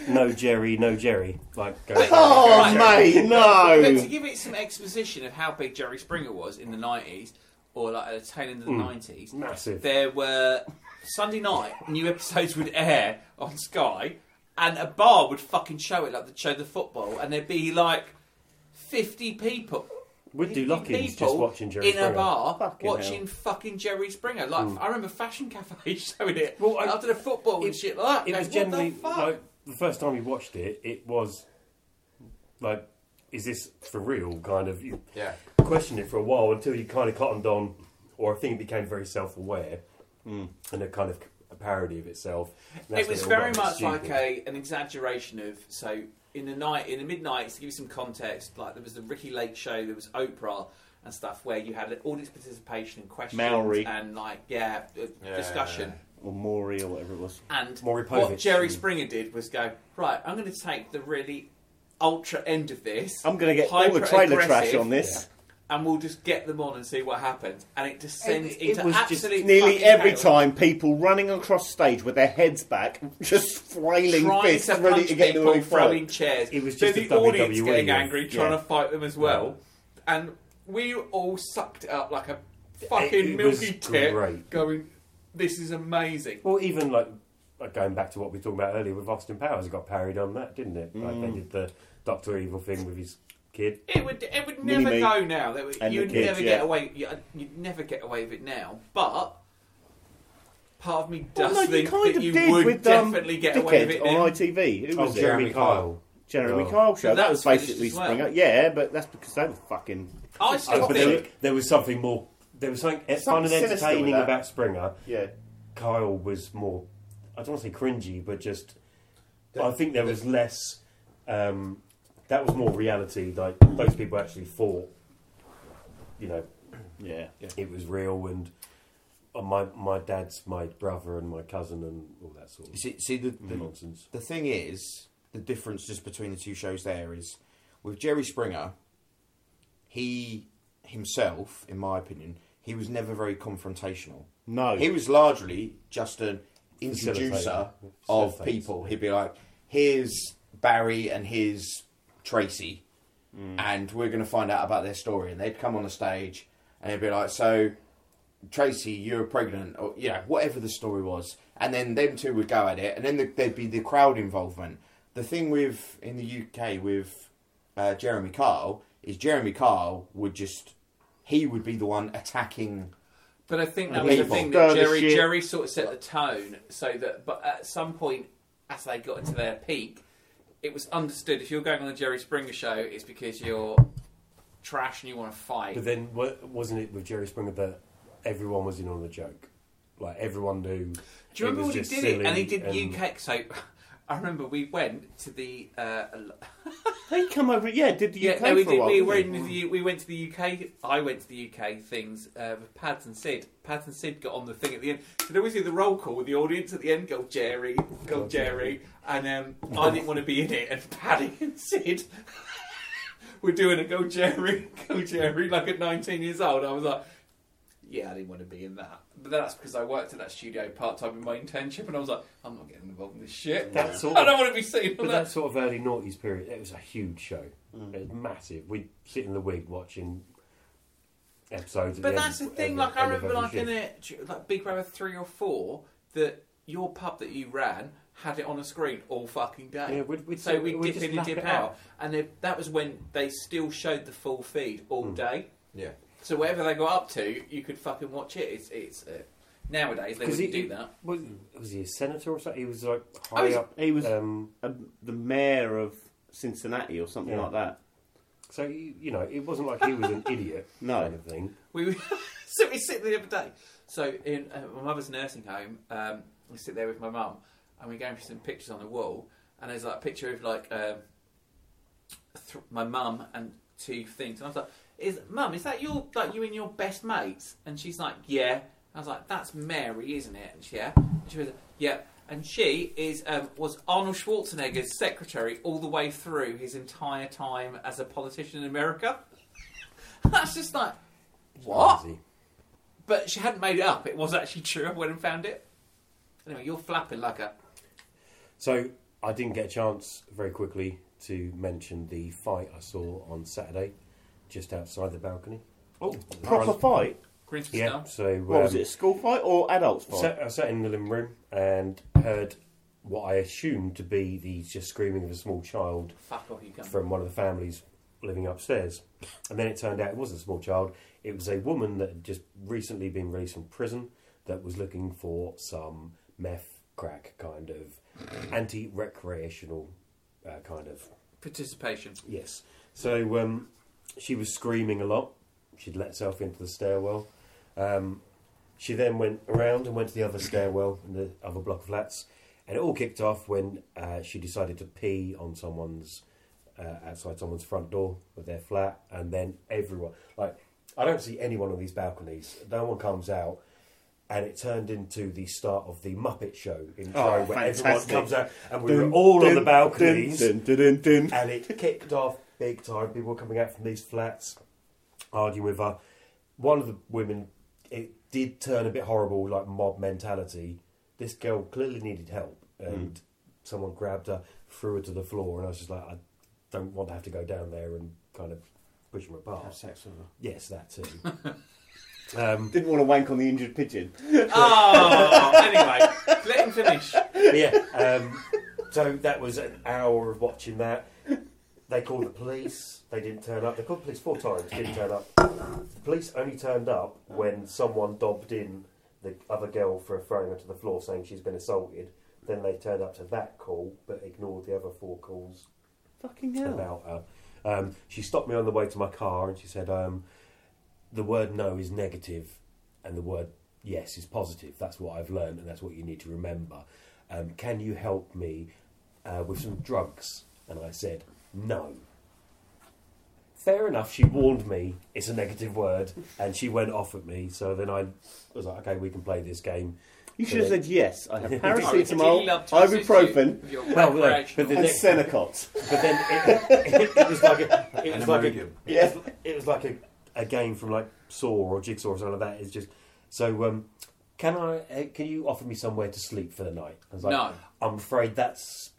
No Jerry, no Jerry. Like, go
oh,
Right.
mate,
But to
no.
give it some exposition of how big Jerry Springer was in the 90s, or like at the tail end of the 90s,
Hmm. massive.
there were Sunday night new episodes would air on Sky, and a bar would fucking show it like they'd show the football, and there'd be like fifty people.
We'd
50
do lock-ins just
people
watching Jerry
in
Springer. Hmm.
a bar,
Fucking
watching
hell.
fucking Jerry Springer. Like I remember Fashion Cafe showing it
Well, I-
after the football and shit like that.
It
Goes, "What
was generally
the fuck?
like the first time you watched it. It was like, is this for real? Kind of. You
Yeah.
questioned it for a while until you kind of cottoned on, or I think it became very self-aware
Hmm.
and a kind of a parody of itself. And that's
it
when
was
all
very
got a bit
much like
stupid.
a an exaggeration of so in the night in the mid nights to give you some context like there was the Ricky Lake show there was Oprah and stuff where you had audience participation and questions
Maori.
and like yeah, uh,
Yeah.
discussion
Or Maury or whatever it was.
and
Maury
what
Povich.
Jerry Springer did was go right I'm going to take the really ultra end of this
I'm going to get all the trailer trash
hyper-aggressive,
on this.
and we'll just get them on and see what happens and it descends
It- it
into
was just
absolute
Nearly
fucking
every
chaos.
time, people running across stage with their heads back, just flailing
trying
fists,
to
ready
punch
to get them
people,
in
throwing
front.
chairs.
It was
So
just
the
a WWE
audience
E,
getting
was-
angry, trying
yeah.
to fight them as well, and we all sucked it up like a
It-
fucking
it was
milky tit,
great.
going, "This is amazing."
Well, even like, like going back to what we talked about earlier with Austin Powers, it got parried on that, didn't it? Like
Mm.
they did the Doctor Evil thing with his kid.
It would it would
Mini
never
me
go now. That would-
and the
you'd
kids,
never
yeah.
get away. you- You'd never get away with it now. But part of me does
Well, no, you
think
kind
that
of
you
did
would
with um,
definitely get
Dickhead
away with it.
on
Now.
ITV. Who
Oh,
was it?
Jeremy Kyle.
Jeremy
Oh.
Kyle show.
So
that
that
was
was finished
basically
as well.
Springer. Yeah, but that's because they were fucking.
I
Oh,
still
but
think
there, there was something more. There was something, e-, fun
Something
and
sinister with
entertaining
that.
about Springer.
Yeah.
Kyle was more. I don't want to say cringy, but just. I think there was less. Um, that was more reality. Like those people actually fought. You know,
Yeah.
it was real, and uh, my my dad's my brother and my cousin and all that sort
You
of
see, see the, the,
nonsense.
the thing is, the difference just between the two shows there is with Jerry Springer, he himself, in my opinion, he was never very confrontational.
No.
He was largely just an introducer
Facilitator.
of
Facilitator.
people. He'd be like, here's Barry and here's Tracy, and we're going to find out about their story. And they'd come on the stage and he'd be like, so Tracy, you're pregnant, or you know, whatever the story was, and then them two would go at it, and then the, there'd be the crowd involvement. The thing with in the UK with uh, Jeremy Kyle is Jeremy Kyle would just he would be the one attacking.
But I think that
And
was the
people.
thing that
Stir the
Jerry
shit.
Jerry sort of set the tone so that. But at some point, as they got into their peak, it was understood if you're going on the Jerry Springer show, it's because you're trash and you want to fight.
But then, wa- wasn't it with Jerry Springer that everyone was in on the joke? Like everyone knew.
Do you remember
was
when he
just
did it?
silly
And he did
and-
UK. So I remember we went to the. Uh,
They come over, yeah, did the
yeah,
UK
no, we
for
did.
a while.
we,
didn't
were
they?
in the, we went to the UK. I went to the UK things uh, with Pads and Sid. Pads and Sid got on the thing at the end. So there was the roll call with the audience at the end. Go Jerry, go Jerry, and um, I didn't want to be in it. And Paddy and Sid were doing a go Jerry, go Jerry. Like at 19 years old, I was like. Yeah, I didn't want to be in that. But that's because I worked at that studio part time in my internship and I was like, I'm not getting involved in this shit.
That's sort
I
of-
don't want to be seen on
But
that.
that sort of early noughties period, it was a huge show.
Mm.
It was massive. We'd sit in the wig watching episodes. at
But
the
that's the
end-
thing,
end-
like, I
end of
remember,
every
like, in
shift.
it, like Big Brother 3 or 4, that your pub that you ran had it on a screen all fucking day.
Yeah, we'd- we'd-
so we'd,
we'd
dip
just
in and
lap
dip
it
out.
up.
And they, that was when they still showed the full feed all
Hmm.
day.
Yeah.
So whatever they got up to, you could fucking watch it. It's, it's uh, Nowadays, they
'Cause
wouldn't
he-
do that.
Was, was he a senator or something? He was like high
Oh, he's-
up.
he was-
Um,
Um, the mayor of Cincinnati or something
Yeah.
like that.
so you, you know, it wasn't like he was an idiot.
No.
kind of thing.
We were- so we sit there the other day. So in uh, my mother's nursing home, um, we sit there with my mum, and we're going through some pictures on the wall, and there's like a picture of like um, th- my mum and two things, and I was like, "Is mum? Is that your like you and your best mates?" And she's like, "Yeah." I was like, "That's Mary, isn't it?" And she, yeah, and she was, like, "Yeah." And she is um, was Arnold Schwarzenegger's secretary all the way through his entire time as a politician in America. That's just like what?
Crazy.
But she hadn't made it up. It was actually true. I went and found it. Anyway, you're flapping like a.
So I didn't get a chance very quickly to mention the fight I saw on Saturday, just outside the balcony.
Oh, proper fight.
Grinch
Yeah.
style.
So um,
What was it? A school fight or adults fight?
Sat, I sat in the living room and heard what I assumed to be the just screaming of a small child
Fuck off, you cunt.
from one of the families living upstairs. And then it turned out it wasn't a small child, it was a woman that had just recently been released from prison that was looking for some meth crack kind of anti recreational uh, kind of
Participation.
Yes. So um, she was screaming a lot. She'd let herself into the stairwell. Um, she then went around and went to the other stairwell in the other block of flats. And it all kicked off when uh, she decided to pee on someone's, uh, outside someone's front door of their flat. And then everyone, like, I don't see anyone on these balconies. No one comes out. And it turned into the start of the Muppet Show intro
Oh,
where
fantastic.
everyone comes out and we were all on the balconies
Dun, dun, dun, dun, dun.
and it kicked off big time. People were coming out from these flats, arguing with her. One of the women, it did turn a bit horrible, like mob mentality. This girl clearly needed help, and someone grabbed her, threw her to the floor, and I was just like, I don't want to have to go down there and kind of push her apart.
Have sex with her.
Yes, that too. um,
Didn't want to wank on the injured pigeon.
Oh, anyway, let him finish.
but yeah, um, so that was an hour of watching that. They called the police. They didn't turn up. They called the police four times. Didn't turn up. The police only turned up when someone dobbed in the other girl for throwing her to the floor, saying she's been assaulted. Then they turned up to that call, but ignored the other four calls
Fucking hell.
about her. Um, she stopped me on the way to my car and she said, um, "The word no is negative, and the word yes is positive. That's what I've learned, and that's what you need to remember. Um, can you help me uh, with some drugs?" And I said, "No." Fair enough. She warned me it's a negative word, and she went off at me. So then I was like, "Okay, we can play this game."
You
So
should have
then-
said yes. I have
Really
paracetamol,
love to assist you
ibuprofen,
with your
Well, well,
recreational-
but the
and
next-
Senecot.
But then it, it, was like a, it was like a,
American.
it, was, it was like a, a game from like Saw or Jigsaw or something like that. It's just so. Um, can I? Uh, can you offer me somewhere to sleep for the night? I was like,
No.
I'm afraid that's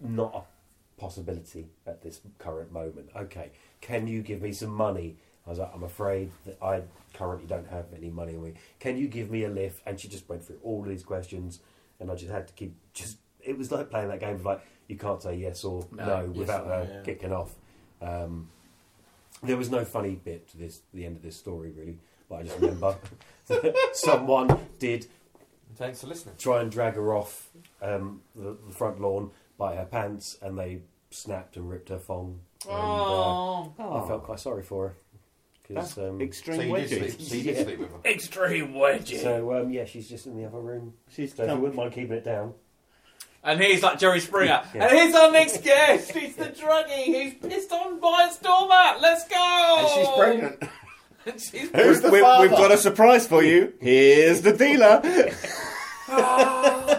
not a possibility at this current moment. Okay, can you give me some money? I was like, I'm afraid that I currently don't have any money. And we- Can you give me a lift? And she just went through all these questions, and I just had to keep just. It was like playing that game of like you can't say yes or
No.
no, without
or
her
no, yeah.
kicking off. Um, there was no funny bit to this the end of this story really, but I just remember someone did
Thanks for listening.
try and drag her off um, the, the front lawn by her pants, and they snapped and ripped her thong. And, uh,
Oh,
I felt quite sorry for her. 'Cause,
That's
um,
extreme
So you did
wedgie.
sleep. So you did sleep with her.
extreme wedgie.
so um, yeah, she's just in the other room.
She's
So if you
come
wouldn't mind keeping it down.
And he's like Jerry Springer.
Yeah.
And here's our next guest. He's the druggie. He's pissed on by a doormat. Let's go.
And she's pregnant.
And she's
We've,
Who's the
we've-
father?
we've got a surprise for you. Here's the dealer.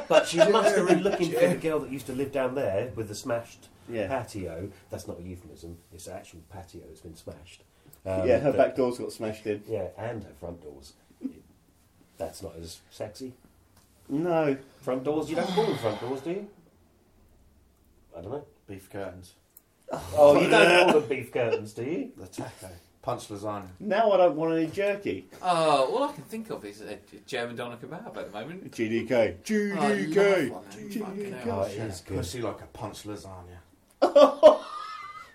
But she must have been looking for the girl that used to live down there with the smashed
Yeah.
patio. That's not a euphemism. It's an actual patio that's been smashed. Um,
yeah, her
but-
back door's got smashed in.
Yeah, and her front doors. It- That's not as sexy.
No.
Front doors? You don't call them front doors, do you? I don't know.
Beef curtains.
Oh, you don't call them beef curtains, do you?
The taco. Punch lasagna.
Now I don't want any jerky.
Oh, all I can think of is a German doner kebab at the moment.
GDK.
Oh, I love
GDK.
one, man. Fucking hell.
Oh, it is good.
Pussy like a punch lasagna.
Do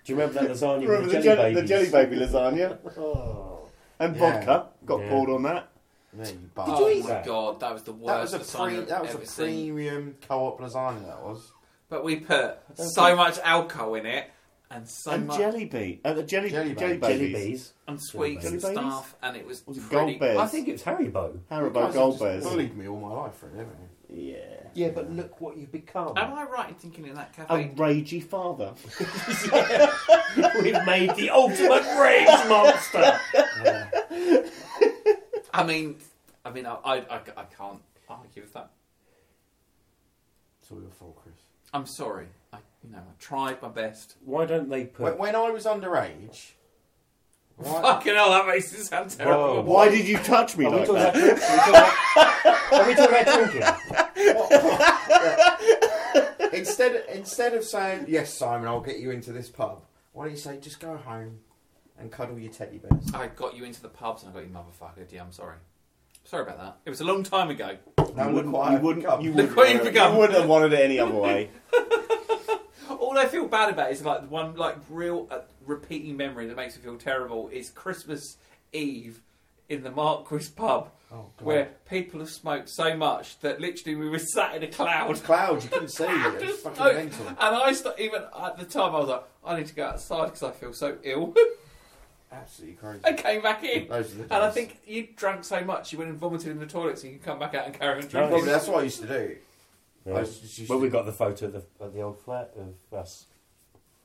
you remember that lasagna
Remember
with
the
the
jelly,
jelly,
the jelly baby lasagna?
Oh.
And
Yeah.
vodka. Got
Yeah.
called on that.
There you
Oh
bastard.
my
that?
god, that was the
That
worst
was a pre-
lasagna
that
I've
was a
ever seen.
premium co-op lasagna. That was.
But we put
don't
so
think-
much alcohol in it and so
and
much
jelly bean. Uh, the jelly,
Jelly
jelly,
bean.
Jelly
babies.
bees.
and sweets
Jelly
and
babies?
stuff, and it was,
Was it
pretty.
gold bears?
I think it was Haribo.
Haribo
Guys have
gold
just
bears.
Bullied me all my life, really. haven't you?
Yeah.
Yeah, but look what you've become.
Am I right in thinking in that
A
cafe?
ragey father.
We've made the ultimate rage monster.
I mean, I mean, I, I, I, I can't argue with that.
It's all your fault, Chris.
I'm sorry. I, you know, I tried my best.
Why don't they put?
When, when I was underage, why,
Fucking hell, that makes it sound terrible.
Whoa.
Why did you touch me
are, we
like
talking
that?
about, drinking? are we talking about drinking?
instead instead of saying yes, Simon, I'll get you into this pub, why don't you say just go home and cuddle your teddy bears?
I got you into the pubs and I got you motherfuckered. Yeah, I'm sorry. Sorry about that. It was a long time ago.
No,
You
look
wouldn't,
what
you
I've
wouldn't,
become.
you
Look what you've
wouldn't,
become.
you wouldn't have wanted it any other way.
All I feel bad about is like the one like real uh, repeating memory that makes me feel terrible is Christmas Eve in the Marquis pub
Oh, God.
where people have smoked so much that literally we were sat in a cloud.
cloud, you couldn't see it. It was
Just
fucking
smoke.
mental.
And I st- even at the time I was like, I need to go outside because I feel so ill.
Absolutely crazy.
I came back in.
Those are the
And I
days.
think you drank so much you went and vomited in the toilet so you could come back out and carry on
Probably
drinking.
that's what I used to do. I
Yeah.
was just used
Well,
to-
we got the photo of the, of the old flat of us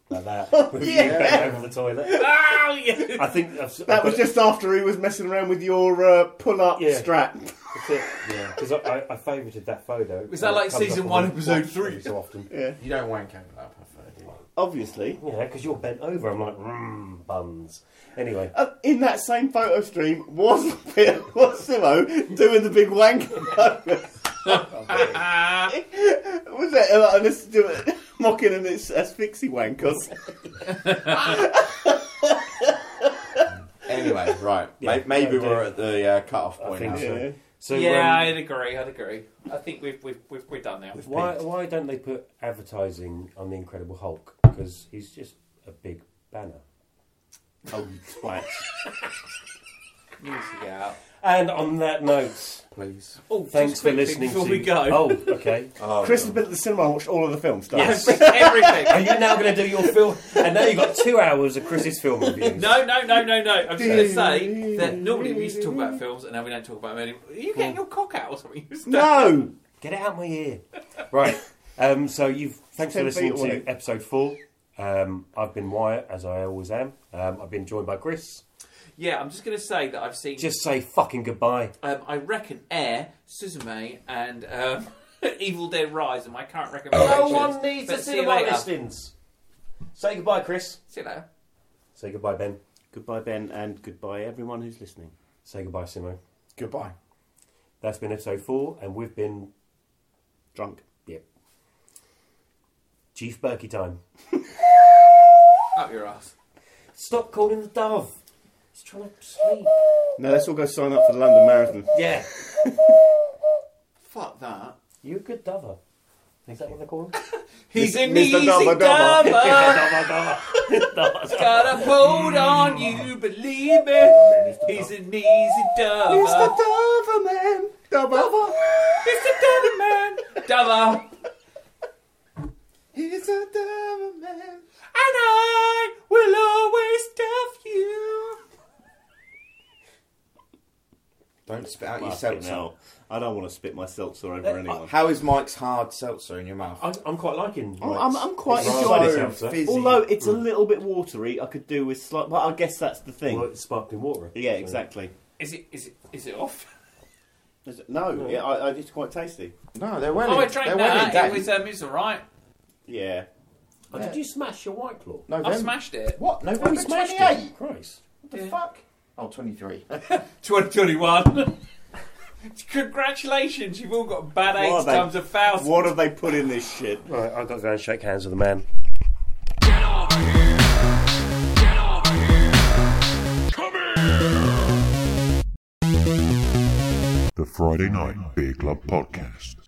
like that. With you bent over the toilet.
Oh, yeah.
I think I've, I've
That
got
was
it-
just after he was messing around with your uh, pull-up
Yeah.
strap.
That's it.
Yeah.
Because I, I, I favourited that photo.
Was that like
It comes
season
up
one,
on
episode
watch
three?
every So often. Yeah,
Yeah,
You don't wank over that puffer, do you?
obviously.
because you're bent over. I'm like, mmm, buns. Anyway,
Uh, in that same photo stream was was Simo doing the big wank. was that uh, and this do it, mocking an as- asphyxie wank? Or something?
Anyway, right.
Yeah.
May- maybe
No,
we're
dude.
at the uh, cut-off
I
point
think
now.
so.
Yeah.
so
yeah,
um,
I'd agree. I'd agree. I think we've we've, we've we're done now.
why why don't they put advertising on the Incredible Hulk? Because he's just a big banner.
Oh, twat.
Music out.
And on that note,
Please.
Oh,
thanks
just
for
quickly
listening.
Before
to...
we go,
Oh, okay.
Chris has been at the cinema and watched all of the films. don't
Yes. Are
everything.
you now going to do your film? And now you've got two hours of Chris's film reviews.
No, no, no, no, no. I'm just going to say that normally we used to talk about films, and now we don't talk about them anymore. Are you getting your cock out or something? uh, You
you?
stand-
No.
Get it out my ear. Right. Um, so you've thanks for
Ten
listening
feet away.
to episode four. Um, I've been Wyatt, as I always am. Um, I've been joined by Chris.
Yeah, I'm just going to say that I've seen.
Just say fucking goodbye.
um, I reckon Air, Suzume, and um, Evil Dead Rise are my current recommendations. But see you later.
listings. Say goodbye, Chris.
See you later.
Say goodbye, Ben.
Goodbye, Ben, and goodbye everyone who's listening.
Say goodbye, Simo.
Goodbye.
That's been episode four, and we've been
Drunk.
yep. Chief Berkey time.
Up your ass.
Stop calling the dove. He's trying to sleep.
No, let's all go sign up for the London Marathon.
Yeah.
Fuck that.
You're a good dover. Is that what they call him?
He's in the
Mr.
easy
Dubba Dubba.
dubba.
Dover, dover. Dover.
Got a hold on you, believe it. He's an easy dover. He's the
Doberman. Doberman.
dover man. Dover.
He's
is a devil man, and I will always stuff you.
Don't spit out your
Fucking
seltzer.
hell. I don't want to spit my seltzer over anyone.
How is Mike's hard seltzer in your mouth?
I'm, I'm quite liking.
Oh,
I'm,
Mike's
I'm, I'm quite
It's
enjoying
rather
it.
seltzer.
fizzy.
Although it's a little bit watery, I could do with slight. But I guess that's the thing.
Well, it's sparkling water.
yeah,
so-
exactly.
Is it? Is it? Is it off?
Is it- No, yeah, I, I, it's quite tasty.
No, they're well.
Oh, I
in,
drank
they're well in
that. It
date.
was, um, it was all right.
Yeah.
Oh, did you smash your white claw?
November.
I smashed it.
What?
Oh, you
November
smashed
28?
it. Christ.
What the fuck? Oh, 23.
2021. Congratulations, you've all got bad
What are
eights
they-
times a thousand.
What have they put in this shit?
Right, I've got to go and shake hands with the man.
The Friday Night Beer Club Podcast.